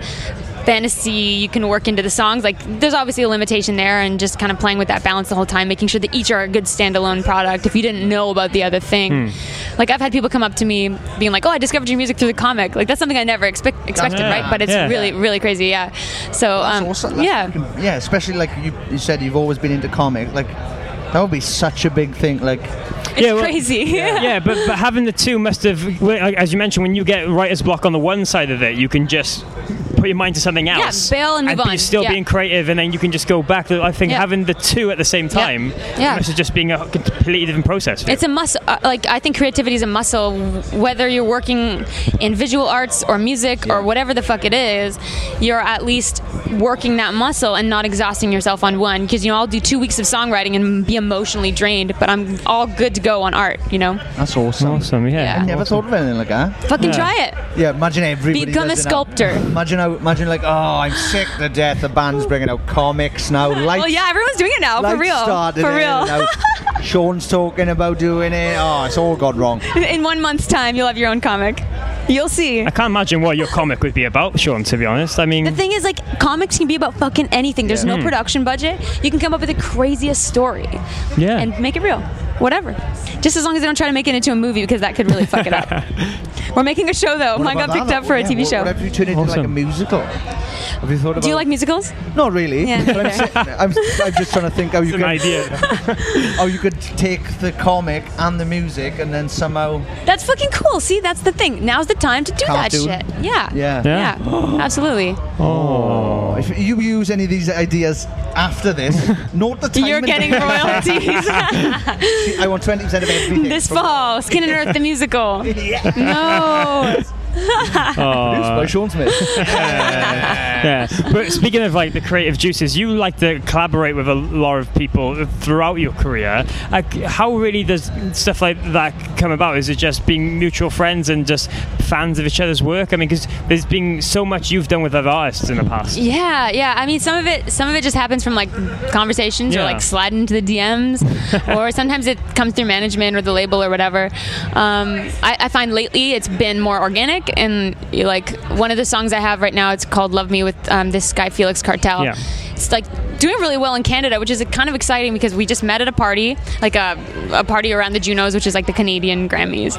S16: fantasy you can work into the songs like there's obviously a limitation there and just kind of playing with that balance the whole time making sure that each are a good standalone product if you didn't know about the other thing
S7: Hmm.
S16: like I've had people come up to me being like, "Oh, I discovered your music through the comic." Like that's something I never expect, expected,
S5: Yeah.
S16: right? But it's
S5: Yeah.
S16: really, really crazy. Yeah. So, um, yeah.
S5: Yeah, especially like you, you said, you've always been into comic. Like that would be such a big thing. Like
S16: It's crazy. [laughs]
S2: Yeah, yeah but, but having the two must have, well, like, as you mentioned, when you get writer's block on the one side of it, you can just put your mind to something else.
S16: bail and move
S2: be-
S16: on.
S2: still
S16: Yeah.
S2: being creative, and then you can just go back. I think
S16: Yeah.
S2: having the two at the same time
S16: Yeah.
S2: must have just been a completely different process. for you.
S16: It's a muscle. Uh, like I think creativity is a muscle. Whether you're working in visual arts or music or whatever the fuck it is, you're at least working that muscle and not exhausting yourself on one. Because you know I'll do two weeks of songwriting and be emotionally drained, but I'm all good to go on art. You know,
S5: that's awesome.
S2: Awesome, yeah.
S5: I never thought of anything like that.
S16: fucking try it.
S5: Yeah, imagine everybody.
S16: Become a
S5: does it now.
S16: sculptor.
S5: Imagine how, imagine like, oh, I'm sick to death. The band's bringing out comics now. Lights,
S16: well, Oh, yeah, everyone's doing it now for
S5: lights
S16: real.
S5: started
S16: for
S5: it,
S16: real. [laughs]
S5: and now Sean's talking about doing it. Oh, it's all gone wrong.
S16: [laughs] In one month's time, you'll have your own comic. You'll see.
S2: I can't imagine what your comic would be about, Sean. To be honest, I mean,
S16: The thing is, like, comics can be about fucking anything. There's
S2: Yeah.
S16: no
S2: Hmm.
S16: production budget. You can come up with the craziest story.
S2: Yeah.
S16: And make it real. Whatever. Just as long as they don't try to make it into a movie because that could really fuck
S2: [laughs]
S16: it
S5: [laughs]
S16: up. We're making a show though.
S5: What
S16: Mine
S5: about
S16: got picked
S5: that?
S16: up for a
S5: Yeah,
S16: TV
S5: what-
S16: show.
S5: What if you turn it into like a musical? Have you thought about?
S16: Do you like musicals?
S5: Not really.
S16: Yeah,
S5: but I'm,
S16: neither.
S5: saying- I'm, I'm just trying to think how you could. [laughs] how you could take the comic and the music and then somehow.
S16: That's fucking cool. See, that's the thing. Now's the time to do
S5: Cartoon.
S16: that shit. Yeah.
S5: Yeah.
S16: Yeah.
S5: Yeah.
S16: Absolutely.
S5: [gasps] Oh. If you use any of these ideas
S16: [laughs]
S5: after this, note the time.
S16: You're
S5: [laughs]
S16: getting royalties. [laughs]
S5: I want 20% of everything.
S16: This fall, Skin and Earth the musical.
S2: [laughs]
S16: No. [laughs]
S2: Produced by
S5: Sean Smith.
S2: Uh, [laughs] yeah. But speaking of like the creative juices, you like to collaborate with a lot of people throughout your career. Like, how really does stuff like that come about? Is it just being mutual friends and just fans of each other's work? I mean, because there's been so much you've done with other artists in the past.
S16: Yeah, yeah. I mean, some of it, some of it just happens from like conversations or
S2: Yeah.
S16: like sliding into the DMs, or sometimes it comes through management or the label or whatever. Um, I, I find lately it's been more organic, and you like one of the songs I have right now, it's called "Love Me" with um, this guy Felix Cartel.
S7: Yeah.
S16: It's like doing really well in Canada, which is kind of exciting because we just met at a party, like a, a party around the Junos, which is like the Canadian Grammys.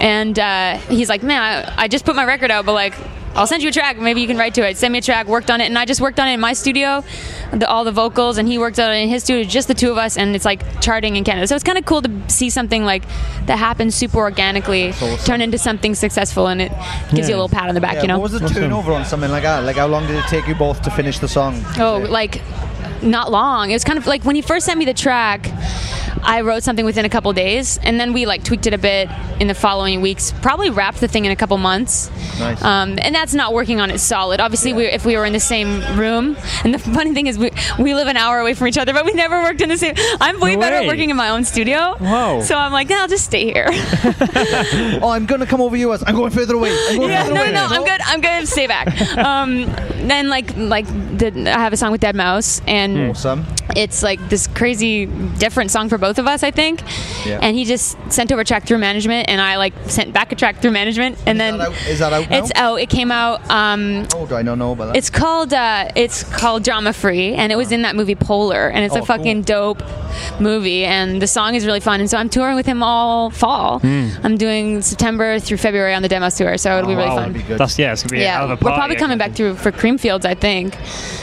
S16: And uh, he's like, man, I, I just put my record out, but like I'll send you a track. Maybe you can write to it. Send me a track. Worked on it, and I just worked on it in my studio, the, all the vocals, and he worked on it in his studio, just the two of us, and it's like charting in Canada. So it's kind of cool to see something like that happen super organically, turn into something successful, and it gives you a little pat on the back,
S5: Yeah,
S16: you know.
S5: What was the turnover on something like that? Like, how long did it take you both to finish the song?
S16: Oh, like not long. It was kind of like when he first sent me the track, I wrote something within a couple days, and then we like tweaked it a bit in the following weeks. Probably wrapped the thing in a couple months.
S23: Nice.
S16: Um, and that's not working on it solid. Obviously, we, if we were in the same room, and the [laughs] funny thing is, we, we live an hour away from each other, but we never worked in the same. I'm way
S5: No
S16: better at
S5: way.
S16: working in my own studio.
S5: Wow.
S16: So I'm like, "Nah, I'll just stay
S5: [laughs]
S16: here. [laughs]
S5: oh, I'm gonna come over you. As, I'm going further away. I'm going
S16: Yeah,
S5: further
S16: no, no,
S5: away.
S16: no, I'm good. I'm good. Stay back. Um, then like like the, I have a song with Dead Mouse and
S5: Awesome.
S16: It's like this crazy different song for both of us, I think.
S5: Yeah.
S16: And he just sent over a track through management, and I like sent back a track through management, and then
S5: Is that out now?
S16: it's out. It came out. Um,
S5: oh, do I not know about that?
S16: it's called uh, it's called Drama Free, and it was in that movie Polar, and it's
S5: Oh,
S16: a fucking dope movie, and the song is really fun. And so I'm touring with him all fall.
S5: Hmm.
S2: Mm.
S16: I'm doing September through February on the demos tour, so it'll be really
S5: Oh,
S2: Wow.
S16: fun.
S2: That's yeah, it's gonna be out of a
S16: we're
S2: party,
S16: probably
S2: I
S16: coming back through for Creamfields, I think,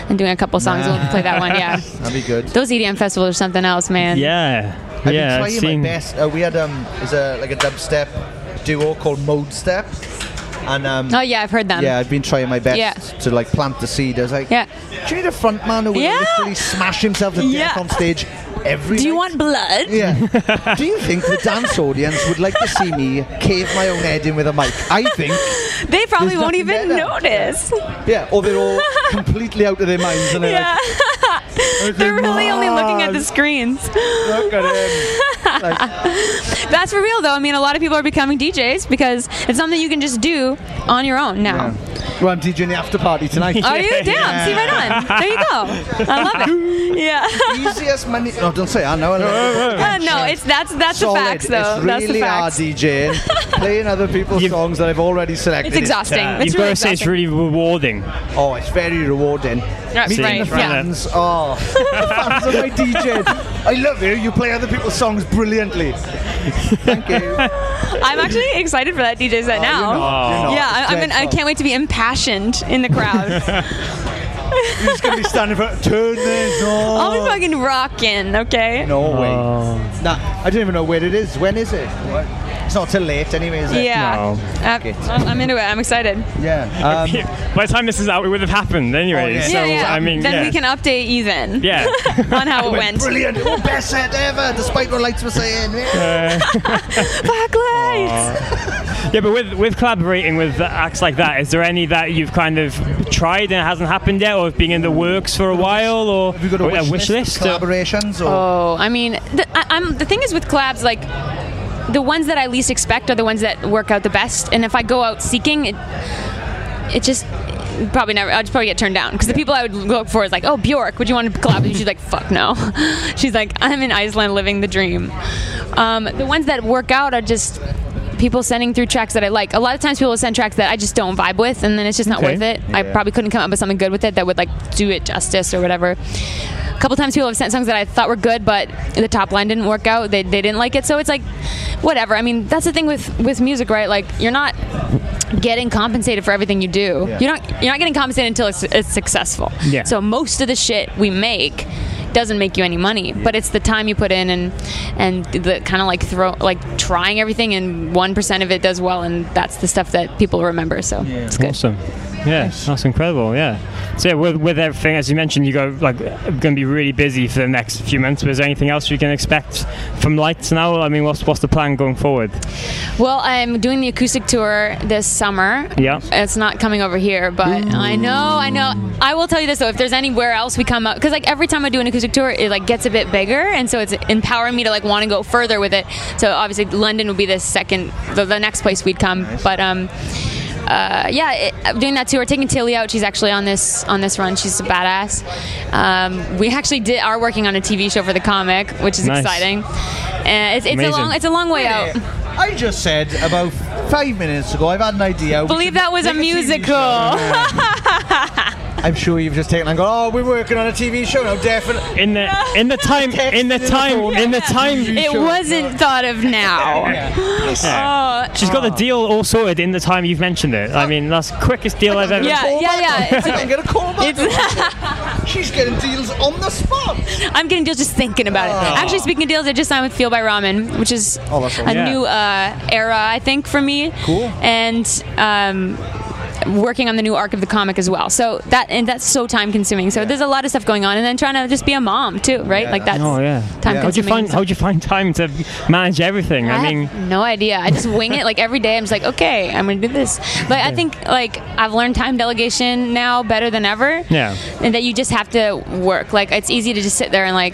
S16: and doing a couple songs.
S2: [laughs]
S16: We'll play that one. Yeah,
S5: That'd be good.
S16: those EDM festivals are something else, man.
S2: Yeah, yeah.
S5: I've been
S2: I've
S5: trying
S2: seen-
S5: my best. Uh, we had um, is a like a dubstep duo called Mode Step, and um.
S16: Oh yeah, I've heard them.
S5: Yeah, I've been trying my best
S16: Yeah.
S5: to like plant the seed. I was like,
S16: Yeah.
S5: do you need a front
S2: [laughs]
S5: man who will
S16: Yeah.
S5: literally smash himself to death
S16: Yeah.
S5: on stage every
S16: Do you want blood? [laughs]
S5: Yeah. do you think the dance audience would like to see me cave my own head in with a mic? I think.
S16: They probably
S5: There's
S16: won't
S5: nothing
S16: even
S5: better.
S16: notice.
S5: Yeah, or they're all completely out of their minds and they're like,
S16: Yeah. They're really only looking at the
S5: "Mom,
S16: screens.
S5: Look at
S16: [laughs]
S5: him.
S16: That's for real, though. I mean, a lot of people are becoming DJs because it's something you can just do on your own now.
S5: Yeah. Well, I'm DJing the after party tonight.
S16: Are you? Damn. See,
S5: [laughs]
S16: right on. There you go. I love it. Yeah.
S5: Easiest [laughs] money. No, Oh, don't say I know. I know.
S16: Uh, no, it's that's that's
S5: Solid.
S16: the facts, though.
S5: It's
S16: that's the
S5: really hard
S16: facts. [laughs]
S5: DJing, playing other people's songs that I've already selected.
S16: It's exhausting. It's
S2: You've
S16: really
S2: got to say it's
S16: exhausting.
S2: really rewarding.
S5: Oh, it's very rewarding.
S2: That's
S5: Meeting
S2: right,
S5: the
S2: yeah.
S5: fans. Oh, [laughs] the fans of my DJ. I love you. You play other people's songs brilliantly.
S16: I'm actually excited for that DJ
S5: Oh,
S16: set now.
S5: not. You're not.
S16: Yeah, I, I'm
S5: It's
S16: gonna, I
S5: dead
S16: can't wait to be impassioned in the
S5: [laughs]
S16: crowd.
S5: You're just gonna be standing for turn this on.
S16: I'll be fucking rocking. Okay.
S5: No way.
S16: Oh.
S5: Nah, I don't even know where it is. When is it? It's not till late, anyway, is it?
S16: Yeah. Uh, I'm I'm into it. I'm excited.
S5: Yeah.
S2: By the time this is out, it would have happened
S5: Oh,
S2: anyway.
S16: yeah,
S2: so
S16: yeah.
S2: I mean,
S16: then
S2: yeah.
S16: we can update Ethan.
S2: Yeah.
S16: [laughs] on how it
S5: Went
S16: went.
S5: brilliant. Oh, best set ever, despite what lights
S16: [laughs]
S5: were saying.
S16: Uh,
S2: Aw. yeah, but with with collaborating with acts like that, is there any that you've kind of tried and hasn't happened yet, or being in the works for a while, or have you
S5: got a wish list of collaborations?
S16: Oh, I mean, the, I, I'm the thing is with collabs like. The ones that I least expect are the ones that work out the best, and if I go out seeking, it it just probably never. I'll just probably get turned down because the people I would look for is like, oh Bjork, would you want to collab? with you?" she's like, fuck no. [laughs] She's like, I'm in Iceland living the dream. Um, the ones that work out are just people sending through tracks that I like. A lot of times people will send tracks that I just don't vibe with, and then it's just not
S7: Okay.
S16: worth it. I
S7: Yeah.
S16: probably couldn't come up with something good with it that would like do it justice or whatever. A couple times people have sent songs that I thought were good, but the top line didn't work out. They, they didn't like it, so it's like whatever. I mean, that's the thing with with music, right? Like you're not getting compensated for everything you do.
S7: Yeah.
S16: You're not you're not getting compensated until it's, it's successful.
S7: Yeah.
S16: So most of the shit we make doesn't make you any money, but it's the time you put in and and the kind of like throw like trying everything and one percent of it does well, and that's the stuff that people remember. So it's good.
S2: Awesome. Yeah, that's incredible. Yeah. So yeah, with, with everything as you mentioned, you go like going to be really busy for the next few months. But is there anything else you can expect from Lights now? I mean, what's what's the plan going forward?
S16: Well, I'm doing the acoustic tour this summer.
S2: Yeah.
S16: It's not coming over here, but I know, I know. I will tell you this though: if there's anywhere else we come up, because like every time I do an acoustic tour, it like gets a bit bigger, and so it's empowering me to like want to go further with it. So obviously, London would be the second, the, the next place we'd come. But um, uh, yeah, it, I'm doing that tour. Taking Tilly out, she's actually on this on this run. She's a badass. Um, we actually did are working on a TV show for the comic, which is
S5: Nice.
S16: exciting. And it's, it's a
S5: Amazing.
S16: long it's a long way out.
S5: I just said about five minutes ago, I've had an idea. We
S16: Believe
S5: should
S16: that was a [laughs]
S5: make TV show.
S16: musical.
S5: Yeah. I I'm sure you've just taken and gone. Oh, we're working on a TV show now. Definitely
S2: in the in the time in the time in the time.
S16: It wasn't thought of now. [laughs] Oh.
S2: Yeah. She's got the deal all sorted in the time you've mentioned it. I mean, that's quickest deal I've
S16: Oh.
S2: ever.
S16: Yeah, yeah, yeah.
S2: I
S5: didn't get a call
S16: [laughs]
S5: back.
S16: She's
S5: getting deals on the spot.
S16: I'm getting deals just thinking about
S2: Oh.
S16: it. Actually, speaking of deals, I just signed with Feel by Ramen, which is
S5: Oh, that's
S16: a
S5: awesome.
S16: new uh, era, I think, for me.
S5: Cool.
S16: And um, working on the new arc of the comic as well. So that and that's so time consuming. So there's a lot of stuff going on, and then trying to just be a mom too, right? like that's
S2: oh yeah.
S16: time consuming. Uh-huh.
S2: How'd you find How'd you find time to manage everything? I,
S16: I
S2: mean,
S16: have no idea. I just wing it. Like every day, I'm just like, okay, I'm gonna do this. But I think like I've learned time delegation now better than ever.
S2: yeah.
S16: and that you just have to work. Like it's easy to just sit there and like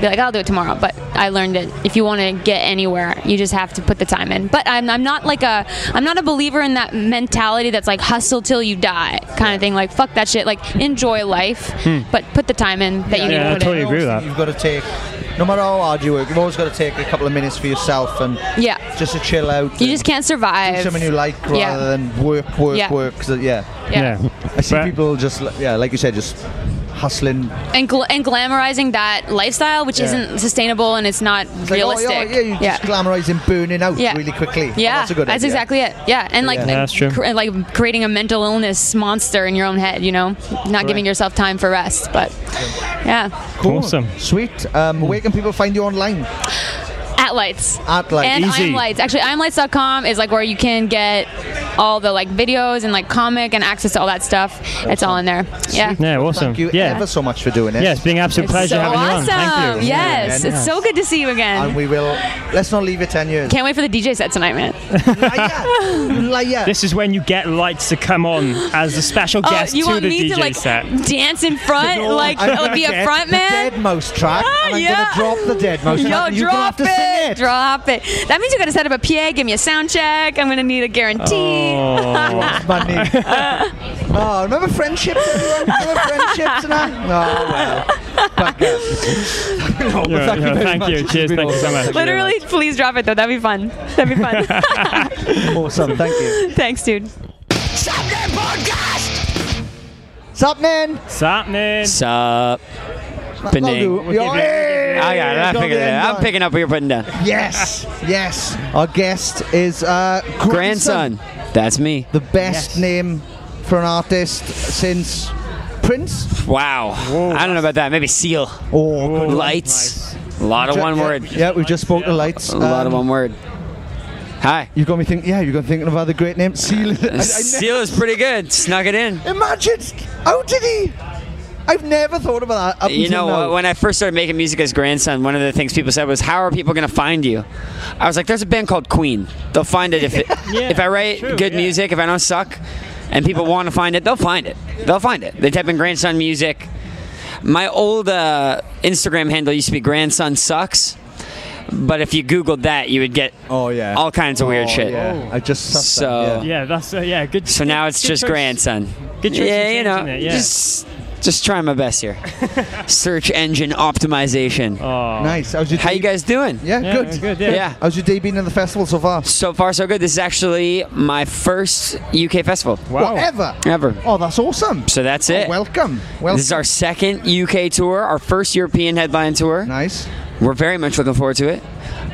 S16: be like, I'll do it tomorrow. But I learned it. If you want to get anywhere, you just have to put the time in. But I'm, I'm not like a I'm not a believer in that mentality that's like hustle till you die kind of thing. Like fuck that shit. Like enjoy life,
S5: Hmm.
S16: but put the time in that you need to put in.
S2: agree with that.
S5: You've got to take, no matter how hard you work, you've always got to take a couple of minutes for yourself and
S16: Yeah.
S5: just to chill out.
S16: You just can't survive.
S5: do something you like rather
S16: Yeah.
S5: than work, work,
S16: Yeah.
S5: work. 'cause, yeah.
S16: Yeah.
S5: I see people just, li- yeah, like you said, just hustling.
S16: and, gl- and glamorizing that lifestyle, which
S5: Yeah.
S16: isn't sustainable and it's not
S5: It's like, oh,
S16: realistic.
S5: yeah, yeah, you just glamorizing burning out
S16: Yeah.
S5: really quickly. Oh,
S16: Yeah,
S5: that's a good idea.
S16: exactly it. Yeah, and like
S5: Yeah, that's true.
S16: cr- like creating a mental illness monster in your own head. You know, not giving
S5: Correct.
S16: yourself time for rest. But yeah,
S5: Cool. Awesome. Sweet. Um, Where can people find you online?
S16: at lights.
S5: At Lights.
S16: And
S5: Easy.
S16: I'm lights. Actually, imlights.com is like where you can get all the like videos and like comic and access to all that stuff. It's all in there. Yeah.
S2: Yeah, awesome.
S5: Thank you
S2: yeah.
S5: ever so much for doing it.
S2: Yeah, it's been an absolute
S16: It's
S2: pleasure
S16: so
S2: having
S16: awesome.
S2: you on. Thank you.
S16: Yes, it's so good to see you
S5: And
S16: again.
S5: we will, let's not leave it
S16: [laughs]
S5: 10 years.
S16: Can't wait for the DJ set tonight, man. [laughs]
S5: like, yeah.
S2: This is when you get lights to come on as a special
S16: Oh,
S2: guest
S16: you
S2: to
S16: want
S2: the
S16: me
S2: DJ
S16: to like [laughs]
S2: set.
S16: dance in front,
S5: No,
S16: like
S5: I'm
S16: uh,
S5: gonna
S16: be a
S5: get
S16: front man?
S5: The dead mouse track. and I'm
S16: Ah, yeah.
S5: gonna drop the dead mouse track.
S16: Yo,
S5: and you're gonna
S16: drop
S5: have to sing
S16: it, drop it. That means you got to set up a PA, give me a sound check. I'm gonna need a guarantee.
S5: Oh.
S16: [laughs]
S5: What's money?
S14: [laughs]
S5: oh, remember friendships, everyone? Remember friendships and that?
S16: [laughs]
S5: Oh, well. Fuck it. No, but
S2: Yeah,
S5: thank
S2: yeah,
S5: you very
S2: thank
S5: much.
S2: you.
S5: It's
S2: Cheers,
S5: been
S2: thank you so
S5: awesome.
S2: much.
S16: Literally, please drop it though. That'd be fun. [laughs] That'd be fun.
S5: [laughs] Awesome, thank you.
S16: Thanks, dude.
S5: Sup, man?
S2: Sup, man?
S23: Sup.
S5: That'll
S23: Bening.
S5: do. Yo, hey!
S23: I got it. I
S5: Got
S23: figured
S5: the
S23: it
S5: end
S23: out. I'm
S5: line.
S23: picking up what you're putting down.
S5: Yes, yes. Our guest is uh, grandson.
S23: Grandson. That's me.
S5: The best name for an artist since Prince.
S23: Wow. I don't know about that. Maybe seal.
S5: Oh,
S23: lights. A lot of
S5: Ju-
S23: one
S5: yeah,
S23: word.
S5: Yeah, we just spoke to lights. Um,
S23: A lot of one word. Hi.
S5: You got me thinking. Yeah, you got me thinking about the great name Seal. [laughs] I- I
S23: [laughs]
S5: ne-
S23: Seal is pretty good. Snuck it in.
S5: Imagine how did he? I've never thought about that. Up
S23: You know,
S5: until now.
S23: what? when I first started making music as grandson, one of the things people said was, "How are people going to find you?" I was like, "There's a band called Queen. They'll find it if it, if I write good music, if I don't suck, and people want to find it, they'll find it. They'll find it. They type in grandson music. My old uh, Instagram handle used to be grandson sucks." But if you Googled that, you would get oh yeah all kinds of weird
S5: Oh,
S23: shit.
S5: yeah. I just sucked that,
S23: so
S5: yeah.
S2: Yeah, that's uh, yeah. Good.
S23: So now it's
S2: good
S23: just
S2: choice.
S23: grandson.
S2: Good choice
S23: Yeah,
S2: in
S23: you know,
S2: changing it, yeah.
S23: just just trying my best here. Search engine optimization.
S5: Nice. How's your
S23: How you guys doing?
S5: Yeah, good.
S23: yeah.
S5: How's your day been in the festival so far?
S23: So far, so good. This is actually my first UK festival.
S5: Whatever.
S23: Ever.
S5: Oh, that's awesome.
S23: So that's it.
S5: Oh, welcome. Welcome.
S23: This is our second UK tour, our first European headline tour.
S5: Nice.
S23: We're very much looking forward to it.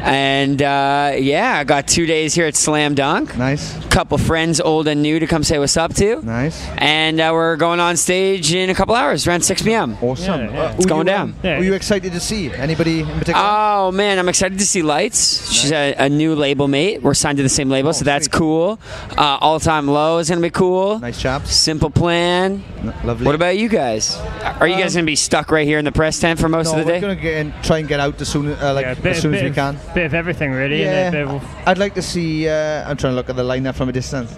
S23: And uh, yeah, I got two days here at Slam Dunk.
S5: Nice.
S23: Couple friends, old and new, to come say what's up to.
S5: Nice.
S23: And uh, we're going on stage in a couple hours, around 6 p.m.
S5: Awesome. Uh,
S23: It's
S5: were
S23: going
S5: you,
S23: down.
S5: um, Were you excited to see anybody in particular?
S23: Oh man, I'm excited to see Lights. She's a, a new label mate. We're signed to the same
S5: Oh,
S23: label, so that's cool. Uh, All Time Low is gonna be cool. Nice
S5: chops.
S23: Simple Plan.
S5: lovely. Um,
S23: What about you guys? Are you guys gonna be stuck right here in the press tent for most
S5: no,
S23: of the
S5: we're
S23: day?
S5: gonna get in, try and get out as soon uh, like
S2: Yeah, a bit-
S5: as soon
S2: bit
S5: as we
S2: of-
S5: can.
S2: Bit of everything, really.
S5: Yeah,
S2: And a bit of,
S5: I'd like to see. Uh, I'm trying to look at the lineup from a distance.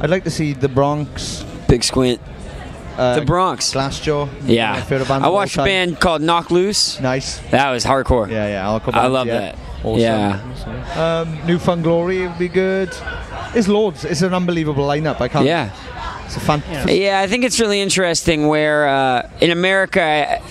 S5: I'd like to see the Bronx.
S23: Big Squint.
S5: Uh,
S23: The Bronx.
S5: Glassjaw.
S23: Yeah.
S5: My favorite band
S23: I
S5: of all
S23: watched a
S5: time.
S23: band called Knock Loose.
S5: Nice.
S23: That was hardcore.
S5: Yeah, yeah. Hardcore
S23: I
S5: band,
S23: love
S5: yeah.
S23: that.
S5: Awesome.
S23: Yeah.
S5: Um, New Fun Glory would be good. It's loads. It's an unbelievable lineup. I can't.
S23: Yeah.
S5: It's a fun.
S23: Yeah, I think it's really interesting where uh, in America,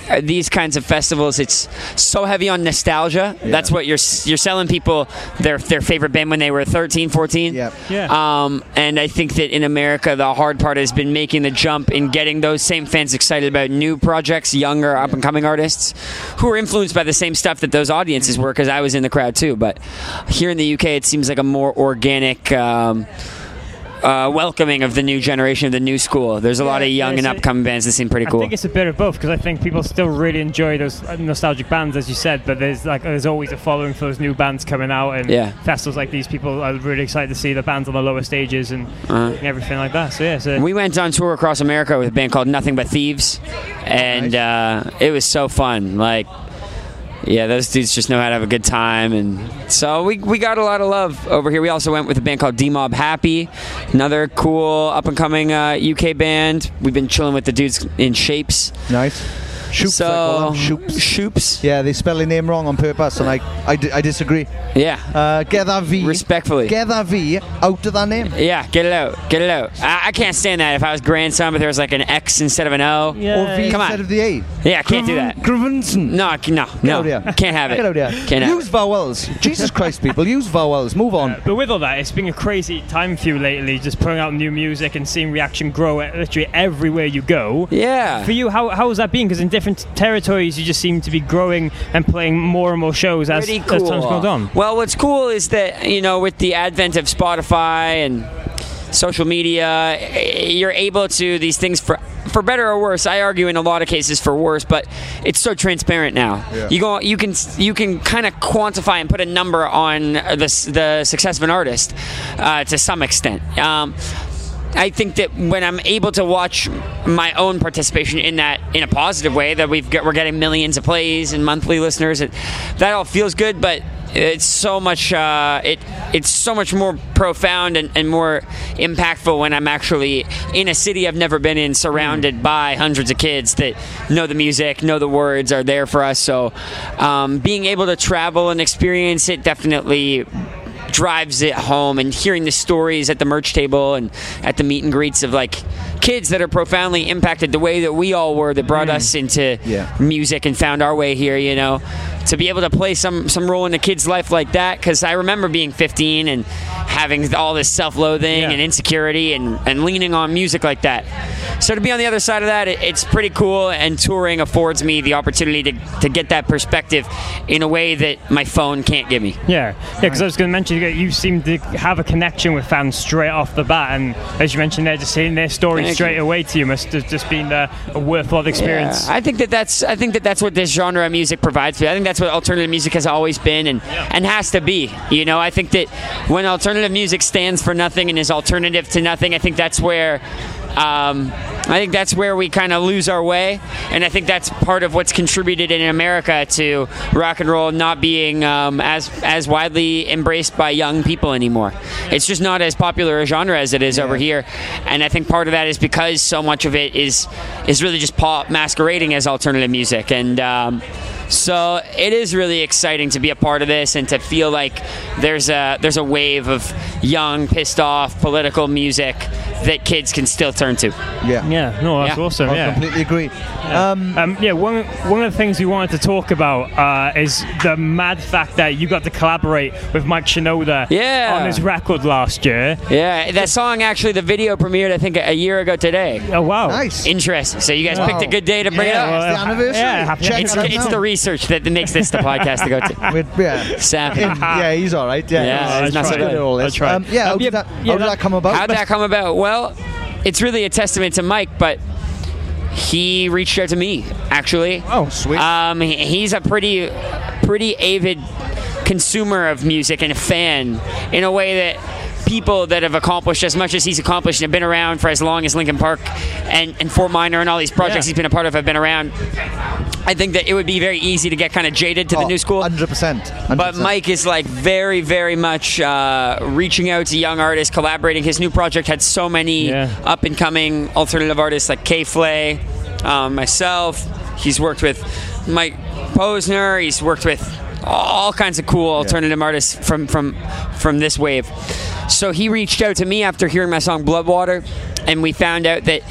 S23: uh, these kinds of festivals, it's so heavy on nostalgia. That's what you're s- you're selling people their their favorite band when they were 13, 14. Yeah. Um, and I think that in America, the hard part has been making the jump and getting those same fans excited about new projects, younger up and coming artists who are influenced by the same stuff that those audiences were. Because I was in the crowd too. But here in the UK, it seems like a more organic. Um, uh, welcoming of the new generation of the new school. There's a lot of young
S2: yeah,
S23: and
S2: so-
S23: upcoming bands that seem pretty cool.
S2: I think it's a bit of both because I think people still really enjoy those uh, nostalgic bands, as you said. But there's like there's always a following for those new bands coming out, and
S23: Yeah.
S2: festivals like these, people are really excited to see the bands on the lower stages and,
S23: Uh-huh.
S2: and everything like that. So yeah, so
S23: We went on tour across America with a band called Nothing But Thieves, and uh, it was so fun. Like, yeah, those dudes just know how to have a good time, and so we, we got a lot of love over here. We also went with a band called D Mob Happy, another cool up and coming uh, UK band. We've been chilling with the dudes in Shapes.
S5: Nice. Shoops,
S23: so
S5: Shoops.
S23: Shoops.
S5: Yeah, they spell the name wrong on purpose, and I, I, di- I disagree.
S23: Yeah.
S5: Uh, get that V.
S23: Respectfully.
S5: Get that V out of that name.
S23: yeah, get it out, get it out. I, I can't stand that. If I was grandson, but there was like an X instead of an O,
S5: Or V
S23: come on,
S5: instead of the A.
S23: Yeah, I can't do that.
S5: Gravenson.
S23: No, I c- no, no.
S5: Get out here.
S23: Can't have it.
S5: Get out here.
S23: Can't have
S5: Use vowels. Jesus Christ, people. Use vowels. Move on.
S2: Uh, But with all that, it's been a crazy time for you lately, just putting out new music and seeing reaction grow at literally everywhere you go.
S23: Yeah.
S2: For you, how, how has that been? Because in different territories, you just seem to be growing and playing more and more shows as,
S23: Pretty
S2: as time's gone on.
S23: Well, what's cool is that you know, with the advent of Spotify and social media, eh, you're able to these things for for better or worse. I argue in a lot of cases for worse, but it's so transparent now.
S24: Yeah.
S23: You go, you can you can kind of quantify and put a number on the s- the success of an artist uh, to some extent. Um, I think that when I'm able to watch my own participation in that in a positive way, that we've got, we're getting millions of plays and monthly listeners, and that all feels good. But it's so much uh, it it's so much more profound and, and more impactful when I'm actually in a city I've never been in, surrounded by hundreds of kids that know the music, know the words, are there for us. So um, being able to travel and experience it definitely drives it home and hearing the stories at the merch table and at the meet and greets of like kids that are profoundly impacted the way that we all were that brought us into
S5: Yeah.
S23: music and found our way here you know to be able to play some some role in a kid's life like that because i remember being 15 and having all this self-loathing and insecurity and, and leaning on music like that so to be on the other side of that it, it's pretty cool and touring affords me the opportunity to, to get that perspective in a way that my phone can't give me
S2: Yeah, yeah. Because I was going to mention that you seem to have a connection with fans straight off the bat, and as you mentioned, they're just hearing their story
S23: Thank
S2: straight
S23: you.
S2: away to you must have just been a, a worthwhile experience.
S23: Yeah, I think that that's I think that that's what this genre of music provides. me. I think that's what alternative music has always been and and has to be. You know, I think that when alternative music stands for nothing and is alternative to nothing, I think that's where. Um, I think that's where we kind of lose our way, and I think that's part of what's contributed in America to rock and roll not being um, as as widely embraced by young people anymore. It's just not as popular a genre as it is over here, and I think part of that is because so much of it is is really just pop masquerading as alternative music, and um, so it is really exciting to be a part of this and to feel like there's a there's a wave of young, pissed off political music that kids can still turn to.
S5: Yeah.
S2: Yeah. No, that's
S23: Yeah.
S2: awesome.
S23: I
S2: yeah.
S5: completely agree.
S2: Yeah. Um, yeah. One one of the things we wanted to talk about uh, is the mad fact that you got to collaborate with Mike Shinoda.
S23: Yeah.
S2: On his record last year.
S23: Yeah, that song actually, the video premiered, I think, a year ago today.
S2: Oh, wow.
S23: Nice. Interesting. So you guys
S2: Wow.
S23: picked a good day to bring
S2: Yeah,
S23: it up.
S2: well, It's the anniversary. yeah, happy
S23: It's-
S2: anniversary.
S23: it's,
S2: Check it out now.
S23: the research that makes this the podcast to go to.
S5: yeah.
S23: Sappy.
S5: yeah, he's all right. Yeah,
S23: Ah. Yeah,
S5: he's,
S23: that's
S5: not so
S23: right.
S5: good at all this.
S23: That's right.
S5: Um, yeah,
S23: Um,
S5: how did that, how did that come about?
S23: How'd that come about? Well, it's really a testament to Mike, but he reached out to me actually. Oh,
S5: sweet.
S23: Um, he- he's a pretty, pretty avid consumer of music and a fan in a way that people that have accomplished as much as he's accomplished and have been around for as long as Lincoln Park and, and Fort Minor and all these projects
S5: Yeah.
S23: he's been a part of have been around. I think that it would be very easy to get kind of jaded to
S5: Oh,
S23: the new school.
S5: 100%.
S23: But Mike is like very, very much uh, reaching out to young artists, collaborating. His new project had so many up and coming alternative artists like Kay Flay, um, myself. He's worked with Mike Posner. He's worked with all kinds of cool alternative artists from from from this wave. So he reached out to me after hearing my song Bloodwater, and we found out that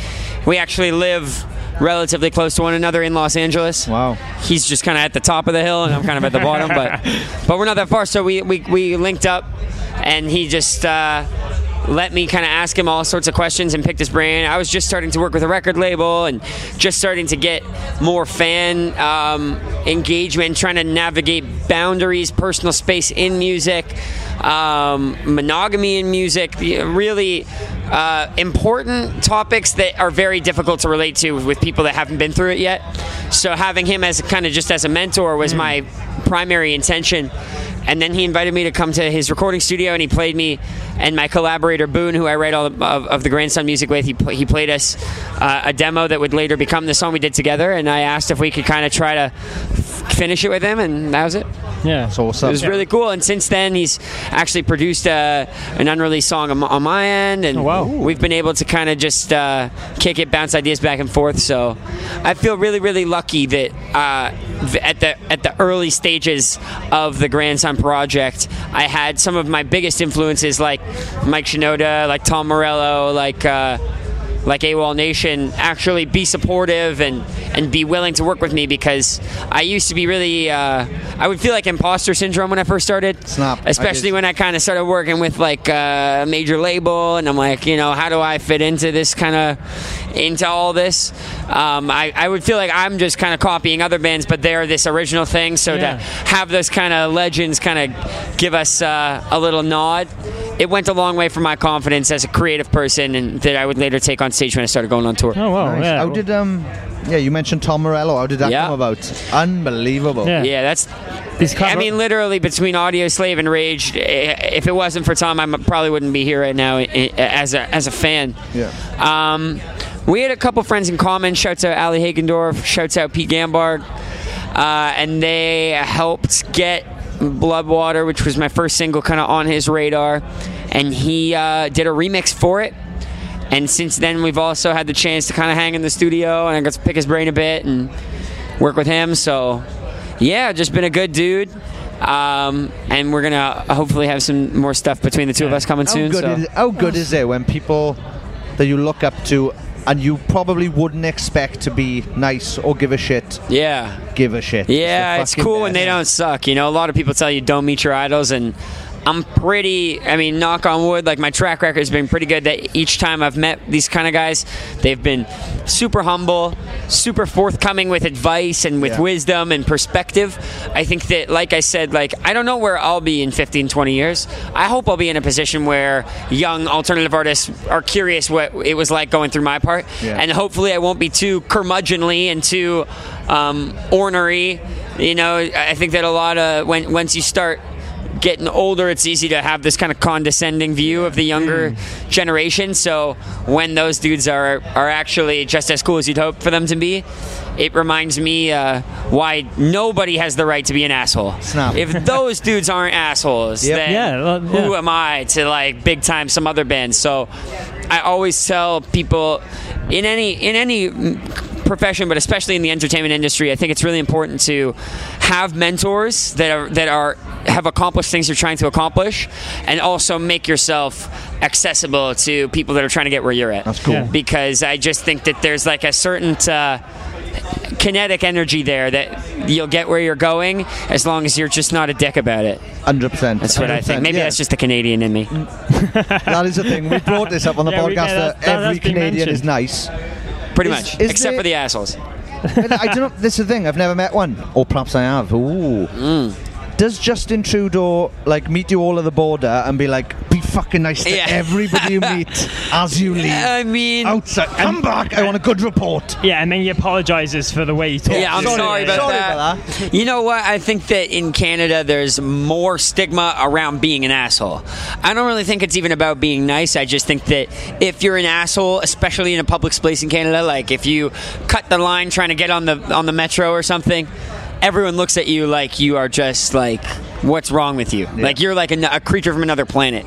S23: we actually live relatively close to one another in Los Angeles. Wow. He's just kind of at the top of the hill, and I'm kind of at the bottom, but but we're not that far. So we we, we linked up, and he just. Uh, let me kind of ask him all sorts of questions and picked his brain. I was just starting to work with a record label and just starting to get more fan um, engagement, trying to navigate boundaries, personal space in music, um, monogamy in music, y- really uh, important topics that are very difficult to relate to with people that haven't been through it yet. So having him as kind of just as a mentor was my primary intention. And then he invited me to come to his recording studio, and he played me and my collaborator Boone, who I write all of, of the Grandson music with. He pl- he played us uh, a demo that would later become the song we did together, and I asked if we could kind of try to f- finish it with him, and that was it.
S2: Yeah, it's
S23: It was really cool, and since then he's actually produced uh, an unreleased song on, on my end, and we've been able to kind of just uh, kick it, bounce ideas back and forth. So I feel really, really lucky that uh, th- at the at the early stages of the Grandson project, I had some of my biggest influences like Mike Shinoda, like Tom Morello, like. Uh, like AWOL Nation actually be supportive and, and be willing to work with me because I used to be really uh, I would feel like imposter syndrome when I first started. Snap. Especially when I kind of started working with like uh, a major label and I'm like, you know, how do I fit into this kind of into all this? Um, I, I would feel like I'm just kind of copying other bands, but they're this original thing. So
S2: Yeah.
S23: to have those kind of legends kind of give us uh, a little nod. It went a long way for my confidence as a creative person, and that I would later take on stage when I started going on tour.
S2: Oh wow!
S23: Nice.
S2: Yeah.
S23: How
S5: did um? Yeah, you mentioned Tom Morello. How did that come about? Unbelievable.
S23: Yeah, that's. I mean, literally between Audio Slave and Rage, eh, if it wasn't for Tom, I m- probably wouldn't be here right now eh, eh, as a as a fan.
S5: Yeah.
S23: Um, we had a couple friends in common. Shouts out Ali Hagendorf. Shouts out Pete Gambarg. Uh, and they helped get Bloodwater, which was my first single, kind of on his radar. And he uh, did a remix for it. And since then, we've also had the chance to kind of hang in the studio, and I got to pick his brain a bit and work with him. So, yeah, just been a good dude. Um, and we're gonna hopefully have some more stuff between the two of us coming
S5: how
S23: soon.
S5: Good
S23: so.
S5: is, how good is it when people that you look up to and you probably wouldn't expect to be nice or give a shit?
S23: Yeah.
S5: Give a shit.
S23: Yeah, it's cool when they don't suck. You know, a lot of people tell you don't meet your idols, and I'm pretty. I mean, knock on wood, like my track record has been pretty good. That each time I've met these kind of guys, they've been super humble, super forthcoming with advice and with
S2: Yeah.
S23: wisdom and perspective. I think that, like I said, like I don't know where I'll be in 15, 20 years. I hope I'll be in a position where young alternative artists are curious what it was like going through my part,
S2: Yeah.
S23: and hopefully I won't be too curmudgeonly and too um, ornery. You know, I I think that a lot of when once you start getting older, it's easy to have this kind of condescending view of the younger generation. So when those dudes are are actually just as cool as you'd hope for them to be, it reminds me uh, why nobody has the right to be an asshole. If those dudes aren't assholes,
S2: Yep.
S23: then
S2: Yeah, well,
S23: who
S2: yeah.
S23: am I to like big time some other band? So I always tell people in any in any mm, profession, but especially in the entertainment industry, I think it's really important to have mentors that are that are have accomplished things you're trying to accomplish, and also make yourself accessible to people that are trying to get where you're at. That's
S5: cool. Yeah.
S23: Because I just think that there's like a certain. Uh, kinetic energy there that you'll get where you're going as long as you're just not a dick about it.
S5: 100%.
S23: That's what I think. Maybe that's just the Canadian in me.
S5: that is the thing. We brought this up on the
S23: [laughs] Yeah, we-
S5: podcast
S23: yeah,
S5: that,
S23: that- that has
S5: every
S23: been
S5: Canadian
S23: mentioned.
S5: is nice.
S23: Pretty
S5: Is-
S23: much.
S5: is
S23: Except
S5: there-
S23: for the assholes.
S5: And I don't know. This is the thing. I've never met one, or perhaps I have. Ooh.
S23: Mm.
S5: Does Justin Trudeau like meet you all at the border and be like, "Be fucking nice to
S23: Yeah.
S5: everybody you
S23: [laughs]
S5: meet as you leave"?
S23: I mean,
S5: outside. Come back. I want a good report.
S2: Yeah, and then he apologizes for the way he talks.
S23: Yeah, I'm sorry, about, that. You know what? I think that in Canada, there's more stigma around being an asshole. I don't really think it's even about being nice. I just think that if you're an asshole, especially in a public space in Canada, like if you cut the line trying to get on the on the metro or something, everyone looks at you like you are just like, what's wrong with you? Like you're like an, a creature from another planet.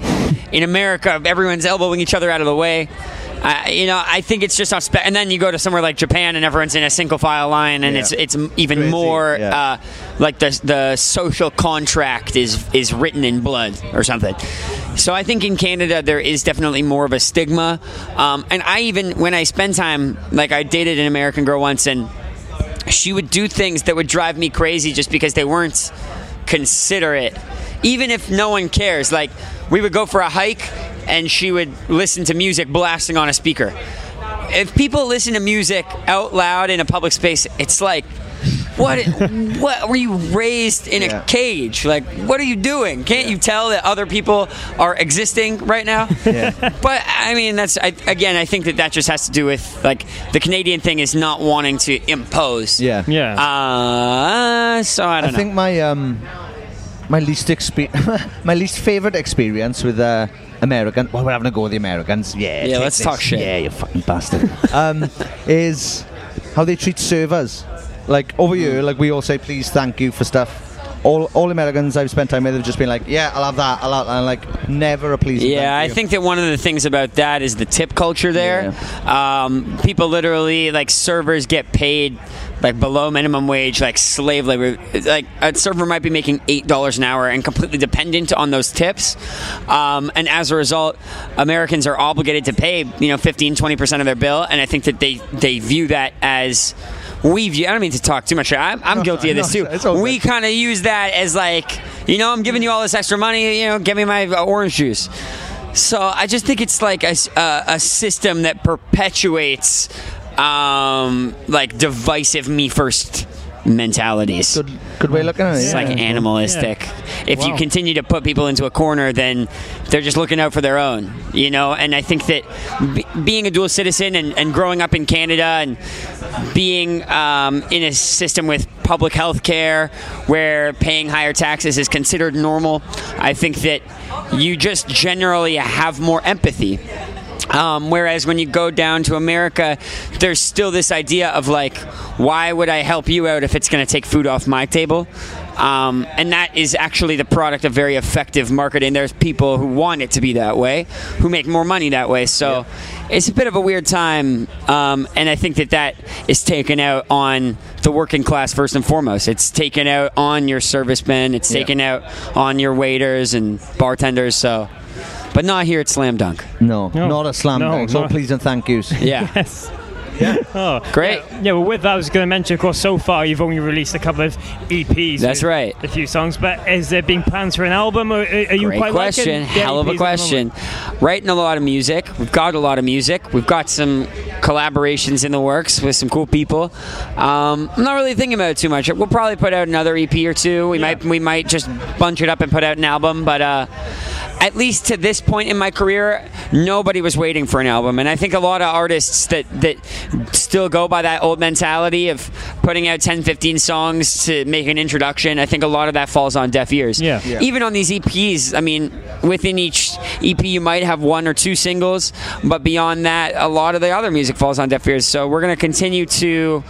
S23: In America, everyone's elbowing each other out of the way. I, you know, I think it's just off. Spe- and then you go to somewhere like Japan, and everyone's in a single file line, and
S2: Yeah.
S23: it's it's m- even more uh, like the the social contract is is written in blood or something. So I think in Canada there is definitely more of a stigma, um, and I even when I spend time, like I dated an American girl once, and she would do things that would drive me crazy just because they weren't considerate, even if no one cares. Like we would go for a hike, and she would listen to music blasting on a speaker. If people listen to music out loud in a public space, it's like what what were you raised in a cage like what are you doing can't you tell that other people are existing right now
S21: Yeah.
S23: but i mean that's I, again i think that that just has to do with like the canadian thing is not wanting to impose
S5: Yeah.
S23: yeah uh, so i don't know
S5: think my um, my least expe- [laughs] my least favorite experience with uh, American. Well, we're having a go with the Americans. Yeah.
S23: Yeah,
S5: take
S23: let's
S5: this.
S23: talk shit.
S5: Yeah, you fucking bastard. [laughs] um, is how they treat servers. Like over here, like we all say, please, thank you for stuff. All, all Americans I've spent time with have just been like, yeah, I'll have that, I'll have that. And like, never a please. and
S23: Yeah,
S5: thank
S23: I
S5: you.
S23: think that one of the things about that is the tip culture there. Um, people literally like servers get paid like below minimum wage, like slave labor. Like a server might be making eight dollars an hour and completely dependent on those tips. Um, and as a result, Americans are obligated to pay you know 15, 20 percent of their bill. And I think that they they view that as we view. I don't mean to talk too much. I'm, I'm
S5: No,
S23: guilty of
S5: no,
S23: this too.
S5: it's all good.
S23: we kind of use that as like, you know, I'm giving you all this extra money, you know, give me my uh, orange juice. So I just think it's like a, s- a- a system that perpetuates um, like divisive me first mentalities. Good,
S5: good way of looking at it,
S23: It's
S5: yeah.
S23: like animalistic.
S5: Yeah.
S23: If you
S5: Wow.
S23: continue to put people into a corner, then they're just looking out for their own, you know. And I think that b- being a dual citizen and, and growing up in Canada and being um, in a system with public health care where paying higher taxes is considered normal, I think that you just generally have more empathy. Um, whereas when you go down to America, there's still this idea of like, why would I help you out if it's going to take food off my table? Um, and that is actually the product of very effective marketing. There's people who want it to be that way, who make more money that way. So it's a bit of a weird time. Um, and I think that that is taken out on the working class first and foremost. It's taken out on your servicemen, it's
S5: Yeah.
S23: taken out on your waiters and bartenders. So, but not here at Slam Dunk.
S5: No, not a slam
S23: No,
S5: dunk. It's all
S23: not-
S5: please and thank yous.
S23: Yeah.
S2: [laughs] Yes. Oh,
S23: Great.
S2: Yeah, yeah, well, with that, I was going to mention, of course, so far you've only released a couple of EPs.
S23: That's
S2: with
S23: right.
S2: A few songs, but is there being plans for an album? Or are are you
S23: Great
S2: quite
S23: question.
S2: liking the E
S23: Hell
S2: EPs
S23: of a
S2: at the moment?
S23: question. Writing a lot of music. We've got a lot of music. We've got some collaborations in the works with some cool people. Um, I'm not really thinking about it too much. We'll probably put out another EP or two. We might we might just bunch it up and put out an album. But uh, at least to this point in my career, nobody was waiting for an album, and I think a lot of artists that that still go by that old mentality of putting out 10, 15 songs to make an introduction. I think a lot of that falls on deaf ears. Yeah.
S2: Yeah.
S23: Even on these EPs, I mean, within each EP, you might have one or two singles, but beyond that, a lot of the other music falls on deaf ears. So we're going to continue to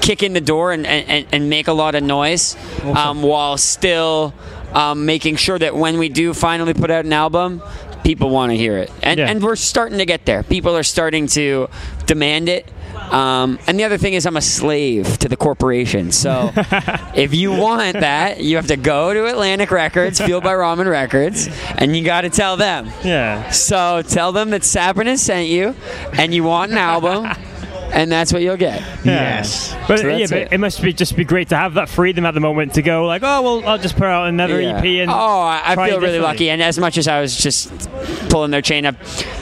S23: kick in the door and, and, and- and make a lot of noise um, while still um, making sure that when we do finally put out an album, people want to hear it. And, and we're starting to get there. People are starting to demand it. Um, and the other thing is, I'm a slave to the corporation. So if you want that, you have to go to Atlantic Records, Fueled by Ramen Records, and you got to tell them.
S2: Yeah.
S23: So tell them that Sabrin has sent you, and you want an album, and that's what you'll get.
S2: Yeah. But,
S23: So
S2: yeah,
S23: that's
S2: but
S23: it.
S2: it. must be just be great to have that freedom at the moment to go like, oh well, I'll just put out another
S23: Yeah.
S2: EP and
S23: oh, I I
S2: try
S23: feel really
S2: differently.
S23: lucky. And as much as I was just pulling their chain up,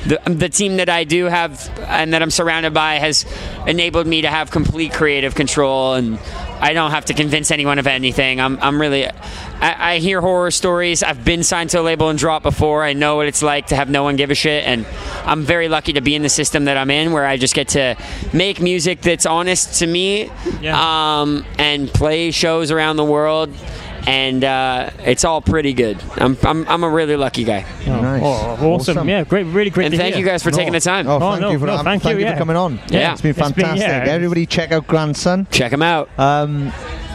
S23: the, the team that I do have and that I'm surrounded by has enabled me to have complete creative control, and I don't have to convince anyone of anything. I'm, I'm really. I, I hear horror stories. I've been signed to a label and dropped before. I know what it's like to have no one give a shit, and I'm very lucky to be in the system that I'm in, where I just get to make music that's honest to me, um, and play shows around the world and uh, it's all pretty good. I'm, I'm, I'm a really lucky guy.
S2: Oh, nice. awesome. Yeah, great. Really great.
S23: And
S2: to
S23: thank
S2: hear.
S23: you guys for taking the time.
S5: Oh, thank you for
S2: no,
S5: having-
S2: thank you, yeah.
S5: for coming on.
S23: Yeah.
S5: it's been
S23: It's been-
S5: fantastic.
S23: yeah.
S5: Everybody, check out Grandson.
S23: Check him out.
S5: Um,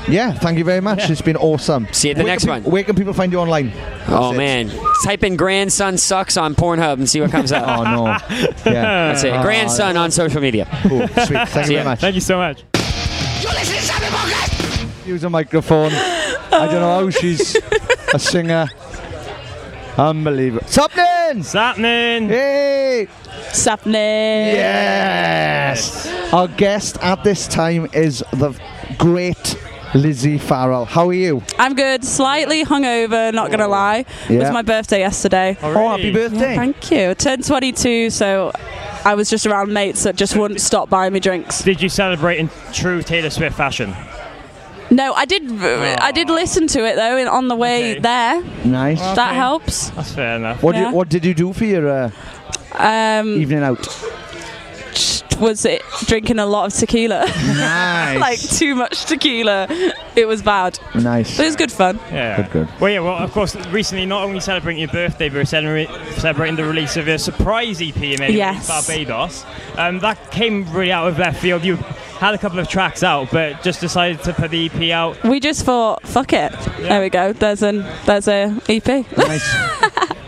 S5: yeah, thank you very much. It's been awesome. See
S23: you at the next one.
S5: Where can people find you online?
S23: Oh man, type in "grandson sucks" on Pornhub and see what comes up.
S5: [laughs]
S2: [laughs]
S5: oh no,
S23: yeah, that's it.
S5: Oh,
S23: grandson on social media.
S5: Cool, sweet. Thank you very much.
S2: Thank you so much.
S5: Use a microphone. I don't know how she's a singer. Unbelievable. Something! Something! Hey!
S21: Something!
S5: Yes! Our guest at this time is the great Lizzie Farrell. How are you?
S21: I'm good. Slightly hungover, not gonna lie. It
S5: Oh. Yeah.
S21: was my birthday yesterday.
S5: Oh, happy birthday.
S21: Yeah, thank you. Turned 22, so I was just around mates that just wouldn't stop buying me drinks.
S2: Did you celebrate in true Taylor Swift fashion?
S21: No, I did. I did listen to it though in- on the way there.
S5: Nice.
S21: That helps.
S2: That's fair enough.
S5: What,
S21: Yeah.
S5: did, what did you do for your uh,
S21: Um,
S5: evening out?
S21: was it drinking a lot of tequila?
S5: Nice.
S21: [laughs] like too much tequila. It was bad.
S5: Nice.
S21: But it was good fun.
S2: Yeah. Well, yeah. Well, of course, recently not only celebrating your birthday, but we're celebra- celebrating the release of your surprise EP you made
S21: Yes.
S2: in Barbados. Um, that came really out of left field. You had a couple of tracks out, but just decided to put the EP out.
S21: We just thought, fuck it. There we go. There's an there's a E EP.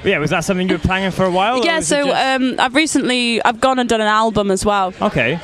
S2: Yeah. Was that something you were planning for a while? or
S21: yeah.
S2: was Oh, it
S21: So
S2: just-
S21: um, I've recently I've gone and done an album as well.
S2: okay.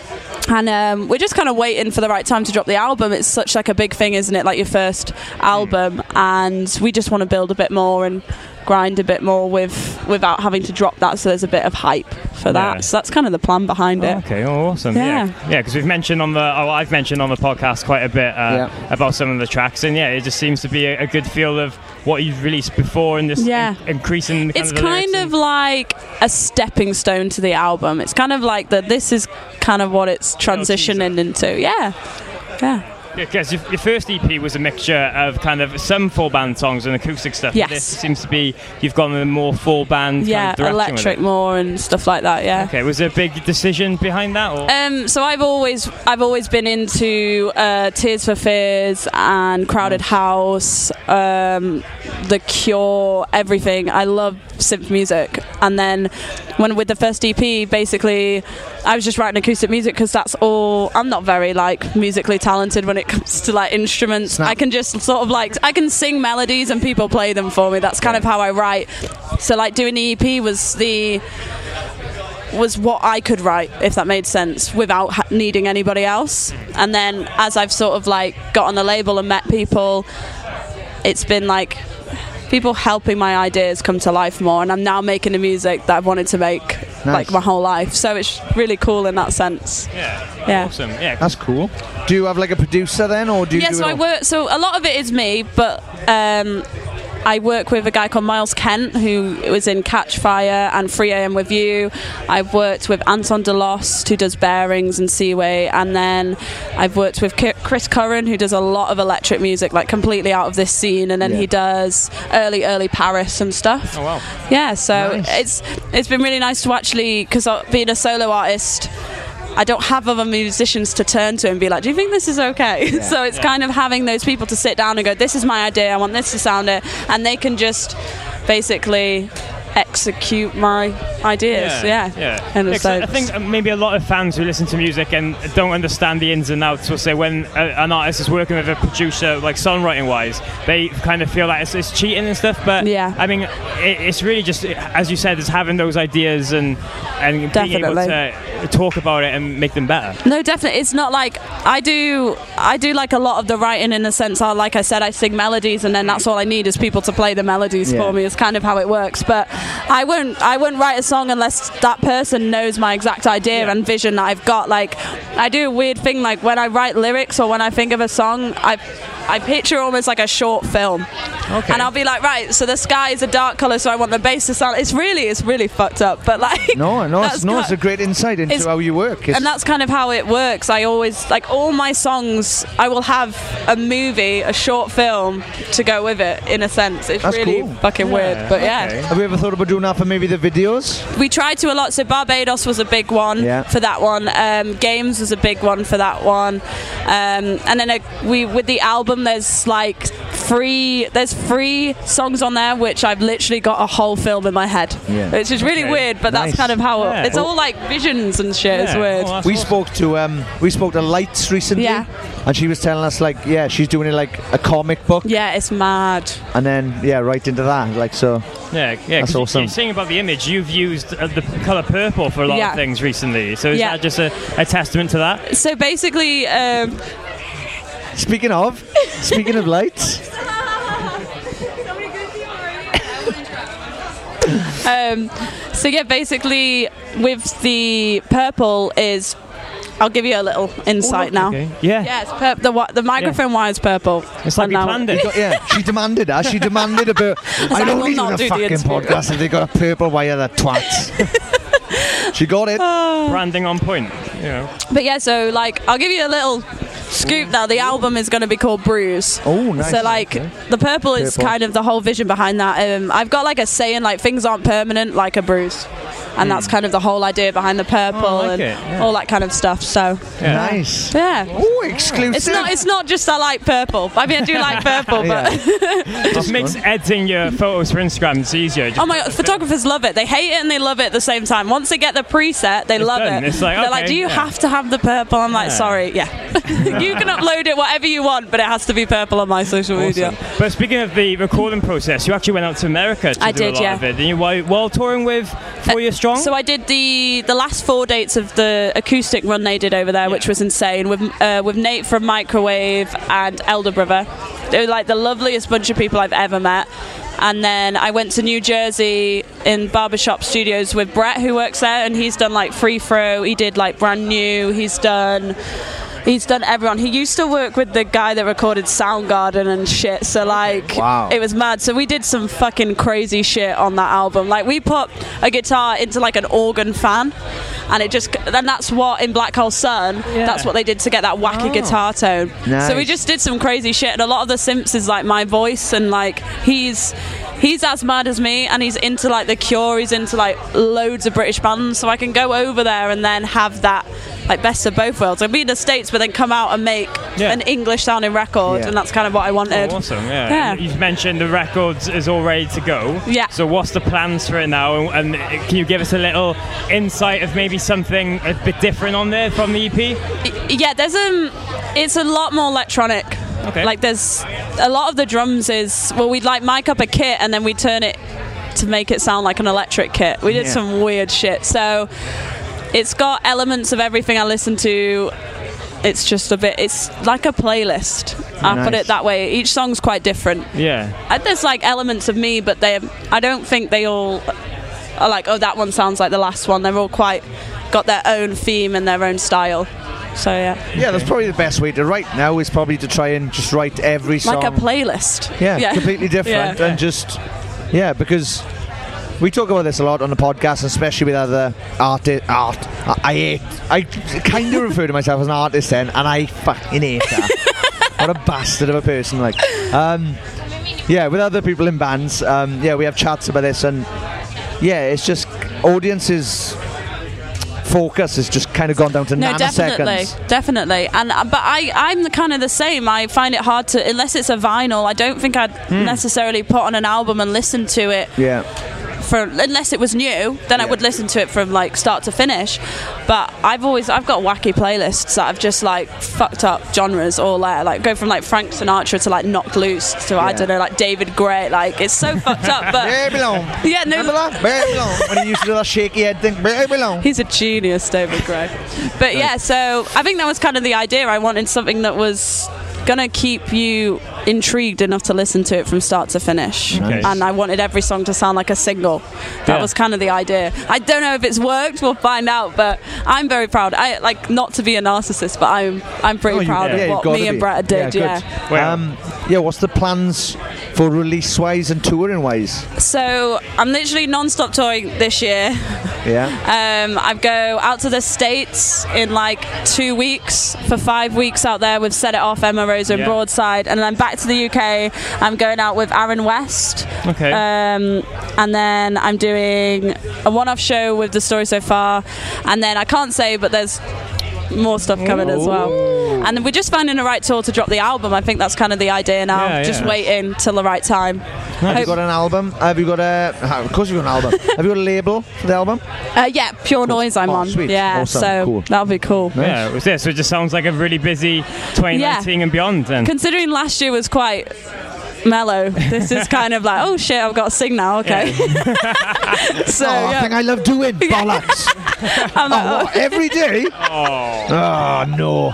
S21: and um, we're just kind of waiting for the right time to drop the album it's such like a big thing isn't it like your first album and we just want to build a bit more and grind a bit more with without having to drop that so there's a bit of hype for that
S2: Yeah.
S21: so that's kind of the plan behind it
S2: Okay, oh, awesome. Yeah,
S21: Yeah.
S2: yeah, because we've mentioned on the, oh, I've mentioned on the podcast quite a bit uh, about some of the tracks, and yeah, it just seems to be a, a good feel of what you've released before, and just
S21: Yeah.
S2: in- increasing. The kind
S21: it's
S2: of the lyrics
S21: kind of like a stepping stone to the album it's kind of like that this is kind of what it's transitioning into yeah yeah
S2: Yeah, because your, your first EP was a mixture of kind of some full band songs and acoustic stuff.
S21: Yes.
S2: This seems to be you've gone with more full band.
S21: yeah
S2: kind of direction with
S21: electric
S2: it.
S21: more and stuff like that yeah
S2: Okay, was there a big decision behind that? Or?
S21: Um, so I've always I've always been into uh, Tears for Fears and Crowded House, um, The Cure, everything. I love synth music, and then when with the first EP, basically, I was just writing acoustic music because that's all. I'm not very like musically talented when it [laughs] comes to like instruments. I can just sort of like I can sing melodies and people play them for me. That's kind of how I write. So like doing the EP was the was what I could write, if that made sense, without ha- needing anybody else. And then as I've sort of like got on the label and met people, it's been like people helping my ideas come to life more. And I'm now making the music that I've wanted to make like my whole life. So it's really cool in that sense.
S2: Yeah.
S21: Yeah.
S2: Awesome. Yeah.
S5: That's cool. Do you have like a producer then, or do you?
S21: yeah,
S5: do
S21: so
S5: it
S21: I
S5: all-
S21: work. So a lot of it is me, but um, I work with a guy called Miles Kent, who was in Catch Fire and 3am with You. I've worked with Anton DeLost, who does Bearings and Seaway, and then I've worked with Ki- Chris Curran, who does a lot of electric music, like completely out of this scene, and then
S18: Yeah.
S21: he does early, early Paris and stuff.
S18: Oh, wow.
S21: Yeah, so it's it's been really nice to actually because being a solo artist. I don't have other musicians to turn to and be like, "Do you think this is okay?" [laughs]
S18: Yeah.
S21: so it's
S18: Yeah.
S21: kind of having those people to sit down and go, "This is my idea. I want this to sound it," and they can just basically execute my ideas. Yeah,
S2: yeah.
S21: And
S2: Yeah,
S21: it's
S2: 'cause I
S21: like-
S2: think uh, maybe a lot of fans who listen to music and don't understand the ins and outs will say when a, an artist is working with a producer, like songwriting wise, they kind of feel like it's, it's cheating and stuff. But yeah. I mean, it, it's really just as you said, it's having those ideas and and being able to talk about it and make them better.
S21: No, definitely. It's not like I do. I do like a lot of the writing in the sense. I, like I said, I sing melodies, and then that's all I need is people to play the melodies
S18: Yeah.
S21: for me. It's kind of how it works. But I won't. I won't write a song unless that person knows my exact idea and vision that I've got. Like I do a weird thing. Like when I write lyrics or when I think of a song, I. I picture almost like a short film, and I'll be like, right. So the sky is a dark color, so I want the bass to sound. It's really, it's really fucked up, but like, [laughs]
S5: No, no, it's,
S21: That's
S5: no,
S21: got-
S5: it's a great insight into
S21: It's-
S5: how you work. It's-
S21: and that's kind of how it works. I always like all my songs. I will have a movie, a short film to go with it. In a sense, it's
S5: that's
S21: really
S5: cool.
S21: fucking weird. But
S5: Okay.
S21: yeah,
S5: Have you ever thought about doing that for maybe the videos?
S21: we tried to a lot. So Barbados was a big one
S5: Yeah.
S21: for that one. Um, Games was a big one for that one. Um, and then uh we with the album, there's like three. There's three songs on there which I've literally got a whole film in my head,
S5: Yeah.
S21: which is really
S5: Okay.
S21: weird. But
S5: Nice.
S21: that's kind of how
S5: Yeah. Oh,
S21: it's all like visions and shit. It's
S2: Oh,
S21: weird.
S5: we spoke to um, we spoke to Lights recently,
S21: Yeah.
S5: and she was telling us like, yeah, she's doing it like a comic book,
S21: yeah, it's mad,
S5: and then yeah, right into that, like so.
S2: Yeah, yeah. 'cause
S5: That's
S2: you-
S5: awesome.
S2: You're saying about the image, you've used uh, the color purple for a lot
S21: Yeah.
S2: of things recently. So is
S21: Yeah.
S2: that just a, a testament to that?
S21: So basically, um,
S5: Speaking of, speaking of lights,
S21: um, so yeah, basically with the purple is, I'll give you a little insight
S2: Oh,
S21: now.
S2: okay. Yeah.
S21: Yeah, it's pur- the wi- the microphone wire is purple.
S2: It's like
S21: And
S2: you
S21: now-
S2: planned
S21: [laughs]
S2: it.
S5: yeah, she demanded that. She demanded a bit. I
S21: I
S5: don't
S21: will
S5: need
S21: not
S5: a
S21: do the
S5: fucking
S21: interview.
S5: podcast
S21: [laughs]
S5: if they got a purple wire that twats. she got it.
S21: Ah.
S24: Branding on point. You know.
S21: But yeah, so like I'll give you a little scoop now. The album is going to be called Bruise.
S5: Oh, nice.
S21: So like the purple is
S5: Purple.
S21: kind of the whole vision behind that. Um, I've got like a saying like things aren't permanent like a bruise, and that's kind of the whole idea behind the purple
S5: Hmm. Oh, I like
S21: and
S5: it, yeah.
S21: all that kind of stuff. So
S5: Yeah. Nice.
S21: Yeah.
S5: Oh, exclusive.
S21: It's not. It's not just I like purple. I mean, I do
S5: [laughs]
S21: like purple, but.
S24: It just makes editing your photos for Instagram it's easier. Just
S21: Oh my god, photographers love it. They hate it and they love it at the same time. Once they get the preset, they
S24: It's
S21: love
S24: done.
S21: it.
S24: It's like,
S21: They're like,
S24: okay,
S21: do you
S24: yeah.
S21: have to have the purple? I'm like,
S24: Yeah.
S21: sorry, yeah. [laughs] you can upload it whatever you want, but it has to be purple on my social media.
S24: Awesome. But speaking of the recording process, you actually went out to America to
S21: I
S24: do
S21: did,
S24: a lot
S21: yeah. Uh,
S24: of it. Didn't you? While, while touring with Four Year Strong?
S21: So I did the the last four dates of the acoustic run they did over there, which was insane. With uh, with Nate from Microwave and Elder Brother, they were like the loveliest bunch of people I've ever met. And then I went to New Jersey in Barbershop Studios with Brett, who works there, and he's done like free throw. He did like brand new. He's done. He's done everyone. He used to work with the guy that recorded Soundgarden and shit. So like,
S25: Wow.
S21: it was mad. So we did some fucking crazy shit on that album. Like we put a guitar into like an organ fan, and it just and that's what in Black Hole Sun. That's what they did to get that
S24: Oh.
S21: wacky guitar tone. So we
S25: Nice.
S21: just did some crazy shit, and a lot of the Simps is like my voice, and like he's. He's as mad as me, and he's into like The Cure. He's into like loads of British bands, so I can go over there and then have that like best of both worlds. I'd be in the states, but then come out and make an English sounding record,
S24: Yeah.
S21: and that's kind of what I wanted.
S24: Oh, awesome, yeah.
S21: Yeah.
S24: You've mentioned the records is all ready to go.
S21: Yeah.
S24: So what's the plans for it now? And, and can you give us a little insight of maybe something a bit different on there from the E EP?
S21: yeah there's um it's a lot more electronic okay like there's a lot of the drums is well we'd like mic up a kit and then we turn it to make it sound like an electric kit we did
S25: Yeah.
S21: some weird shit so it's got elements of everything i listen to it's just a bit it's like a playlist i put
S24: Nice.
S21: it that way each song's quite different
S24: Yeah.
S21: and there's like elements of me, but they I don't think they all are like, oh, that one sounds like the last one. They're all quite got their own theme and their own style. So yeah,
S5: Yeah, that's probably the best way to write now is probably to try and just write every song.
S21: like a playlist.
S5: Yeah, completely different
S21: [laughs] Yeah.
S5: and just yeah, because we talk about this a lot on the podcast, especially with other artist art. I, I hate. I kind of refer to myself as an artist then, and I fucking hate
S21: [laughs]
S5: that. what a bastard of a person! Like, um, yeah, with other people in bands, um, yeah, we have chats about this, and yeah, it's just audiences. Focus has just kind of gone down to
S21: no,
S5: nanoseconds.
S21: definitely, definitely. And uh, but I, I'm the kind of the same. I find it hard to unless it's a vinyl. I don't think I'd necessarily put on an album and listen to it
S5: Hmm. Yeah.
S21: for unless it was new, then I would listen to it from like start to finish. But I've always I've got wacky playlists that I've just like fucked up genres all there. Like go from like Frank Sinatra to like Knocked Loose to I
S25: Yeah.
S21: don't know like David Gray. Like
S5: [laughs]
S21: it's so fucked up. But
S5: Babylon.
S21: Yeah, no.
S5: Babylon. When he used to do that shaky head thing, Babylon.
S21: He's a genius, David Gray. But yeah, so I think that was kind of the idea. I wanted something that was gonna keep you intrigued enough to listen to it from start to finish.
S25: Okay.
S21: And I wanted every song to sound like a single. That
S25: Yeah.
S21: was kind of the idea. I don't know if it's worked. We'll find out. But I'm very proud. I like not to be a narcissist, but I'm I'm pretty proud of
S5: Oh, you've
S21: what
S5: gotta
S21: me and
S5: be.
S21: Brett did.
S5: Yeah,
S21: Yeah.
S5: good. Um, yeah, what's the plans for release wise and touring wise?
S21: So I'm literally non-stop touring this year.
S5: Yeah.
S21: Um, I go out to the States in like two weeks for five weeks out there with Set It Off, Emma Rosa,
S25: Yeah.
S21: and Broadside. And then I'm back to the UK. I'm going out with Aaron West.
S25: Okay.
S21: Um, and then I'm doing a one off show with The Story So Far. And then I can't say, but there's more stuff coming as well. And we're just finding the right tour to drop the album. I think that's kind of the idea now.
S5: Yeah,
S21: just
S5: yeah.
S21: waiting till the right time.
S5: Have you
S21: Hope-
S5: got an album? Have you got a? Of course, you've got an
S21: [laughs]
S5: album. Have you got a label for the album?
S21: Uh, yeah, pure noise. I'm on.
S5: Oh, sweet.
S21: Yeah,
S5: Awesome.
S21: so
S5: Cool.
S21: that'll be cool.
S24: Yeah, it was this. So it just sounds like a really busy 2019 and beyond then.
S21: Considering last year was quite mellow, this
S5: [laughs]
S21: is kind of like, oh shit, I've got to sing now. Okay. [laughs] so
S5: oh, I
S21: yeah.
S5: think I love
S21: [laughs]
S5: doing bollocks.
S21: I'm like,
S5: oh, what, every day.
S24: Oh.
S5: Ah, no.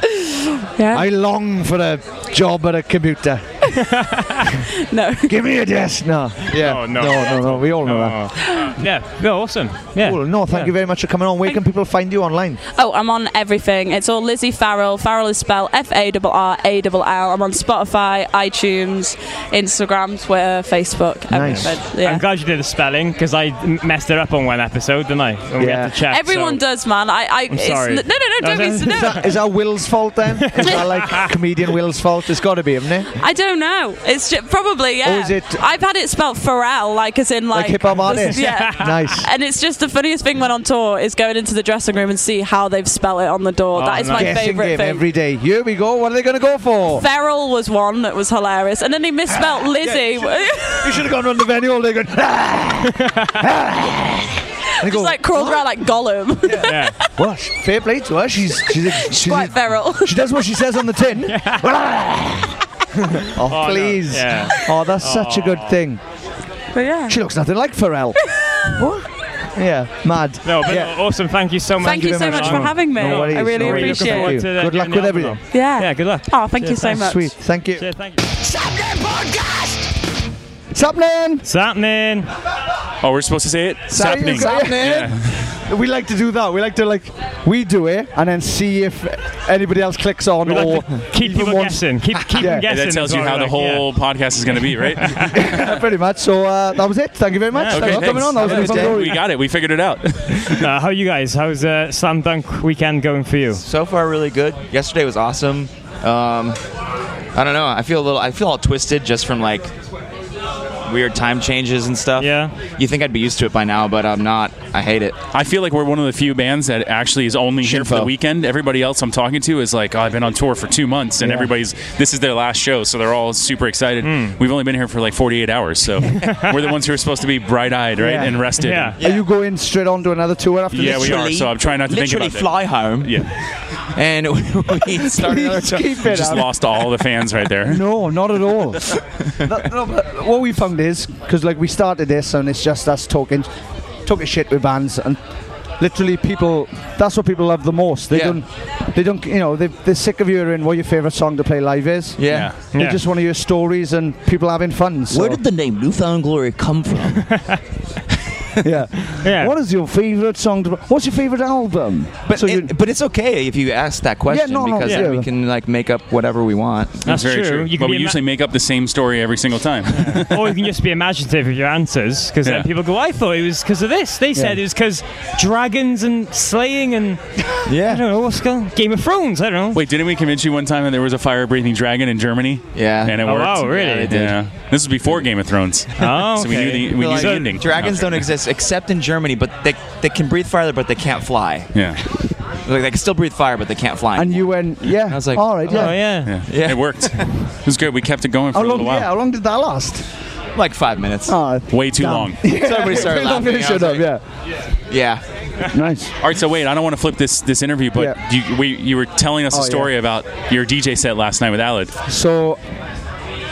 S21: Yeah.
S5: I long for a job at a computer.
S21: [laughs] no.
S5: Give me a desk. No. Yeah.
S24: No, no.
S5: no, no. We all know that.
S24: yeah. No, awesome. Yeah.
S5: Cool. No, thank
S24: Yeah.
S5: you very much for coming on. Where can people find you online?
S21: [laughs] Oh, I'm on everything. It's all Lizzie Farrell. Farrell is spelled F A R R A L L. I'm on Spotify, iTunes, Instagram, Twitter, Facebook, everything. Yeah.
S24: I'm glad you did the spelling because I m- messed it up on one episode, didn't I? And we had to chat.
S21: Everyone
S24: so.
S21: does, man. I, I
S24: I'm sorry.
S21: It's, no, no,
S24: [laughs]
S21: no, don't be.
S5: Is
S21: No.
S5: that, is that Will's fault then? Is that
S21: [laughs]
S5: like comedian Will's fault? It's got to be, isn't it?
S21: I don't know. It's ju- probably yeah.
S5: is it-
S21: I've had it spelt Pharrell, like as in like,
S5: Like hip hop artist?
S21: Yeah,
S5: [laughs] Nice.
S21: And it's just the funniest thing when on tour is going into the dressing room and see how they've spelled it on the
S5: Oh,
S21: door. Oh, that is my
S5: Guessing
S21: favorite
S5: game
S21: thing.
S5: every day. Here we go. What are they going to go for?
S21: Feral was one that was hilarious, and then they
S5: [laughs]
S21: misspelled Lizzie.
S5: you should have gone around the venue all "Ah!" day [laughs] going.
S21: Just like crawled around like Gollum.
S5: [laughs]
S24: Yeah.
S5: well, sh- fair play to her. She's she's, a, she's
S21: quite feral.
S5: She does what she says on the
S21: [laughs]
S5: tin. [laughs] oh,
S18: no.
S5: please.
S18: Yeah.
S5: Oh, that's such a good
S18: Aw.
S5: thing.
S21: But yeah.
S5: She looks nothing like
S21: [laughs]
S5: Pharrell. what? Yeah, mad.
S24: No, but
S5: Yeah.
S24: awesome. Thank you so much.
S21: Thank you so much for having me.
S5: No worries,
S21: I really
S5: no worries.
S21: appreciate
S5: Thank you.
S21: it.
S5: Good luck with everything.
S21: Yeah.
S24: Yeah, good luck.
S21: Oh, thank you so
S5: That's
S21: much.
S5: Sweet. Thank you.
S24: Cheers, thank you.
S5: It's happening.
S24: It's happening.
S25: Oh, we're supposed to say it. It's
S5: Sorry,
S25: happening.
S5: it's happening. We like to do that. We like to like we do it and then see if anybody else clicks on
S25: We like
S5: or
S25: to
S24: keep people guessing. Keep
S5: [laughs]
S24: keep them
S25: Yeah,
S24: guessing.
S25: that tells
S24: as
S25: you
S24: well,
S25: how the
S24: like,
S25: whole podcast is going to be, right?
S5: [laughs] pretty much. So uh, that was it. Thank you very much.
S25: Okay,
S5: Thanks for coming
S25: thanks.
S5: on. That was a good
S25: Yeah,
S5: story.
S25: We got it. We figured
S5: [laughs]
S25: it out.
S24: uh, how you guys? How's uh, slam dunk weekend going for you?
S12: So far, really good. Yesterday was awesome. Um, I don't know. I feel a little. I feel all twisted just from like weird time changes and stuff. Yeah. You think I'd be used to it by now, but I'm not. I hate it.
S25: I feel like we're one of the few bands that actually is only here for the
S12: Shinfo.
S25: weekend. Everybody else I'm talking to is like, oh, I've been on tour for two months, and
S12: Yeah.
S25: everybody's this is their last show, so they're all super excited. We've only been here for like 48 hours, so we're the ones who are supposed to be bright-eyed, right, and rested.
S5: Yeah. Are you going straight on to another tour after
S25: Yeah,
S5: this?
S25: we are. So I'm trying not to think about
S12: literally fly
S25: home. Yeah, [laughs] and we
S5: start another Please tour. keep it
S25: Just
S5: up.
S25: lost all the fans right [laughs] there.
S5: [laughs] No, not at all. That- no, but what we found is because like we started this and it's just us talking, talking shit with bands and literally people. That's what people love the most. They
S12: Yeah.
S5: don't. They don't. You know, they, they're sick of hearing what your favorite song to play live is.
S12: Yeah.
S5: They
S12: Yeah.
S5: just want to hear stories and people having fun. So.
S12: Where did the name Newfound Glory come from?
S5: [laughs] yeah. What is your favorite song? To, what's your favorite album?
S12: But it, but it's okay if you ask that question
S5: no, no,
S12: because
S5: yeah.
S12: then we can like make up whatever we want.
S25: That's very true. [laughs]
S24: You can be
S25: but we
S24: a ma-
S25: usually make up the same story every single time.
S24: or you can just be imaginative with your answers because
S25: Yeah.
S24: then people go, I thought it was because of this. They said it was because dragons and slaying and
S5: yeah.
S24: I don't know what's going Game of Thrones, I don't know.
S25: Wait, didn't we convince you one time that there was a fire breathing dragon in Germany? Yeah. And it
S24: Oh,
S25: worked.
S24: wow, really? Yeah, they did.
S25: Yeah. This was before Game of Thrones.
S12: Oh,
S25: [laughs]
S24: Oh,
S25: so we knew the, we knew
S12: Like,
S25: the ending.
S12: Dragons
S25: Okay.
S12: don't exist except in Germany, but they they can breathe fire, but they can't fly.
S25: Yeah.
S12: Like they can still breathe fire, but they can't fly.
S5: And you went, yeah. I was like, all right, yeah.
S12: oh,
S25: yeah. It worked. it was good. We kept it going for
S5: How
S25: a
S5: long?
S25: little
S5: Yeah,
S25: while.
S5: how long did that last?
S12: Like five minutes.
S5: Oh,
S25: Way too
S12: [laughs]
S25: long.
S12: Somebody started
S5: Don't
S12: laughing.
S5: finish
S12: I
S5: it
S12: was
S5: up, yeah.
S12: Yeah.
S5: Nice.
S25: All right, so wait, I don't want to flip this this interview, but you, we, you were telling us
S5: Oh,
S25: a story
S5: yeah.
S25: about your DJ set last night with Alid.
S5: So,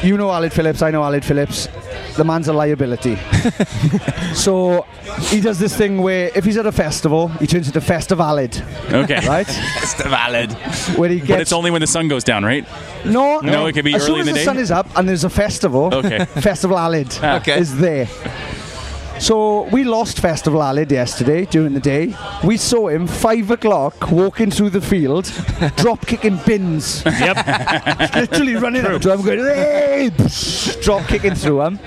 S5: you know Alid Phillips, I know Alid Phillips. The man's a liability. [laughs] so, he does this thing where if he's at a festival, he turns into Festivalid.
S25: Okay. [laughs]
S5: Right?
S25: That's the valid.
S5: Where he
S25: but
S5: gets-
S25: it's only when the sun goes down, right?
S5: No,
S25: No, it could be
S5: as
S25: early in
S5: soon as
S25: the
S5: the
S25: day?
S5: sun is up and there's a festival.
S25: Okay.
S5: [laughs] festival Alid
S25: Ah. Okay.
S5: is there. So we lost Festival Alid yesterday during the day. We saw him five o'clock walking through
S25: [laughs]
S5: the field, drop kicking bins.
S18: Yep.
S5: [laughs] Literally running up to him, going, hey! [laughs] drop kicking through him.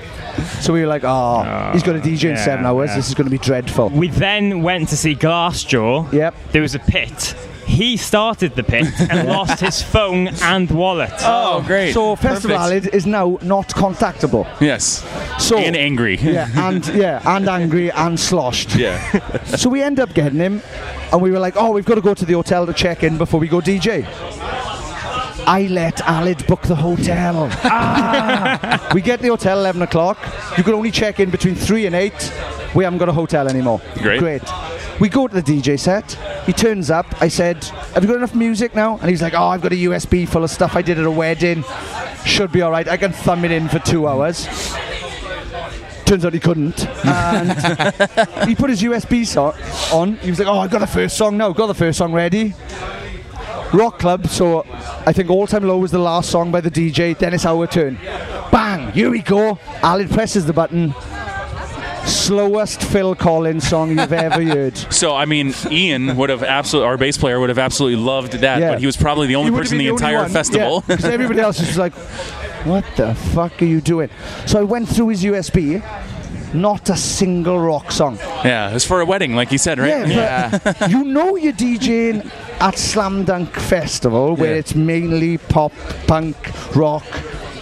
S5: So we were like, oh, he's
S25: Uh,
S5: got a DJ in
S24: yeah,
S5: seven hours.
S24: yeah.
S5: This is going to be dreadful.
S24: We then went to see Glassjaw. Yep. There was a pit. He started the pit
S5: [laughs]
S24: and lost his phone and wallet.
S5: Oh,
S25: Oh,
S5: So Festival Alid is now not contactable.
S25: Yes.
S5: So
S25: and angry.
S5: [laughs] yeah, and yeah, and angry and sloshed.
S25: Yeah.
S5: [laughs] so we end up getting him, and we were like, "Oh, we've got to go to the hotel to check in before we go DJ." I let Alid book the hotel. Ah! [laughs] we get the hotel eleven o'clock. You can only check in between three and eight. We haven't got a hotel anymore.
S25: Great.
S5: Great. We go to the DJ set. He turns up. I said, "Have you got enough music now?" And he's like, "Oh, I've got a USB full of stuff I did at a wedding. Should be all right. I can thumb it in for two hours." Turns out he couldn't. And he put his USB so- on. He was like, "Oh, I got the first song now. Got the first song ready." Rock Club, so I think All Time Low was the last song by the DJ, then it's our turn. Bang! Here we go! Alan presses the button. Slowest Phil Collins song you've ever heard.
S25: So I mean, Ian would have absolutely, our bass player would have absolutely loved that,
S5: Yeah.
S25: but he was probably the only
S5: You would've
S25: person in
S5: been
S25: the, entire
S5: only one.
S25: festival.
S5: Yeah,
S25: [laughs]
S5: 'cause everybody else is just like, what the fuck are you doing? So I went through his USB, not a single rock song.
S25: yeah, it was for a wedding, like you said, right?
S5: Yeah, but [laughs] you know you're DJing at Slam Dunk Festival where
S25: Yeah.
S5: it's mainly pop, punk, rock,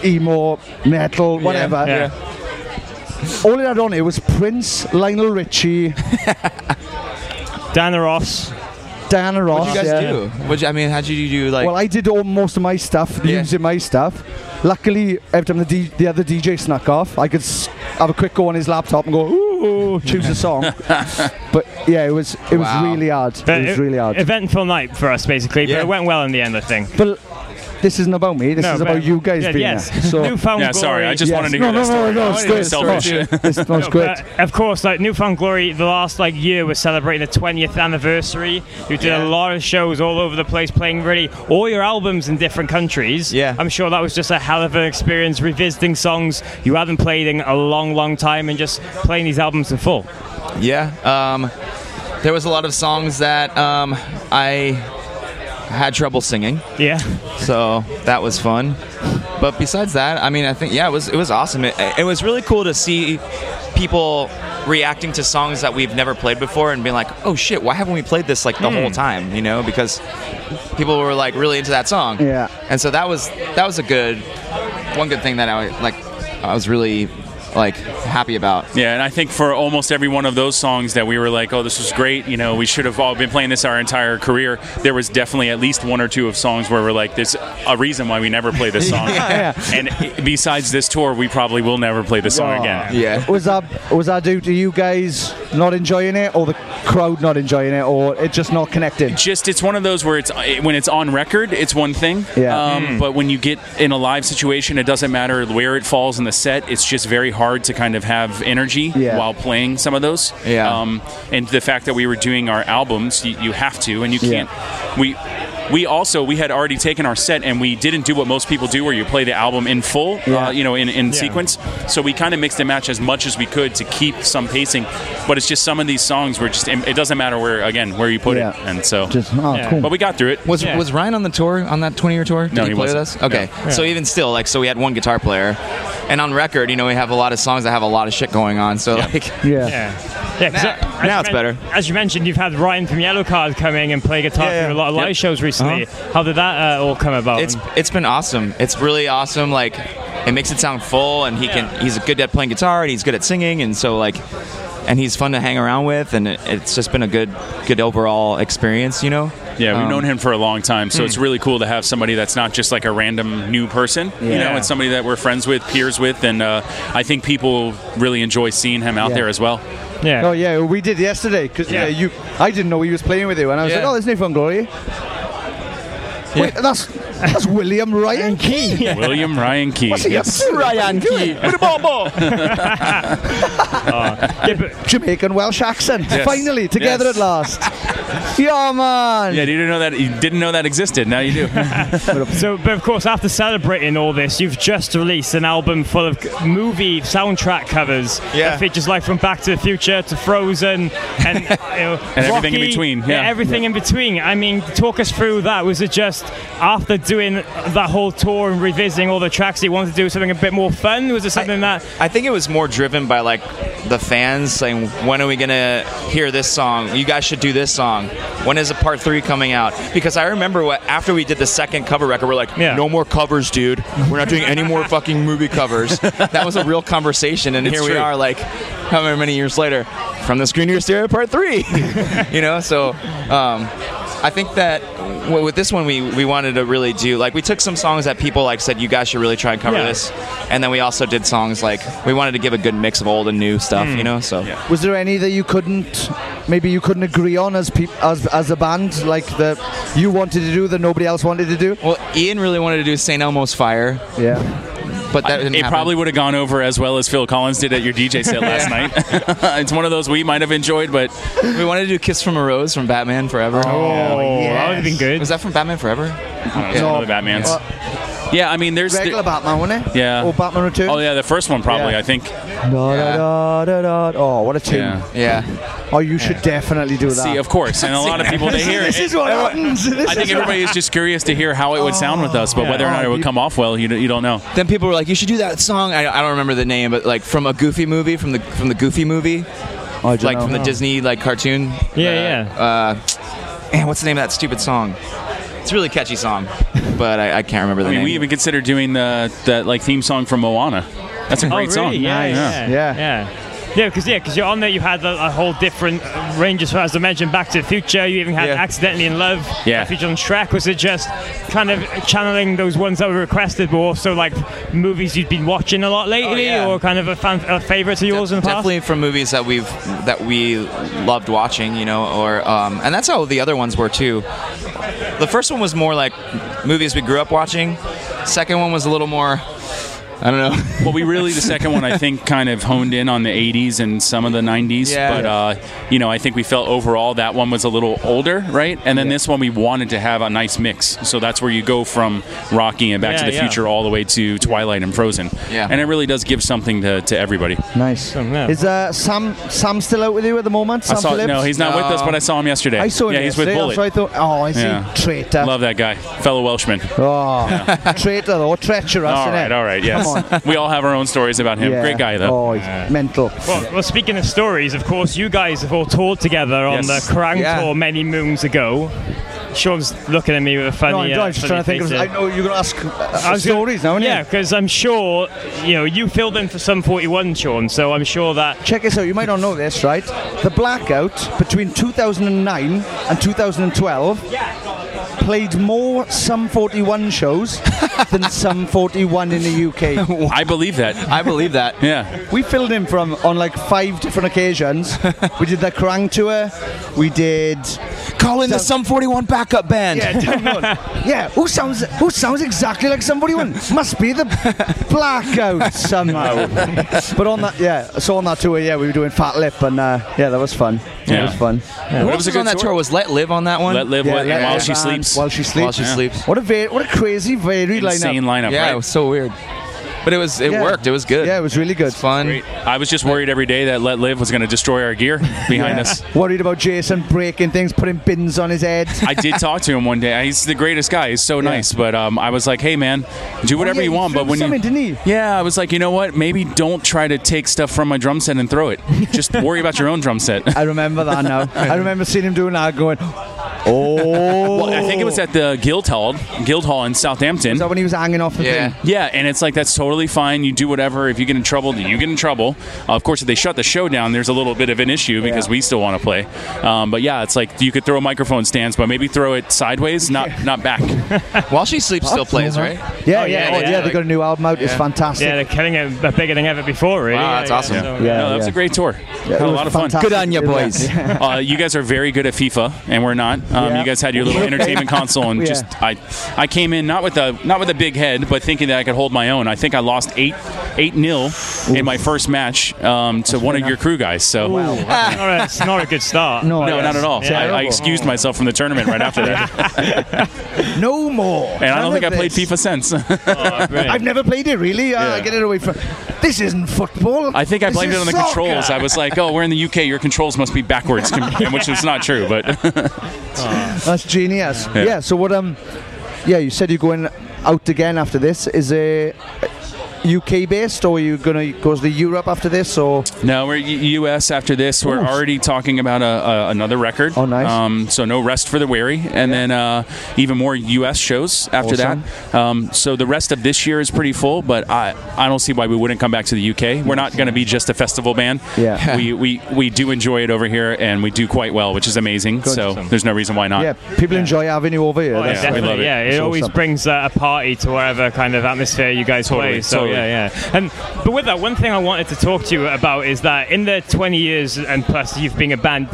S5: emo, metal,
S25: Yeah,
S5: whatever.
S25: yeah.
S5: All it had on it was Prince, Lionel Richie,
S2: [laughs] Dana Ross.
S5: Dana Ross.
S12: What'd you guys
S5: yeah.
S12: do? What'd you, I mean, how'd you do like?
S5: well, I did all most of my stuff using my stuff. Luckily, every time the, D- the other DJ snuck off, I could s- have a quick go on his laptop and go, ooh, choose a song. [laughs] but yeah, it was it was really hard.
S2: But
S5: it was really hard.
S2: Eventful night for us, basically, but it went well in the end, I think.
S5: But this isn't about me. This
S2: No,
S5: is
S2: but-
S5: about you guys
S2: yeah,
S5: being
S2: yes.
S5: here. So
S2: Newfound
S25: Yeah, sorry, I just
S5: Yes.
S25: wanted to
S5: no,
S25: hear
S5: no,
S25: that
S5: no,
S25: story.
S5: No, no,
S25: I
S5: it's
S25: wanted
S5: good.
S25: to
S5: It's
S25: celebrate
S5: good.
S25: you.
S5: This one's
S2: No,
S5: good.
S2: but Of course, like Newfound Glory, the last like year was celebrating the 20th anniversary. You did a lot of shows all over the place, playing really all your albums in different countries. Yeah, I'm sure that was just a hell of an experience revisiting songs you hadn't played in a long, long time and just playing these albums in full.
S12: Yeah. Um, there was a lot of songs that um, I had trouble singing.
S2: Yeah.
S12: So that was fun. But besides that, I mean, I think yeah, it was it was awesome. It, it was really cool to see people reacting to songs that we've never played before and being like, "Oh shit, why haven't we played this like the
S5: Hmm.
S12: whole time?" You know, because people were like really into that song.
S5: Yeah.
S12: And so that was that was a good one good thing that I like I was really like happy about.
S25: Yeah, and I think for almost every one of those songs that we were like, oh, this was great, you know, we should have all been playing this our entire career, there was definitely at least one or two of songs where we're like, there's a reason why we never
S5: [laughs]
S25: play this song.
S5: Yeah.
S25: And i- besides this tour, we probably will never play this song again.
S5: Was that was that due to you guys not enjoying it, or the crowd not enjoying it, or it just not connecting?
S25: Just it's one of those where it's it- when it's on record, it's one thing.
S5: Yeah.
S25: Um,
S5: Mm.
S25: But when you get in a live situation, it doesn't matter where it falls in the set. It's just very hard to kind of have energy
S12: Yeah.
S25: while playing some of those. Yeah. Um, and the fact that we were doing our albums, you, you have to, and you
S5: Yeah.
S25: can't. We. We also we had already taken our set and we didn't do what most people do where you play the album in full,
S5: Yeah.
S25: uh, you know, in, in
S5: Yeah.
S25: sequence. So we kind of mixed and matched as much as we could to keep some pacing. But it's just some of these songs were just it doesn't matter where again where you put it, and so
S5: Just, oh,
S12: Yeah. cool.
S25: but we got through it.
S12: Was was Ryan on the tour on that 20 year tour? Did
S25: No,
S12: he,
S25: he
S12: play
S25: wasn't.
S12: with us? Okay.
S25: No.
S12: So even still, like, so we had one guitar player, and on record, you know, we have a lot of songs that have a lot of shit going on. So like,
S5: yeah,
S2: yeah. yeah 'cause that- as
S12: now
S2: you
S12: it's
S2: men-
S12: better.
S2: As you mentioned, you've had Ryan from Yellow Card come in and play guitar
S12: Yeah, yeah.
S2: through a lot of live
S12: Yep.
S2: shows recently.
S5: Uh-huh.
S2: How did that uh, all come about?
S12: [laughs] It's it's been awesome. It's really awesome. Like, it makes it sound full, and he can he's good at playing guitar, and he's good at singing, and so like, and he's fun to hang around with, and it, it's just been a good good overall experience, you know.
S25: Yeah, we've
S12: Um,
S25: known him for a long time, so
S12: Hmm.
S25: it's really cool to have somebody that's not just like a random new person. You
S12: Yeah.
S25: know, it's somebody that we're friends with, peers with, and uh, I think people really enjoy seeing him out
S5: Yeah.
S25: there as
S5: [laughs]
S25: well.
S2: Yeah.
S5: Oh yeah, we did yesterday because yeah.
S25: Yeah.
S5: you. I didn't know he was playing with you, and I was like,
S25: Yeah.
S5: oh, there's Newfound Glory. Wait, that's that's William Ryan Key.
S25: William Ryan Uh, Key.
S5: What's he
S25: [laughs]
S5: up to, Ryan Key? With a ball [laughs] Jamaican Welsh accent.
S25: Yes.
S5: Finally, together
S25: Yes.
S5: at last.
S25: [laughs]
S5: yeah, man.
S25: Yeah, you didn't know that you didn't know that existed. Now
S5: [laughs]
S25: you do.
S2: so, but of course, after celebrating all this, you've just released an album full of movie soundtrack covers.
S25: Yeah.
S2: That features like from Back to the Future to Frozen
S25: [laughs]
S2: and, you know,
S25: And everything in
S2: Rocky.
S25: between, yeah.
S2: everything in between. I mean, talk us through that. Was it just after doing that whole tour and revisiting all the tracks, you wanted to do something a bit more fun? Was it something that
S12: I think it was more driven by like the fans saying, "When are we gonna hear this song? You guys should do this song. When is a part three coming out?" Because I remember what after we did the second cover record, we're like, "No more covers, dude. We're not doing any more fucking
S25: [laughs]
S12: movie covers." That was a real conversation, and
S25: It's
S12: here we
S25: true.
S12: are, like however many years later, from the screen to your stereo, part three. [laughs] you know, so. Um, I think that w- with this one, we, we wanted to really do like we took some songs that people like said you guys should really try and cover
S5: Yeah.
S12: this, and then we also did songs like we wanted to give a good mix of old and new stuff, you know. So
S5: Was there any that you couldn't, maybe you couldn't agree on as peop as as a band, like that you wanted to do that nobody else wanted to do?
S12: Well, Ian really wanted to do St. Elmo's Fire.
S5: Yeah.
S12: but that didn't
S25: it
S12: happen.
S25: probably would have gone over as well as Phil Collins did at your DJ set last night. [laughs] it's one of those we might have enjoyed, but
S12: we wanted to do "Kiss from a Rose" from Batman Forever.
S25: Oh, yes. that would've Uh-huh.
S12: been good. Was that from Batman Forever?
S25: I don't know, one of the Batmans. yeah, I mean, there's the-
S5: regular Batman, wasn't it?
S25: yeah.
S5: Or Batman Returns.
S25: Oh yeah, the first one probably.
S5: Yeah.
S25: I think.
S5: Da, da, da, da, da. Oh, what a tune!
S25: Yeah.
S5: Oh, you should definitely do that.
S25: See, of course, and a
S5: [laughs]
S25: lot of people they hear.
S5: This
S25: it.
S5: is what happens. This
S25: I think
S5: is what-
S25: everybody is just curious to hear how it would sound with
S24: Oh,
S25: us, but
S12: Yeah.
S25: whether or not it would come off well, you don't- you don't know.
S12: Then people were like, "You should do that song." I, I don't remember the name, but like from a Goofy movie, from the from the Goofy movie,
S5: Oh, don't
S12: like
S5: know.
S12: from the Disney like cartoon.
S5: Yeah,
S12: uh, yeah. Uh, man, what's the name of that stupid song? It's a really catchy song, but I, I can't remember the
S25: I mean,
S12: name.
S25: we even considered doing the that like theme song from Moana. That's a
S24: Oh,
S25: great
S24: really?
S25: song.
S24: Yeah, yeah, yeah, yeah. because yeah, because you're on there. You had a, a whole different range as far as I mentioned. Back to the Future. You even had accidentally in love.
S25: Yeah.
S24: featured on Shrek. Was it just kind of channeling those ones that were requested, but also like movies you'd been watching a lot lately,
S25: Oh,
S24: or kind of a fan a favorite of yours in the past?
S12: Definitely from movies that we've that we loved watching, you know, or um, and that's how the other ones were too. The first one was more like movies we grew up watching. Second one was a little more, I don't know.
S25: [laughs] well, we really the second one I think kind of honed in on the 80s and some of the 90s,
S12: Yeah.
S25: but uh, you know I think we felt overall that one was a little older, right? And then this one we wanted to have a nice mix, so that's where you go from Rocky and Back to
S24: Yeah,
S25: the
S24: yeah.
S25: Future all the way to Twilight and Frozen,
S5: Yeah.
S25: and it really does give something to, to everybody.
S5: Nice. Is uh, Sam Sam still out with you at the moment? Sam
S25: I saw
S5: Phillips?
S25: no, he's not with us, but I saw him yesterday.
S5: I saw him
S25: Yeah, he's with
S5: yesterday,
S25: Bullet.
S5: So I thought, oh, I see,
S25: Yeah.
S5: traitor.
S25: Love that guy, fellow Welshman.
S5: Oh, [laughs] traitor or treacherous,
S25: all
S5: innit?
S25: right, all right, yes.
S5: Come on.
S25: We all have our own stories about him.
S5: Yeah.
S25: Great guy though.
S5: Oh, he's mental.
S24: Well, well, speaking of stories, of course, you guys have all toured together on
S5: Yes.
S24: the Kerrang
S5: Yeah.
S24: tour many moons ago. Sean's looking at me with a funny.
S5: No, I'm,
S24: uh,
S5: I'm just
S24: funny
S5: trying to think of.
S24: face
S5: I
S24: there.
S5: know you're gonna ask uh,
S24: I was
S5: stories
S24: gonna,
S5: now, aren't
S24: Yeah, because I'm sure you know you filled in for some 41, Sean. So I'm sure that
S5: check this out. You might not know this, right? The blackout between 2009 and 2012 played more Sum 41 shows than Sum 41 in the
S25: [laughs]
S5: UK.
S25: I believe that.
S12: I believe that.
S25: Yeah.
S5: We filled in from on like five different occasions. we did the Kerrang tour. We did.
S12: Call in the Sum 41 backup band.
S5: Yeah, damn right. yeah. Who sounds who sounds exactly like Sum 41? Must be the blackout somehow. [laughs] but on that, yeah. So on that tour, yeah, we were doing Fat Lip, and uh, yeah, that was fun.
S12: Yeah.
S5: That was fun.
S12: Who else was on that tour? Was Let Live on that one?
S5: Let Live, Yeah, Let- Let While Live She and Sleeps. While She Sleeps.
S12: While she
S5: Yeah.
S12: sleeps.
S5: What a va- what a crazy varied
S25: Insane lineup. lineup,
S12: Yeah,
S25: right?
S12: it was so weird. But it was it
S25: Yeah.
S12: worked. It was good. Yeah, it
S5: was really good.
S12: fun.
S25: I was just worried every day that Let Live was going to destroy our gear behind
S5: Yeah.
S25: us.
S5: Worried about Jason breaking things, putting bins on his head.
S25: [laughs] I did talk to him one day. He's the greatest guy. He's so nice. But um, I was like, hey, man, do whatever
S5: Oh, yeah,
S25: you
S5: he
S25: want.
S5: threw
S25: But when
S5: something,
S25: you.
S5: didn't he?
S25: Yeah, I was like, you know what? Maybe don't try to take stuff from my drum set and throw it. Just worry about your own drum set.
S5: [laughs] I remember
S25: [laughs]
S5: that now. I remember seeing him doing that, going, "Oh."
S25: Well, I [laughs] think it was at the Guildhall, Guildhall in Southampton.
S5: Is that when he was hanging off the thing?
S25: Yeah, and it's like that's totally fine. You do whatever. If you get in trouble, then you get in trouble. Uh, of course, if they shut the show down, there's a little bit of an issue because we still want to play. Um, but yeah, it's like you could throw a microphone stands, but maybe throw it sideways, not not back.
S12: While she sleeps, still plays, right?
S5: Yeah, yeah, oh, yeah, They got a new album out. It's
S24: Yeah.
S5: fantastic.
S24: Yeah, they're killing it uh, bigger than ever before, really.
S12: Wow, that's
S24: Yeah,
S12: awesome.
S24: yeah.
S25: Yeah,
S24: So-
S25: no, that was a great tour. Had
S24: it
S25: a
S24: was
S25: lot of fun.
S24: fantastic. Good on ya, boys.
S25: [laughs]
S5: [laughs]
S25: uh, you guys are very good at FIFA, and we're not.
S24: [laughs]
S25: Um,
S24: Yeah.
S25: You guys had your little entertainment console, and
S24: Yeah.
S25: just I, I came in not with a not with a big head, but thinking that I could hold my own. I think I lost eight eight nil in my first match um, to one of your crew guys. So Uh,
S24: It's not a- it's not a good start.
S25: no,
S24: But
S25: not at all.
S24: it's
S25: I, I
S24: terrible.
S25: excused myself from the tournament right after that,
S24: [laughs]
S5: No more.
S25: and I don't think I played FIFA
S24: [laughs]
S25: since.
S5: I've never played it really. Uh,
S25: Yeah.
S5: get it away from. This isn't football.
S25: I think I
S5: This
S25: blamed it
S5: is
S25: on the
S5: soccer.
S25: controls. I was like, "Oh, we're in the UK. Your controls must be backwards,"
S5: [laughs]
S25: which is not true. But
S5: That's genius.
S25: Yeah.
S5: Yeah. So what? Um. Yeah, you said you're going out again after this. Is it UK based, or are you gonna go to Europe after this, or?
S25: No, we're U- U.S. after this. We're
S5: Ooh.
S25: already talking about a, a, another record. Oh, nice. Um, so no rest for the weary, and then uh, even more U.S. shows after
S5: Awesome.
S25: that. Um, so the rest of this year is pretty full, but I I don't see why we wouldn't come back to the U.K. We're not going to be just a festival band.
S5: Yeah.
S25: we, we we do enjoy it over here, and we do quite well, which is amazing.
S5: Good.
S25: So there's no reason why not.
S5: Yeah, people enjoy having you over here.
S24: Oh, yeah,
S5: That's-
S25: we love
S24: definitely.
S25: it.
S24: Yeah, it
S25: It's
S24: always
S25: awesome.
S24: brings uh, a party to whatever kind of atmosphere you guys
S25: Totally,
S24: play. So
S26: we?
S2: Yeah, yeah. And but with that, one thing I wanted to talk to you about is that in the 20 years and plus you've been a band,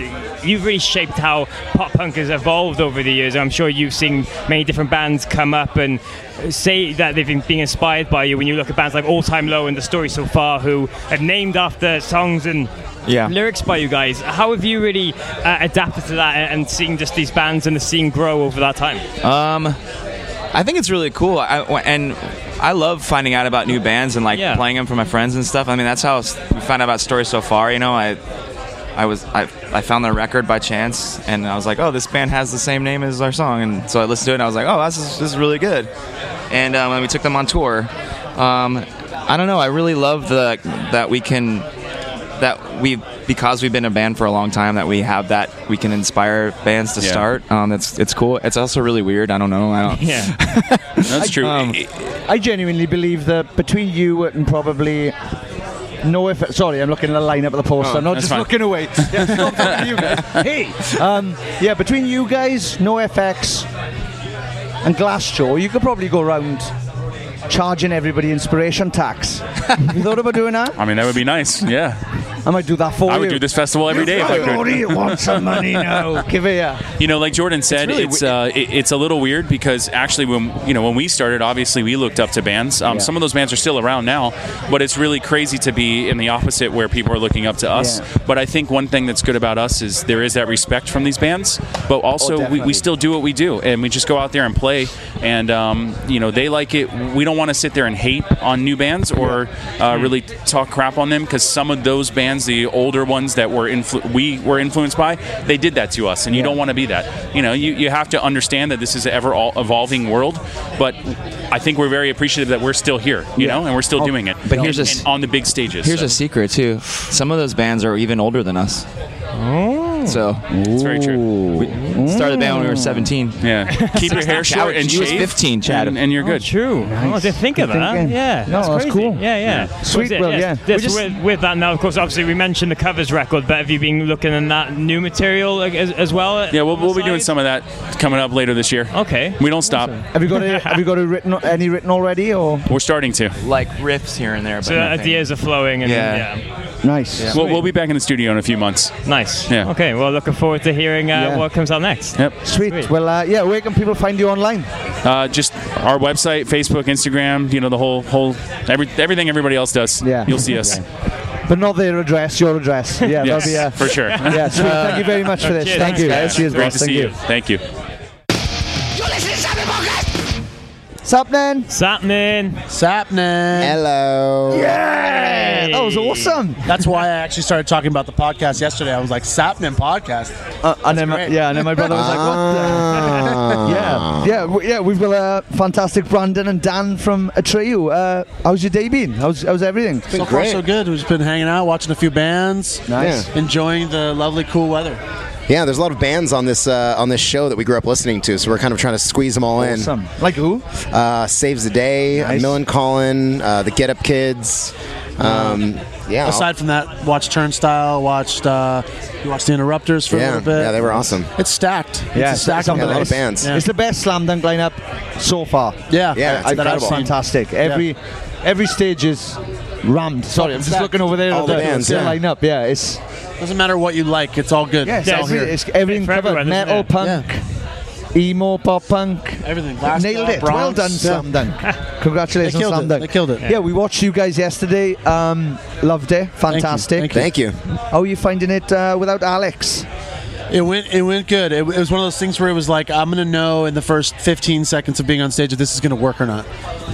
S2: you've really shaped how pop punk has evolved over the years. And I'm sure you've seen many different bands come up and say that they've been being inspired by you. When you look at bands like All Time Low and The Story So Far, who are named after songs and
S12: Yeah.
S2: lyrics by you guys, how have you really uh, adapted to that and, and seeing just these bands and the scene grow over that time?
S12: Um, I think it's really cool, I, and I love finding out about new bands and like playing them for my friends and stuff. I mean, that's how we found out about stories so far. You know, I, I was I, I found their record by chance, and I was like, oh, this band has the same name as our song, and so I listened to it, and I was like, oh, this is, this is really good. And um, and we took them on tour. Um, I don't know. I really love the that we can that we because we've been a band for a long time that we have that we can inspire bands to
S25: Yeah.
S12: start um that's it's cool it's also really weird i don't know i don't Um,
S2: yeah
S25: [laughs] that's true
S5: I genuinely believe that between you and probably. No, if sorry, I'm looking at the lineup of the poster.
S25: Oh,
S5: I'm not
S25: that's
S5: just
S25: fine.
S5: looking
S25: [laughs]
S5: away. Yeah, stop talking to you guys. Hey, um, yeah, between you guys, no FX, and Glassjaw, you could probably go around charging everybody inspiration tax. you thought about doing that?
S25: I mean, that would be nice. Yeah.
S5: I might do that for you.
S25: I would do this festival every day if I could.
S5: Rory, want some money now? Give it here.
S25: [laughs] You know, like Jordan said, it's
S5: really
S25: uh, it, it's a little weird because actually, when you know when we started, obviously we looked up to bands. Um,
S5: Yeah.
S25: Some of those bands are still around now, but it's really crazy to be in the opposite where people are looking up to us.
S5: Yeah.
S25: But I think one thing that's good about us is there is that respect from these bands, but also we, we
S5: definitely.
S25: still do what we do and we just go out there and play. And um, you know, they like it. We don't want to sit there and hate on new bands or
S12: Mm-hmm.
S25: uh, really talk crap on them because some of those bands, the older ones that were influ- we were influenced by, they did that to us, and you don't want to be that. You know, you, you have to understand that this is an ever all evolving world, but. I think we're very appreciative that we're still here, you know, and we're still doing it.
S12: Oh, But here's
S25: and,
S12: a s-
S25: and on the big stages.
S12: here's
S25: so.
S12: a secret too some of those bands are even older than us oh so it's
S25: very true
S12: we started the band when
S2: Oh.
S12: we were 17 [laughs]
S25: yeah keep your hair short and
S12: she was
S25: shaved,
S12: 15 chad
S25: and, and you're good
S2: true Oh, I didn't think of
S25: Good
S2: that.
S25: thinking.
S2: Yeah,
S25: No,
S2: that's,
S25: that's
S2: crazy.
S25: cool.
S2: Yeah, yeah.
S25: Yeah.
S5: Sweet,
S2: Was it-
S5: well,
S2: yes,
S5: yeah.
S2: This,
S5: We just-
S2: with, with that now, of course, obviously we mentioned the covers record, but have you been looking at that new material like, as, as well?
S25: Yeah, we'll, we'll be doing some of that coming up later this year.
S2: Okay.
S25: We don't stop.
S5: Have you got a, have you got a written any written already or
S25: We're starting to.
S12: like riffs here and there
S2: So uh, ideas are flowing. And,
S25: Yeah.
S2: yeah.
S5: nice?
S25: We'll, we'll be back in the studio in a few months.
S2: Nice.
S25: Yeah.
S2: Okay. Well, looking forward to hearing uh,
S25: Yeah.
S2: what comes out next.
S25: Yep.
S5: Sweet. Well, uh, yeah. Where can people find you online?
S25: Uh, just our website, Facebook, Instagram. You know the whole whole every, everything everybody else does. Yeah. You'll see us.
S5: But not their address, your address. Yeah,
S25: Yes,
S5: that'll be uh,
S25: for sure.
S5: [laughs] Yeah, sweet. Thank you very much
S25: [laughs]
S5: for this.
S25: Cheers.
S5: Thank you.
S25: Thanks, guys.
S5: Cheers,
S25: Great
S5: boss.
S25: to
S5: Thank
S25: see you.
S5: you.
S25: Thank you.
S5: Sapnin.
S2: Sapnin.
S27: Sapnin. Hello. Yeah.
S5: That was awesome.
S27: That's why I actually started talking about the podcast yesterday. I was like, Sapnin podcast.
S5: Uh, and then my, yeah, and then my brother was like, "What?" The? [laughs] yeah, yeah, w- yeah. We've got uh, fantastic Brandon and Dan from Atreyu. Uh, how's your day been? How's how's everything?
S27: so far, so good. We've just been hanging out, watching a few bands.
S5: Nice.
S27: Enjoying the lovely, cool weather.
S28: Yeah, there's a lot of bands on this uh, on this show that we grew up listening to, so we're kind of trying to squeeze them all
S5: Awesome. in. Like who?
S28: Uh, Saves the Day, nice. Millen Collin, uh, the Get Up Kids. Um, yeah,
S27: Aside from that, watched Turnstile, watched uh, you watched the Interrupters for
S28: Yeah,
S27: a little bit.
S28: yeah, they were awesome.
S27: It's stacked.
S5: Yeah,
S27: it's a stacked
S5: on the
S27: lineup.
S5: list.
S27: Yeah.
S5: It's the best slam dunk lineup so far.
S27: Yeah, Yeah, it's
S5: I- that's
S27: incredible.
S5: fantastic. Every every stage is rammed. Sorry, I'm just
S27: Stacked.
S5: looking over there
S27: All
S5: at
S27: the bands,
S5: the
S27: yeah.
S5: lineup. Yeah, it's
S27: Doesn't matter what you like, it's all good.
S5: yeah, it's,
S27: it's all
S5: every-
S27: here.
S5: it's everything covered. Metal punk, emo pop punk,
S27: everything.
S5: Nailed it. Well done, Slam Dunk. Congratulations,
S27: They killed
S5: Slam
S27: it.
S5: Dunk.
S27: They killed it.
S5: Yeah. we watched you guys yesterday. Um, loved it. Fantastic.
S27: Thank you.
S5: How are you finding it uh, without Alex?
S27: It went. It went good. It, it was one of those things where it was like, I'm gonna know in the first 15 seconds of being on stage if this is gonna work or not.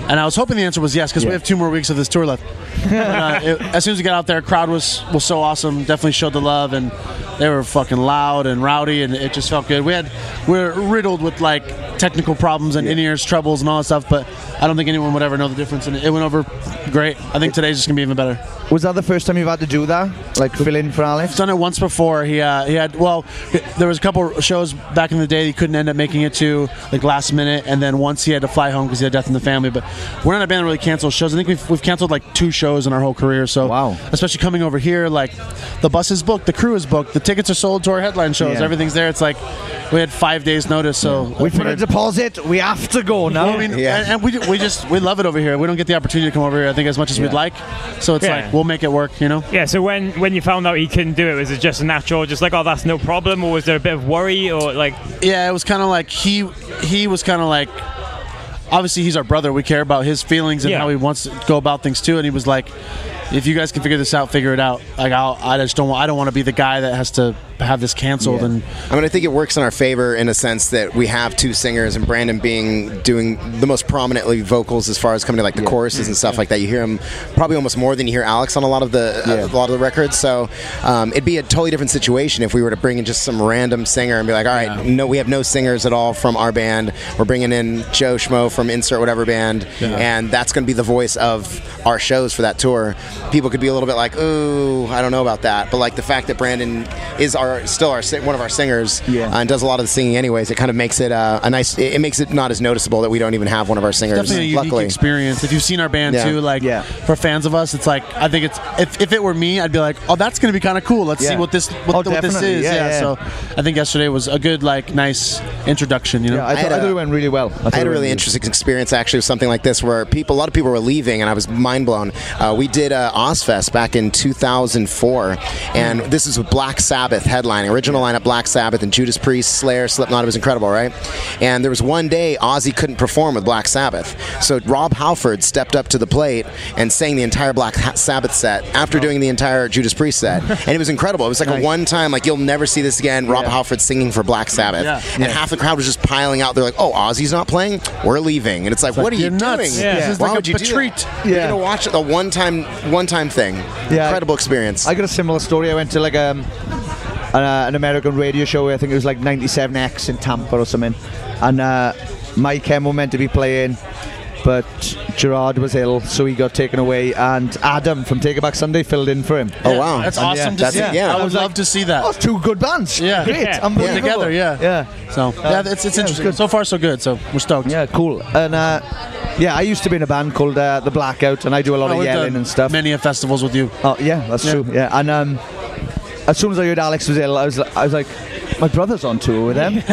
S27: And I was hoping the answer was yes because we have two more weeks of this tour left. But, uh, it- [laughs] as soon as we got out there, crowd was was so awesome. Definitely showed the love, and they were fucking loud and rowdy, and it just felt good. We had we are riddled with like technical problems and in ears troubles and all that stuff, but I don't think anyone would ever know the difference. And it went over great. I think today's just gonna be even better.
S5: Was that the first time you've had to do that? Like fill in for Alex?
S27: I've done it once before. He uh, he had well, there was a couple shows back in the day he couldn't end up making it to like last minute, and then once he had to fly home because he had death in the family. But we're not a band that really cancels shows. I think we've, we've canceled like two shows in our whole career. So wow, especially coming over here, like the bus is booked, the crew is booked, the tickets are sold to our headline shows,
S5: Yeah.
S27: everything's there. It's like we had five days notice, so
S5: We put a deposit. We have to go now.
S27: Well, I mean, and, and we, ju- we just we love it over here. We don't get the opportunity to come over here. I think as much as we'd
S2: Yeah.
S27: like. So it's
S2: Yeah.
S27: like we'll make it work. You know.
S2: Yeah, so when, when you found out he couldn't do it, was it just a natural, just like, oh, that's no problem, or was there a bit of worry, or like,
S27: Yeah, it was kind of like he he was kind of like obviously he's our brother. We care about his feelings and
S2: Yeah.
S27: how he wants to go about things too. And he was like, if you guys can figure this out, figure it out. Like I'll, I just don't want I don't want to be the guy that has to have this canceled.
S28: Yeah.
S27: And
S28: I mean, I think it works in our favor in a sense that we have two singers, and Brandon being doing the most prominently vocals as far as coming to like the choruses and stuff like that. You hear him probably almost more than you hear Alex on a lot of the uh, a lot of the records. So um, it'd be a totally different situation if we were to bring in just some random singer and be like, all right, no, we have no singers at all from our band. We're bringing in Joe Schmo from Insert Whatever Band,
S29: Yeah.
S28: and that's going to be the voice of our shows for that tour. People could be a little bit like, "Ooh, I don't know about that," but like the fact that Brandon is our still our si- one of our singers uh, and does a lot of the singing anyways, it kind of makes it uh, a nice. It, it makes it not as noticeable that we don't even have one of our singers.
S27: definitely a unique
S28: luckily,
S27: experience. If you've seen our band
S28: Yeah.
S27: too, like for fans of us, it's like I think it's if, if it were me, I'd be like, oh, that's gonna be kind of cool. Let's see
S28: Yeah.
S27: what this what,
S28: Oh,
S27: th- what this
S28: definitely.
S27: is.
S28: Yeah, yeah.
S27: So I think yesterday was a good like nice introduction. You know,
S28: I had a-
S5: went really well.
S28: I, had a really
S5: interesting.
S28: interesting experience actually with something like this where people, a lot of people were leaving, and I was mind blown. Uh, we did uh, Ozfest back in 2004, and this is with Black Sabbath headlining, original lineup Black Sabbath and Judas Priest, Slayer, Slipknot. It was incredible, right? And there was one day Ozzy couldn't perform with Black Sabbath, so Rob Halford stepped up to the plate and sang the entire Black Ha- Sabbath set after doing the entire Judas Priest set, and it was incredible. It was like a one time, like you'll never see this again. Rob Halford singing for Black Sabbath,
S5: Yeah.
S28: and half the crowd was just piling out. They're like, "Oh, Ozzy's not playing. We're leaving." And it's like,
S5: like,
S28: "What are you
S5: you're nuts.
S28: doing?
S5: Yeah. This is
S28: Why
S5: like a
S28: would you
S5: treat.
S28: do that? You're
S5: Yeah.
S28: gonna watch it a one-time, one-time thing. Incredible experience.
S5: I got a similar story. I went to like um, an, uh, an American radio show. I think it was like 97X in Tampa or something. And uh, Mike M were meant to be playing, but Gerard was ill, so he got taken away. And Adam from Take It Back Sunday filled in for him.
S27: Yeah, that's
S5: And
S27: awesome to
S5: that's
S27: see.
S5: it.
S27: I would
S5: was
S27: love
S5: like,
S27: to see that.
S5: "Oh, two good bands.
S27: Yeah,
S5: Great.
S27: Yeah.
S5: Unbelievable.
S27: together. Yeah,
S5: yeah.
S27: So yeah, it's, it's interesting. so far, so good. So we're stoked.
S5: Yeah, cool. And uh, yeah, I used to be in a band called uh, the Blackout, and I do a lot
S27: Oh,
S5: of
S27: we've
S5: yelling
S27: done
S5: and stuff.
S27: Many of festivals with you.
S5: Oh yeah, that's
S27: Yeah.
S5: true. Yeah, and um, as soon as I heard Alex was ill, I was I was like, my brother's on tour
S27: [laughs]
S5: with them. [laughs]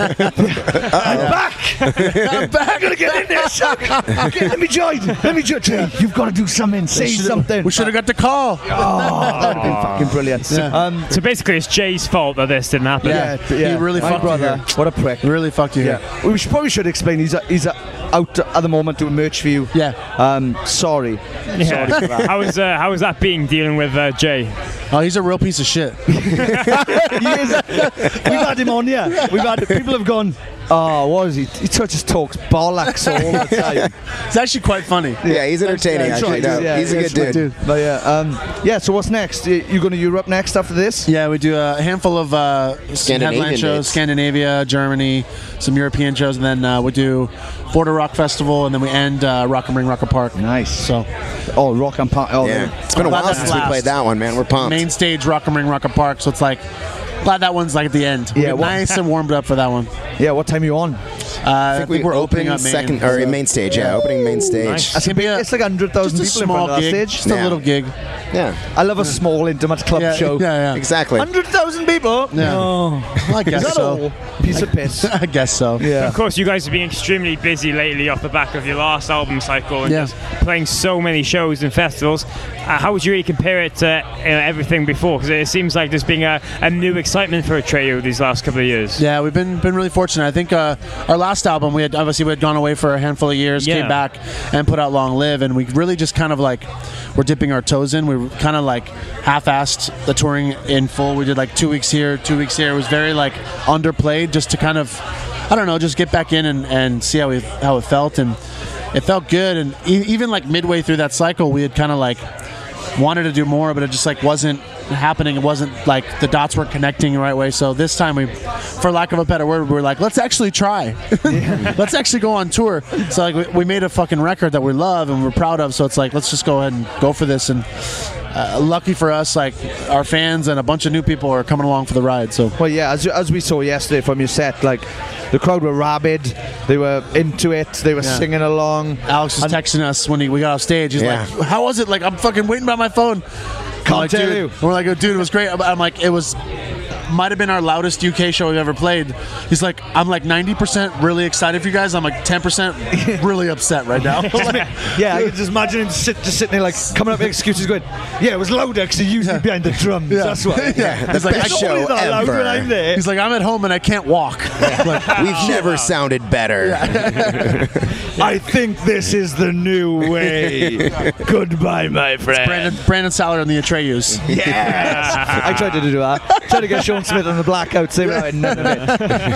S5: I'm back. I'm back.
S27: [laughs]
S5: I'm gonna get in there. Suck. Okay, let me join. Let me join. Hey, You've got to do something. Say
S27: should've-
S5: something. We
S27: should have got the call.
S5: Oh, that would have been
S27: Ah.
S5: fucking brilliant.
S2: So,
S5: Um,
S2: so basically, it's Jay's fault that this didn't happen.
S5: yeah, yeah. my brother. What a prick.
S27: Really fucked you.
S5: Yeah. We should, probably should explain. He's, uh, he's uh, out at the moment doing merch for you.
S27: Yeah.
S5: Um, sorry.
S2: Yeah.
S5: Sorry for that.
S2: [laughs] how
S5: [laughs]
S2: is uh, how is that being dealing with uh, Jay?
S27: Oh, he's a real piece of shit.
S5: Yes. We've had him on, yeah. We've had people have gone. Oh, what is he? He just talks bollocks all the time.
S27: it's actually quite funny.
S28: Yeah, he's entertaining,
S5: That's
S28: actually, no, he's a
S5: that's
S28: good
S5: right,
S28: dude.
S5: But yeah, um, yeah. So what's next? Y- You going to Europe next after this?
S27: Yeah, we do a handful of uh, some headline
S5: Scandinavian
S27: shows:
S5: dates.
S27: Scandinavia, Germany, some European shows, and then uh, we do Florida Rock Festival, and then we end uh, Rock and Ring Rocker Park.
S5: Nice.
S27: So,
S5: oh, Rock and Park. Oh,
S28: Yeah. It's been a while since we played that one, man. We're pumped.
S27: Main stage Rock and Ring Rocker Park. So it's like glad that one's like at the end.
S28: Yeah,
S27: Yeah,
S28: what-
S27: nice and warmed up for that one.
S5: Yeah, what time are you on? Uh,
S27: I think,
S28: we
S27: we're opening
S28: open
S27: up main,
S28: second- or
S27: so-
S28: main stage, yeah, opening main stage. Nice.
S5: That's a big, it's like hundred thousand
S27: just a
S5: people in front
S27: small
S5: of that
S27: gig,
S5: stage.
S27: just a Yeah. little gig.
S28: Yeah.
S5: I love a small, intimate club
S27: Yeah,
S5: show.
S27: yeah, yeah. Exactly.
S5: Hundred thousand people.
S27: Yeah.
S5: [laughs]
S27: I guess
S5: Is that
S27: so.
S5: all? Piece of
S27: [laughs]
S5: piss.
S27: I guess so.
S5: [laughs] Yeah.
S2: Of course, you guys have been extremely busy lately off the back of your last album cycle and
S27: Yeah.
S2: just playing so many shows and festivals. Uh, how would you really compare it to uh, everything before? Because it seems like there's been a, a new excitement for a trio these last couple of years.
S27: Yeah, we've been been really fortunate. I think uh, our last album, we had obviously we had gone away for a handful of years,
S2: Yeah.
S27: came back and put out Long Live, and we really just kind of like we're dipping our toes in. We were kind of like half-assed the touring in full. We did like two weeks here, two weeks here. It was very like underplayed, just to kind of I don't know, just get back in and, and see how we how it felt, and it felt good. And e- even like midway through that cycle, we had kind of like wanted to do more, but it just like wasn't happening. It wasn't like the dots weren't connecting the right way. So this time we, for lack of a better word, we were like, let's actually try. [laughs] let's actually go on tour. So like we, we made a fucking record that we love and we're proud of. So it's like let's just go ahead and go for this. And uh, lucky for us, like our fans and a bunch of new people are coming along for the ride. So
S5: Well, yeah, as, as we saw yesterday from your set, like the crowd were rabid, they were into it, they were
S27: Yeah.
S5: singing along.
S27: Alex was texting us when he, we got off stage. He's
S5: Yeah.
S27: like, "How was it? Like, I'm fucking waiting by my phone." I'm like,
S5: tell
S27: dude.
S5: you.
S27: We're like, "Oh, dude, it was great." I'm, I'm like, "It was might have been our loudest UK show we've ever played. He's like, I'm like 90% really excited for you guys. I'm like 10% really upset right
S5: [laughs]
S27: now. [laughs]
S5: [laughs] yeah, I can just imagine him sit, just sitting there, like coming up with excuses, going, "Yeah, it was louder because he used me behind the drums. That's
S27: [laughs]
S5: [laughs] why."
S27: He's like,
S5: "It's always that loud when I'm there."
S27: He's like, I'm at home and I can't
S5: [laughs]
S27: walk.
S28: We've never sounded better.
S5: I think this is the new [laughs] way. Goodbye, my friend.
S27: Brandon, Brandon Saller and the Atreyus.
S5: [laughs] Yes. I tried to do that. tried to get Sean Smith on the blackouts. They were like, none of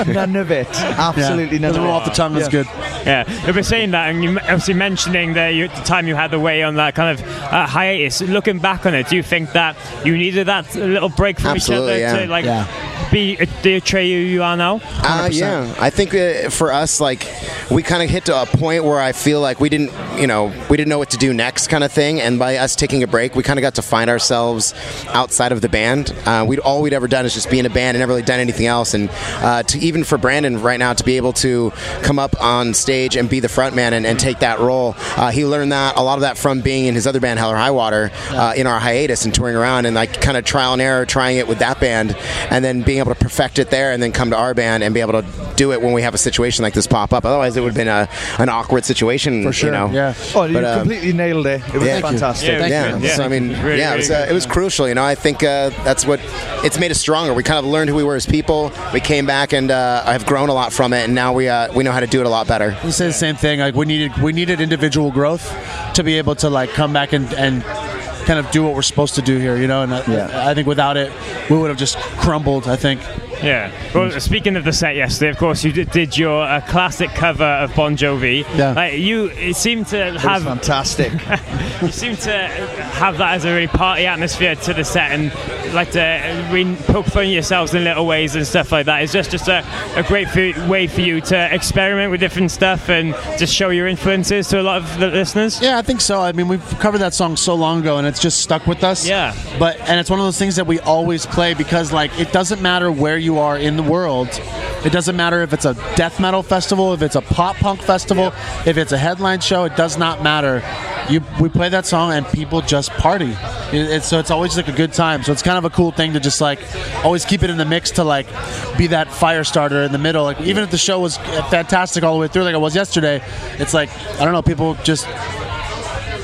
S5: it. [laughs] None of it.
S28: [laughs]
S5: Absolutely none of it. Yeah.
S2: Yeah, if we're saying that, and you m- obviously mentioning the, you, the time you had away on that kind of uh, hiatus, looking back on it, do you think that you needed that little break from
S28: Absolutely,
S2: each other
S28: yeah.
S2: to like
S28: Yeah.
S2: be uh, the Atreyu you are now?
S28: Uh, yeah, I think uh, for us, like we kind of hit to a point where I feel like we didn't, you know, we didn't know what to do next, kind of thing. And by us taking a break, we kind of got to find ourselves outside of the band. Uh, we'd all we'd ever done is just be in a band and never really done anything else. And uh, to even for Brandon right now to be able to come up on stage and be the front man and, and take that role, uh, he learned that a lot of that from being in his other band, Hell or High Water, uh, in our hiatus and touring around and like kind of trial and error, trying it with that band, and then being able to perfect it there, and then come to our band and be able to do it when we have a situation like this pop up. Otherwise, it would have been a, an awkward situation.
S5: For sure,
S28: You know?
S5: yeah. Oh, you
S28: um,
S5: completely nailed it. It was
S28: yeah.
S5: fantastic.
S28: Yeah, So I mean, yeah, it was, uh, it was crucial. You know, I think uh, that's what it's made us stronger. We kind of learned who we were as people. We came back and uh, have grown a lot from it, and now we uh, we know how to do it a lot better.
S27: We say the same thing. Like we needed we needed individual growth to be able to like come back and and kind of do what we're supposed to do here, you know. And I, I think without it, we would have just crumbled. I think.
S2: Yeah. Well, speaking of the set yesterday, of course, you did, did your uh, classic cover of Bon Jovi.
S27: Yeah.
S2: Like, you it seemed to
S5: was
S2: have
S5: fantastic.
S2: [laughs] you seem to have that as a really party atmosphere to the set, and like to uh, re- poke fun at yourselves in little ways and stuff like that. It's just just a, a great f- way for you to experiment with different stuff and just show your influences to a lot of the listeners.
S27: Yeah, I think so. I mean, we've covered that song so long ago, and it's just stuck with us.
S2: Yeah.
S27: But and it's one of those things that we always play because like it doesn't matter where you are in the world. It doesn't matter if it's a death metal festival, if it's a pop punk festival, if it's a headline show. It does not matter. You we play that song and people just party. It, it's so it's always like a good time. So it's kind of a cool thing to just like always keep it in the mix to like be that fire starter in the middle. Like even if the show was fantastic all the way through, like it was yesterday, it's like I don't know. People just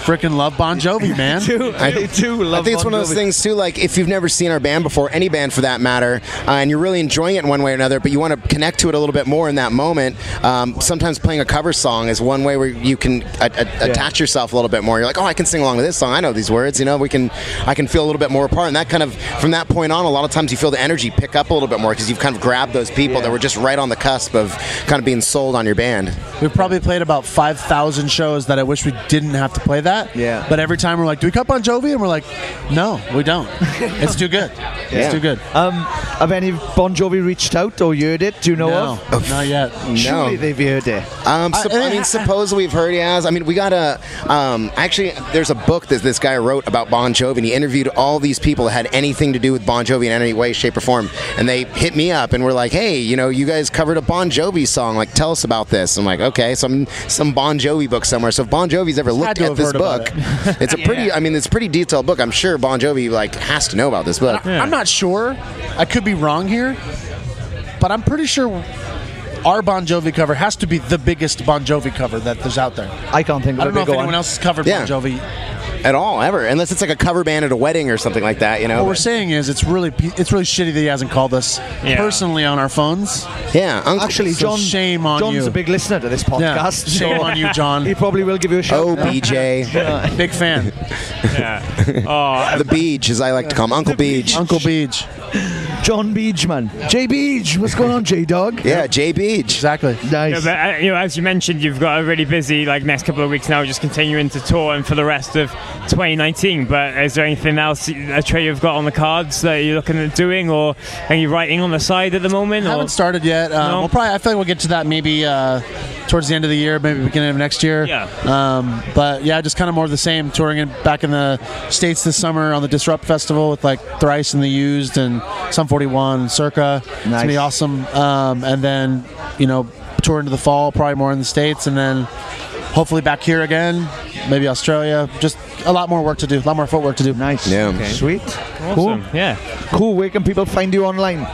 S27: freaking love Bon Jovi, man.
S28: I think it's one of those things too. Like if you've never seen our band before, any band for that matter, uh, and you're really enjoying it in one way or another, but you want to connect to it a little bit more in that moment. Um, sometimes playing a cover song is one way where you can a- a- attach yourself a little bit more. You're like, oh, I can sing along to this song. I know these words. You know, we can. I can feel a little bit more apart. And that kind of from that point on, a lot of times you feel the energy pick up a little bit more because you've kind of grabbed those people that were just right on the cusp of kind of being sold on your band.
S27: We've probably played about 5,000 shows that I wish we didn't have to play that. Yeah. But every time we're like, do we cut Bon Jovi? And we're like, no, we don't. It's too good. It's too good.
S5: Um, have any of Bon Jovi reached out or you heard it? Do you know
S27: No,
S5: of?
S27: Not yet.
S5: Surely they've heard it.
S28: Um, so, I,
S27: [laughs]
S28: mean, suppose we've heard he has. I mean, we got a. Um, actually, there's a book that this guy wrote about Bon Jovi, and he interviewed all these people that had anything to do with Bon Jovi in any way, shape, or form. And they hit me up and were like, "Hey, you know, you guys covered a Bon Jovi song. Like, tell us about this." I'm like, "Okay, some some Bon Jovi book somewhere." So, if Bon Jovi's ever
S27: Had
S28: looked
S27: to
S28: at
S27: have
S28: this
S27: heard about
S28: book, it's
S27: [laughs]
S28: a pretty. I mean, it's a pretty detailed book. I'm sure Bon Jovi like has to know about this book.
S27: I'm not sure. I could be wrong here, but I'm pretty sure our Bon Jovi cover has to be the biggest Bon Jovi cover that there's out there.
S5: I can't think
S27: I don't know if anyone else has covered
S28: Yeah.
S27: Bon Jovi.
S28: at all ever, unless it's like a cover band at a wedding or something like that. You know,
S27: what we're saying is it's really pe- it's really shitty that he hasn't called us personally on our phones.
S28: Yeah,
S5: Actually,
S27: So
S5: John,
S27: shame on
S5: John's
S27: you.
S5: a big listener to this podcast.
S27: Yeah, shame
S5: [laughs] so-
S27: on you, John.
S5: He probably will give you a shout.
S28: Oh, BJ.
S5: Yeah.
S27: [laughs] Big fan.
S28: [laughs] the Beach, as I like to call him, Uncle Beach.
S27: Uncle Beach.
S5: John Beachman. Jay Beach. What's going on, J Dog?
S28: Yeah, J Beach.
S27: Exactly.
S5: Nice.
S2: Yeah, but, uh, you know, as you mentioned, you've got a really busy like next couple of weeks now, just continuing to tour and for the rest of 2019. But is there anything else a tray you've got on the cards that you're looking at doing, or are you writing on the side at the moment?
S27: I haven't
S2: Or?
S27: started yet. Um,
S2: No?
S27: We'll probably. I feel like we'll get to that maybe uh, towards the end of the year, maybe beginning of next year. Yeah. Um, but yeah, just kind of more of the same. Touring in, back in the states this summer on the Disrupt Festival with like Thrice and the Used and Sum 41, Circa. It's gonna be
S5: Nice.
S27: awesome. Um, and then you know tour into the fall, probably more in the states, and then Hopefully back here again, maybe Australia. Just a lot more work to do, a lot more footwork to do.
S5: Nice.
S28: Yeah.
S5: Sweet.
S27: Cool.
S5: Yeah. Cool. Where can people find you online?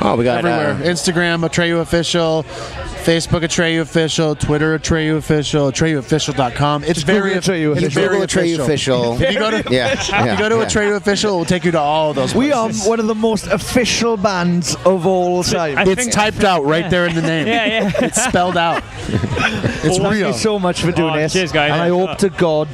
S28: Oh, we got, uh,
S27: everywhere. Instagram Atreyu official, Facebook Atreyu official, Twitter Atreyu official, AtreyuOfficial.com. It's
S28: Just
S27: very
S28: Google Atreyu
S27: it's
S28: official.
S27: very
S28: Google Atreyu official.
S27: if you go to
S28: [laughs] Yeah,
S27: if
S28: yeah,
S27: you go to
S28: yeah.
S27: Atreyu official, it will take you to all those.
S5: We are one of the most official bands of all time.
S27: It's typed out right there in the name.
S5: Yeah, yeah.
S27: It's spelled
S5: [laughs]
S27: out.
S5: It's
S27: It's
S5: Thank
S27: real.
S5: you so much for doing
S27: Oh,
S5: this.
S27: cheers, guys.
S5: And I hope to God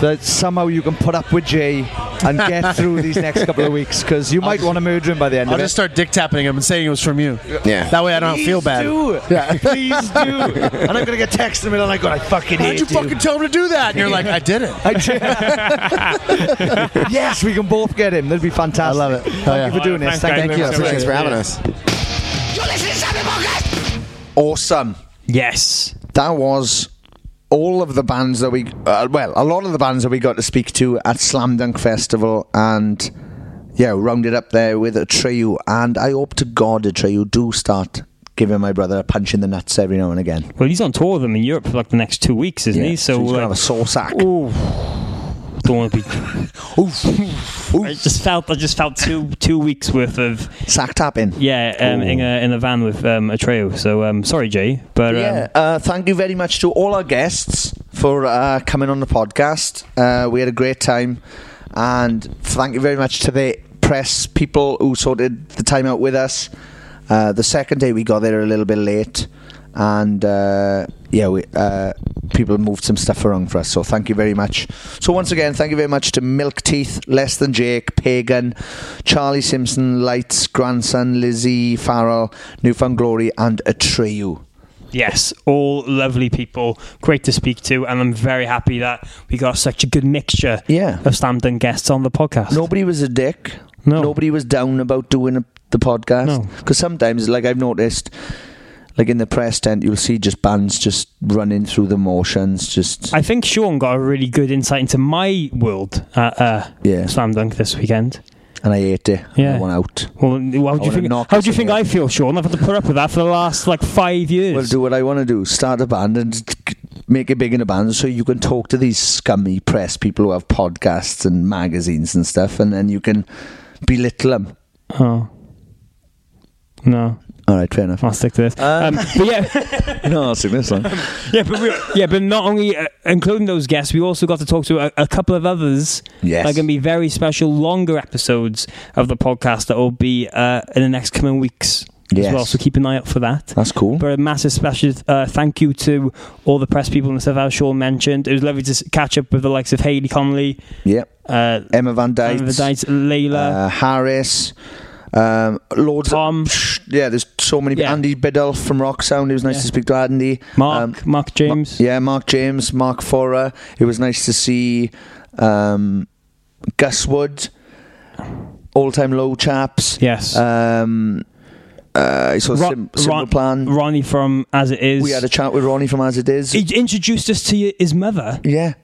S5: that somehow you can put up with Jay and
S27: [laughs]
S5: get through these next couple of weeks because you might want to murder him by the end
S27: I'll
S5: of it.
S27: just start dick tapping him and saying it was from you.
S5: Yeah.
S27: That way I don't
S5: Please
S27: feel bad.
S5: do.
S27: Yeah.
S5: Please do. And [laughs] I'm gonna get texted in the middle of the night going, I fucking
S27: How'd
S5: hate
S27: you fucking tell him to do that? And you're like, I did
S5: [laughs]
S27: it. I
S5: did. [laughs] yes, we can both get him. That'd be fantastic. I love it. Oh, Thank you for doing this. Thank, you.
S28: Thanks for having us.
S5: Awesome. Yes. That was all of the bands that we, uh, well, a lot of the bands that we got to speak to at Slam Dunk Festival and. Yeah, rounded up there with Atreyu, and I hope to God Atreyu do start giving my brother a punch in the nuts every now and again.
S2: Well, he's on tour with them in Europe for like the next two weeks, isn't
S5: Yeah,
S2: he? So,
S5: so he's gonna
S2: uh,
S5: have a sore sack.
S2: Ooh, don't want to be. I just felt I just felt two two weeks worth of
S5: sack tapping.
S2: Yeah, um, in a, in a van with um, a trio. So um, sorry, Jay, but um,
S5: yeah, uh, thank you very much to all our guests for uh, coming on the podcast. Uh, we had a great time, and thank you very much to the press people who sorted the time out with us. Uh, the second day we got there a little bit late, and uh, yeah, we, uh, people moved some stuff around for us. So thank you very much. So once again, thank you very much to Milk Teeth, Less Than Jake, Pagan, Charlie Simpson, Lights, Grandson, Lizzie, Farrell, Newfound Glory, and Atreyu.
S2: Yes, all lovely people, great to speak to, and I'm very happy that we got such a good mixture
S5: yeah.
S2: of slam dunk guests on the podcast.
S5: Nobody was a dick. No. Nobody was down about doing a, the podcast. Because sometimes, like I've noticed, like in the press tent, you'll see just bands just running through the motions. Just
S2: I think Sean got a really good insight into my world at uh, slam dunk this weekend.
S5: And I ate it.
S2: Yeah.
S5: I went out.
S2: Well, how do you
S5: wanna
S2: think?
S5: knock
S2: How do you think I feel, Sean? I've had to put up with that for the last like five years.
S5: Well, do what I want to do. Start a band and g- make it big in a band so you can talk to these scummy press people who have podcasts and magazines and stuff, and then you can belittle them.
S2: Oh. No.
S5: All right, fair enough.
S2: I'll stick to this. [laughs] Um, but yeah,
S5: [laughs] no, I'll stick this one.
S2: [laughs] yeah, but we, yeah, but not only uh, including those guests, we also got to talk to a, a couple of others.
S5: Yes.
S2: that are going to be very special, longer episodes of the podcast that will be uh, in the next coming weeks.
S5: Yes.
S2: As well, so keep an eye out for that.
S5: That's cool.
S2: But a massive special uh, thank you to all the press people and stuff as Sean mentioned. It was lovely to s- catch up with the likes of Haley Connolly,
S5: Yep.
S2: uh,
S5: Emma Van Dyke,
S2: Emma Van Dyke, Layla,
S5: uh, Harris, um, loads
S2: Tom.
S5: yeah, there's so many. Andy Biddle from Rock Sound. It was nice
S2: Yeah.
S5: to speak to Andy. Um,
S2: Mark, Mark James.
S5: yeah, Mark James, Mark Forer. It was nice to see um, Gus Wood, all time low chaps.
S2: Yes.
S5: Um, uh, I saw
S2: Ro-
S5: Sim- Simple
S2: Ron-
S5: Plan.
S2: Ronnie from As It Is.
S5: We had a chat with Ronnie from As It Is.
S2: He introduced us to y- his mother.
S5: Yeah.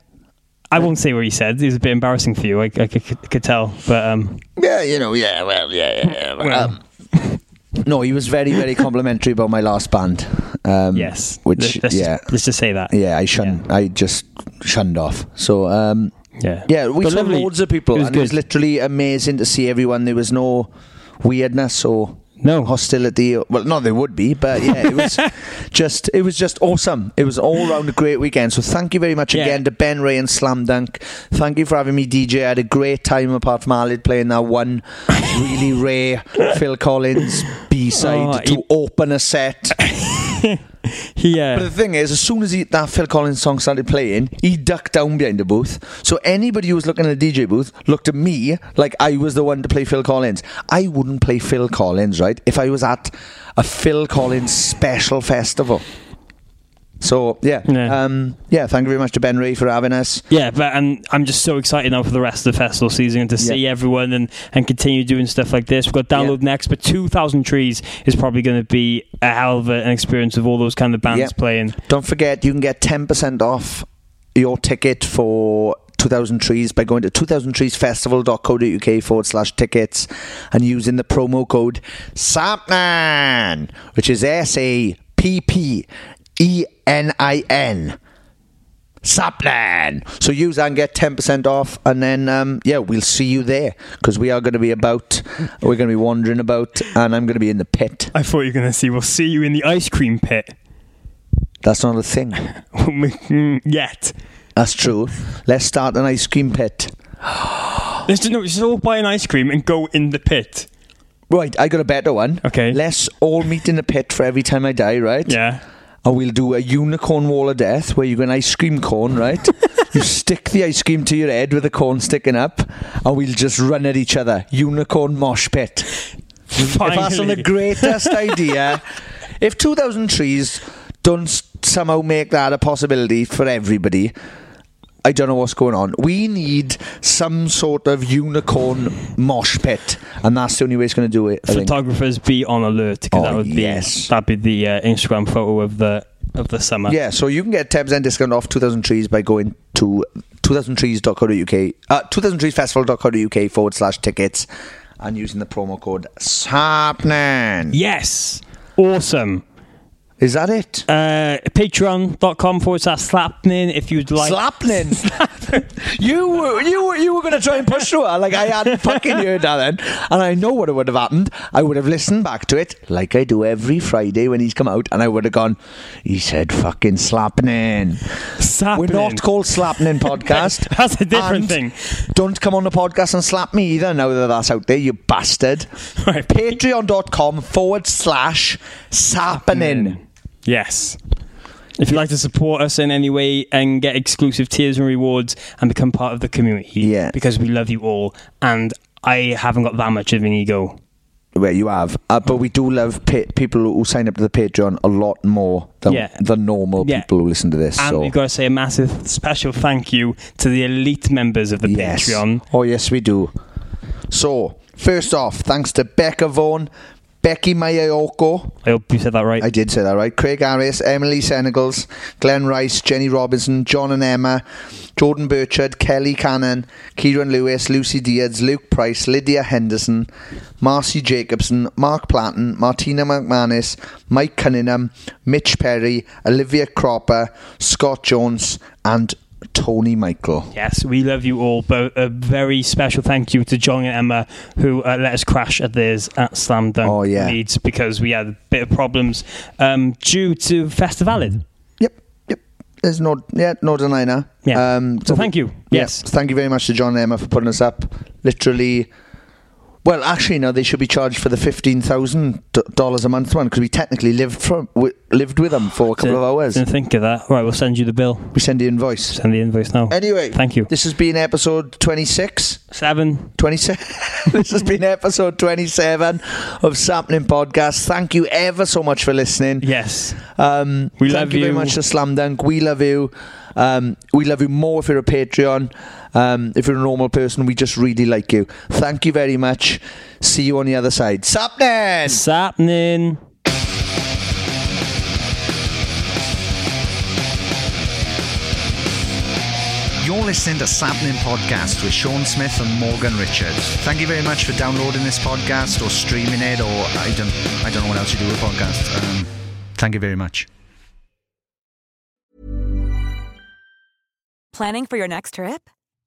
S2: I won't say what he said. It was a bit embarrassing for you. I, I could, could- could tell, but um,
S5: Yeah, you know, yeah, well, yeah, yeah. well, um, [laughs] no, he was very, very complimentary about my last band. Um,
S2: yes,
S5: which
S2: Let's- let's
S5: yeah,
S2: just, let's just say that.
S5: yeah, I shunned, I just shunned off. So um,
S2: yeah,
S5: yeah, we
S2: But
S5: saw
S2: lovely.
S5: loads of people,
S2: It was
S5: and it was
S2: good.
S5: literally amazing to see everyone. There was no weirdness or no hostility. Or, well, no, there would be, but yeah,
S2: [laughs]
S5: it was just, it was just awesome. It was all round a great weekend. So thank you very much again to Ben Ray and Slam Dunk. Thank you for having me, DJ. I had a great time apart from Alid playing that
S2: [laughs]
S5: one really rare Phil Collins B side
S2: Oh,
S5: to open
S2: [laughs]
S5: a set.
S2: Yeah.
S5: But the thing is, as soon as he, that Phil Collins song started playing, he ducked down behind the booth. So anybody who was looking at the DJ booth looked at me like I was the one to play Phil Collins. I wouldn't play Phil Collins, right? If I was at a Phil Collins special festival. So yeah, Um, yeah. Thank you very much to Ben Ray for having us.
S2: Yeah, but and I'm just so excited now for the rest of the festival season and to see everyone and, and continue doing stuff like this. We've got Download next, but 2,000 Trees is probably going to be a hell of a- an experience of all those kind of bands
S5: Yeah.
S2: playing.
S5: Don't forget, you can get 10% off your ticket for 2000 Trees by going to 2000treesfestival.co.uk forward slash tickets and using the promo code SAPMAN, which is S A P P E N I N. Sapnan. So use that and get ten percent off, and then um, yeah, we'll see you there because we are going to be about, we're going to be wandering about, and I'm going to be in the pit.
S2: I thought you were going to say we'll see you in the ice cream pit. [laughs]
S5: That's not a thing
S2: mm, yet.
S5: That's true. Let's start an ice cream pit.
S2: Let's just, no, just all buy an ice cream and go in the pit.
S5: Right, I got a better one. Okay. Let's all meet in a pit for every time I die, right?
S2: Yeah.
S5: And we'll do a unicorn wall of death where you get an ice cream cone, right? you stick the ice cream to your head with a cone sticking up, and we'll just run at each other. Unicorn mosh pit. If that's not the
S18: Finally.
S5: greatest idea. If 2000 trees don't s- somehow make that a possibility for everybody, I don't know what's going on. We need some sort of unicorn mosh pit, and that's the only way it's going to do it. I think. Oh,
S2: Photographers be on alert because that would be
S5: yes.
S2: that'd be the uh, Instagram photo of the of the summer.
S5: Yeah, so you can get 10% discount off 2000 Trees by going to 2000trees.co.uk, uh, 2000treesfestival.co.uk forward slash tickets and using the promo code SAPNAN.
S2: Yes. Awesome.
S5: Is that it?
S2: Uh, Patreon.com forward slash slapnin if you'd like.
S5: Slapnin?
S2: [laughs]
S5: You were you were you were going to try and push through it. Like I had fucking heard that then, and I know what would have happened. I would have listened back to it like I do every Friday when he's come out, and I would have gone. He said fucking slapping in. We're not called
S2: [laughs]
S5: slapping in podcast.
S2: that's a different
S5: thing. Don't come on the podcast and slap me either. Now that that's out there, you bastard.
S2: [laughs] Right.
S5: Patreon.com forward slash slapping in.
S2: Yes. If you'd like to support us in any way and get exclusive tiers and rewards and become part of the community. Yeah. Because we love you all and I haven't got that much of an ego.
S5: Where you have, uh, but we do love pa- people who sign up to the Patreon a lot more than
S2: Yeah.
S5: the normal
S2: Yeah.
S5: people who listen to this.
S2: And
S5: so.
S2: we've got to say a massive special thank you to the elite members of the Patreon.
S5: Oh, yes, we do. So, first off, thanks to Becca Vaughan, Becky Mayoko.
S2: I hope you said that right.
S5: I did say that right. Craig Harris, Emily Senegals, Glenn Rice, Jenny Robinson, John and Emma, Jordan Burchard, Kelly Cannon, Kieran Lewis, Lucy Diaz, Luke Price, Lydia Henderson, Marcy Jacobson, Mark Platten, Martina McManus, Mike Cunningham, Mitch Perry, Olivia Cropper, Scott Jones, and Tony Michael.
S2: Yes, we love you all, but a very special thank you to John and Emma who uh, let us crash at theirs at Slam Dunk oh, yeah. Leeds because we had a bit of problems um, due to Festivalid.
S5: There's no, yeah, no denying that.
S2: Yeah.
S5: Um,
S2: So thank you.
S5: yeah,
S2: Yes.
S5: Thank you very much to John and Emma for putting us up. Literally, well, actually, no, they should be charged for the fifteen thousand dollars a month one because we technically lived from we lived with them for a couple of hours.
S2: Didn't think of that. Right, we'll send you the bill.
S5: We send the invoice.
S2: Send the invoice now.
S5: Anyway,
S2: thank you.
S5: This has been episode 26.
S2: 7.
S5: 27. [laughs] this has been episode 27 of Sapling Podcast. Thank you ever so much for listening.
S2: Yes.
S5: Um,
S2: We
S5: thank
S2: love
S5: you very
S2: you.
S5: much to Slam Dunk. We love you. Um, we love you more if you're a Patreon. Um, if you're a normal person, we just really like you. Thank you very much. See you on the other side. Sapling!
S2: Sapling!
S30: You're listening to Sapling Podcast with Sean Smith and Morgan Richards. Thank you very much for downloading this podcast or streaming it, or I don't, I don't know what else you do with podcasts. Um, thank you very much.
S31: Planning for your next trip?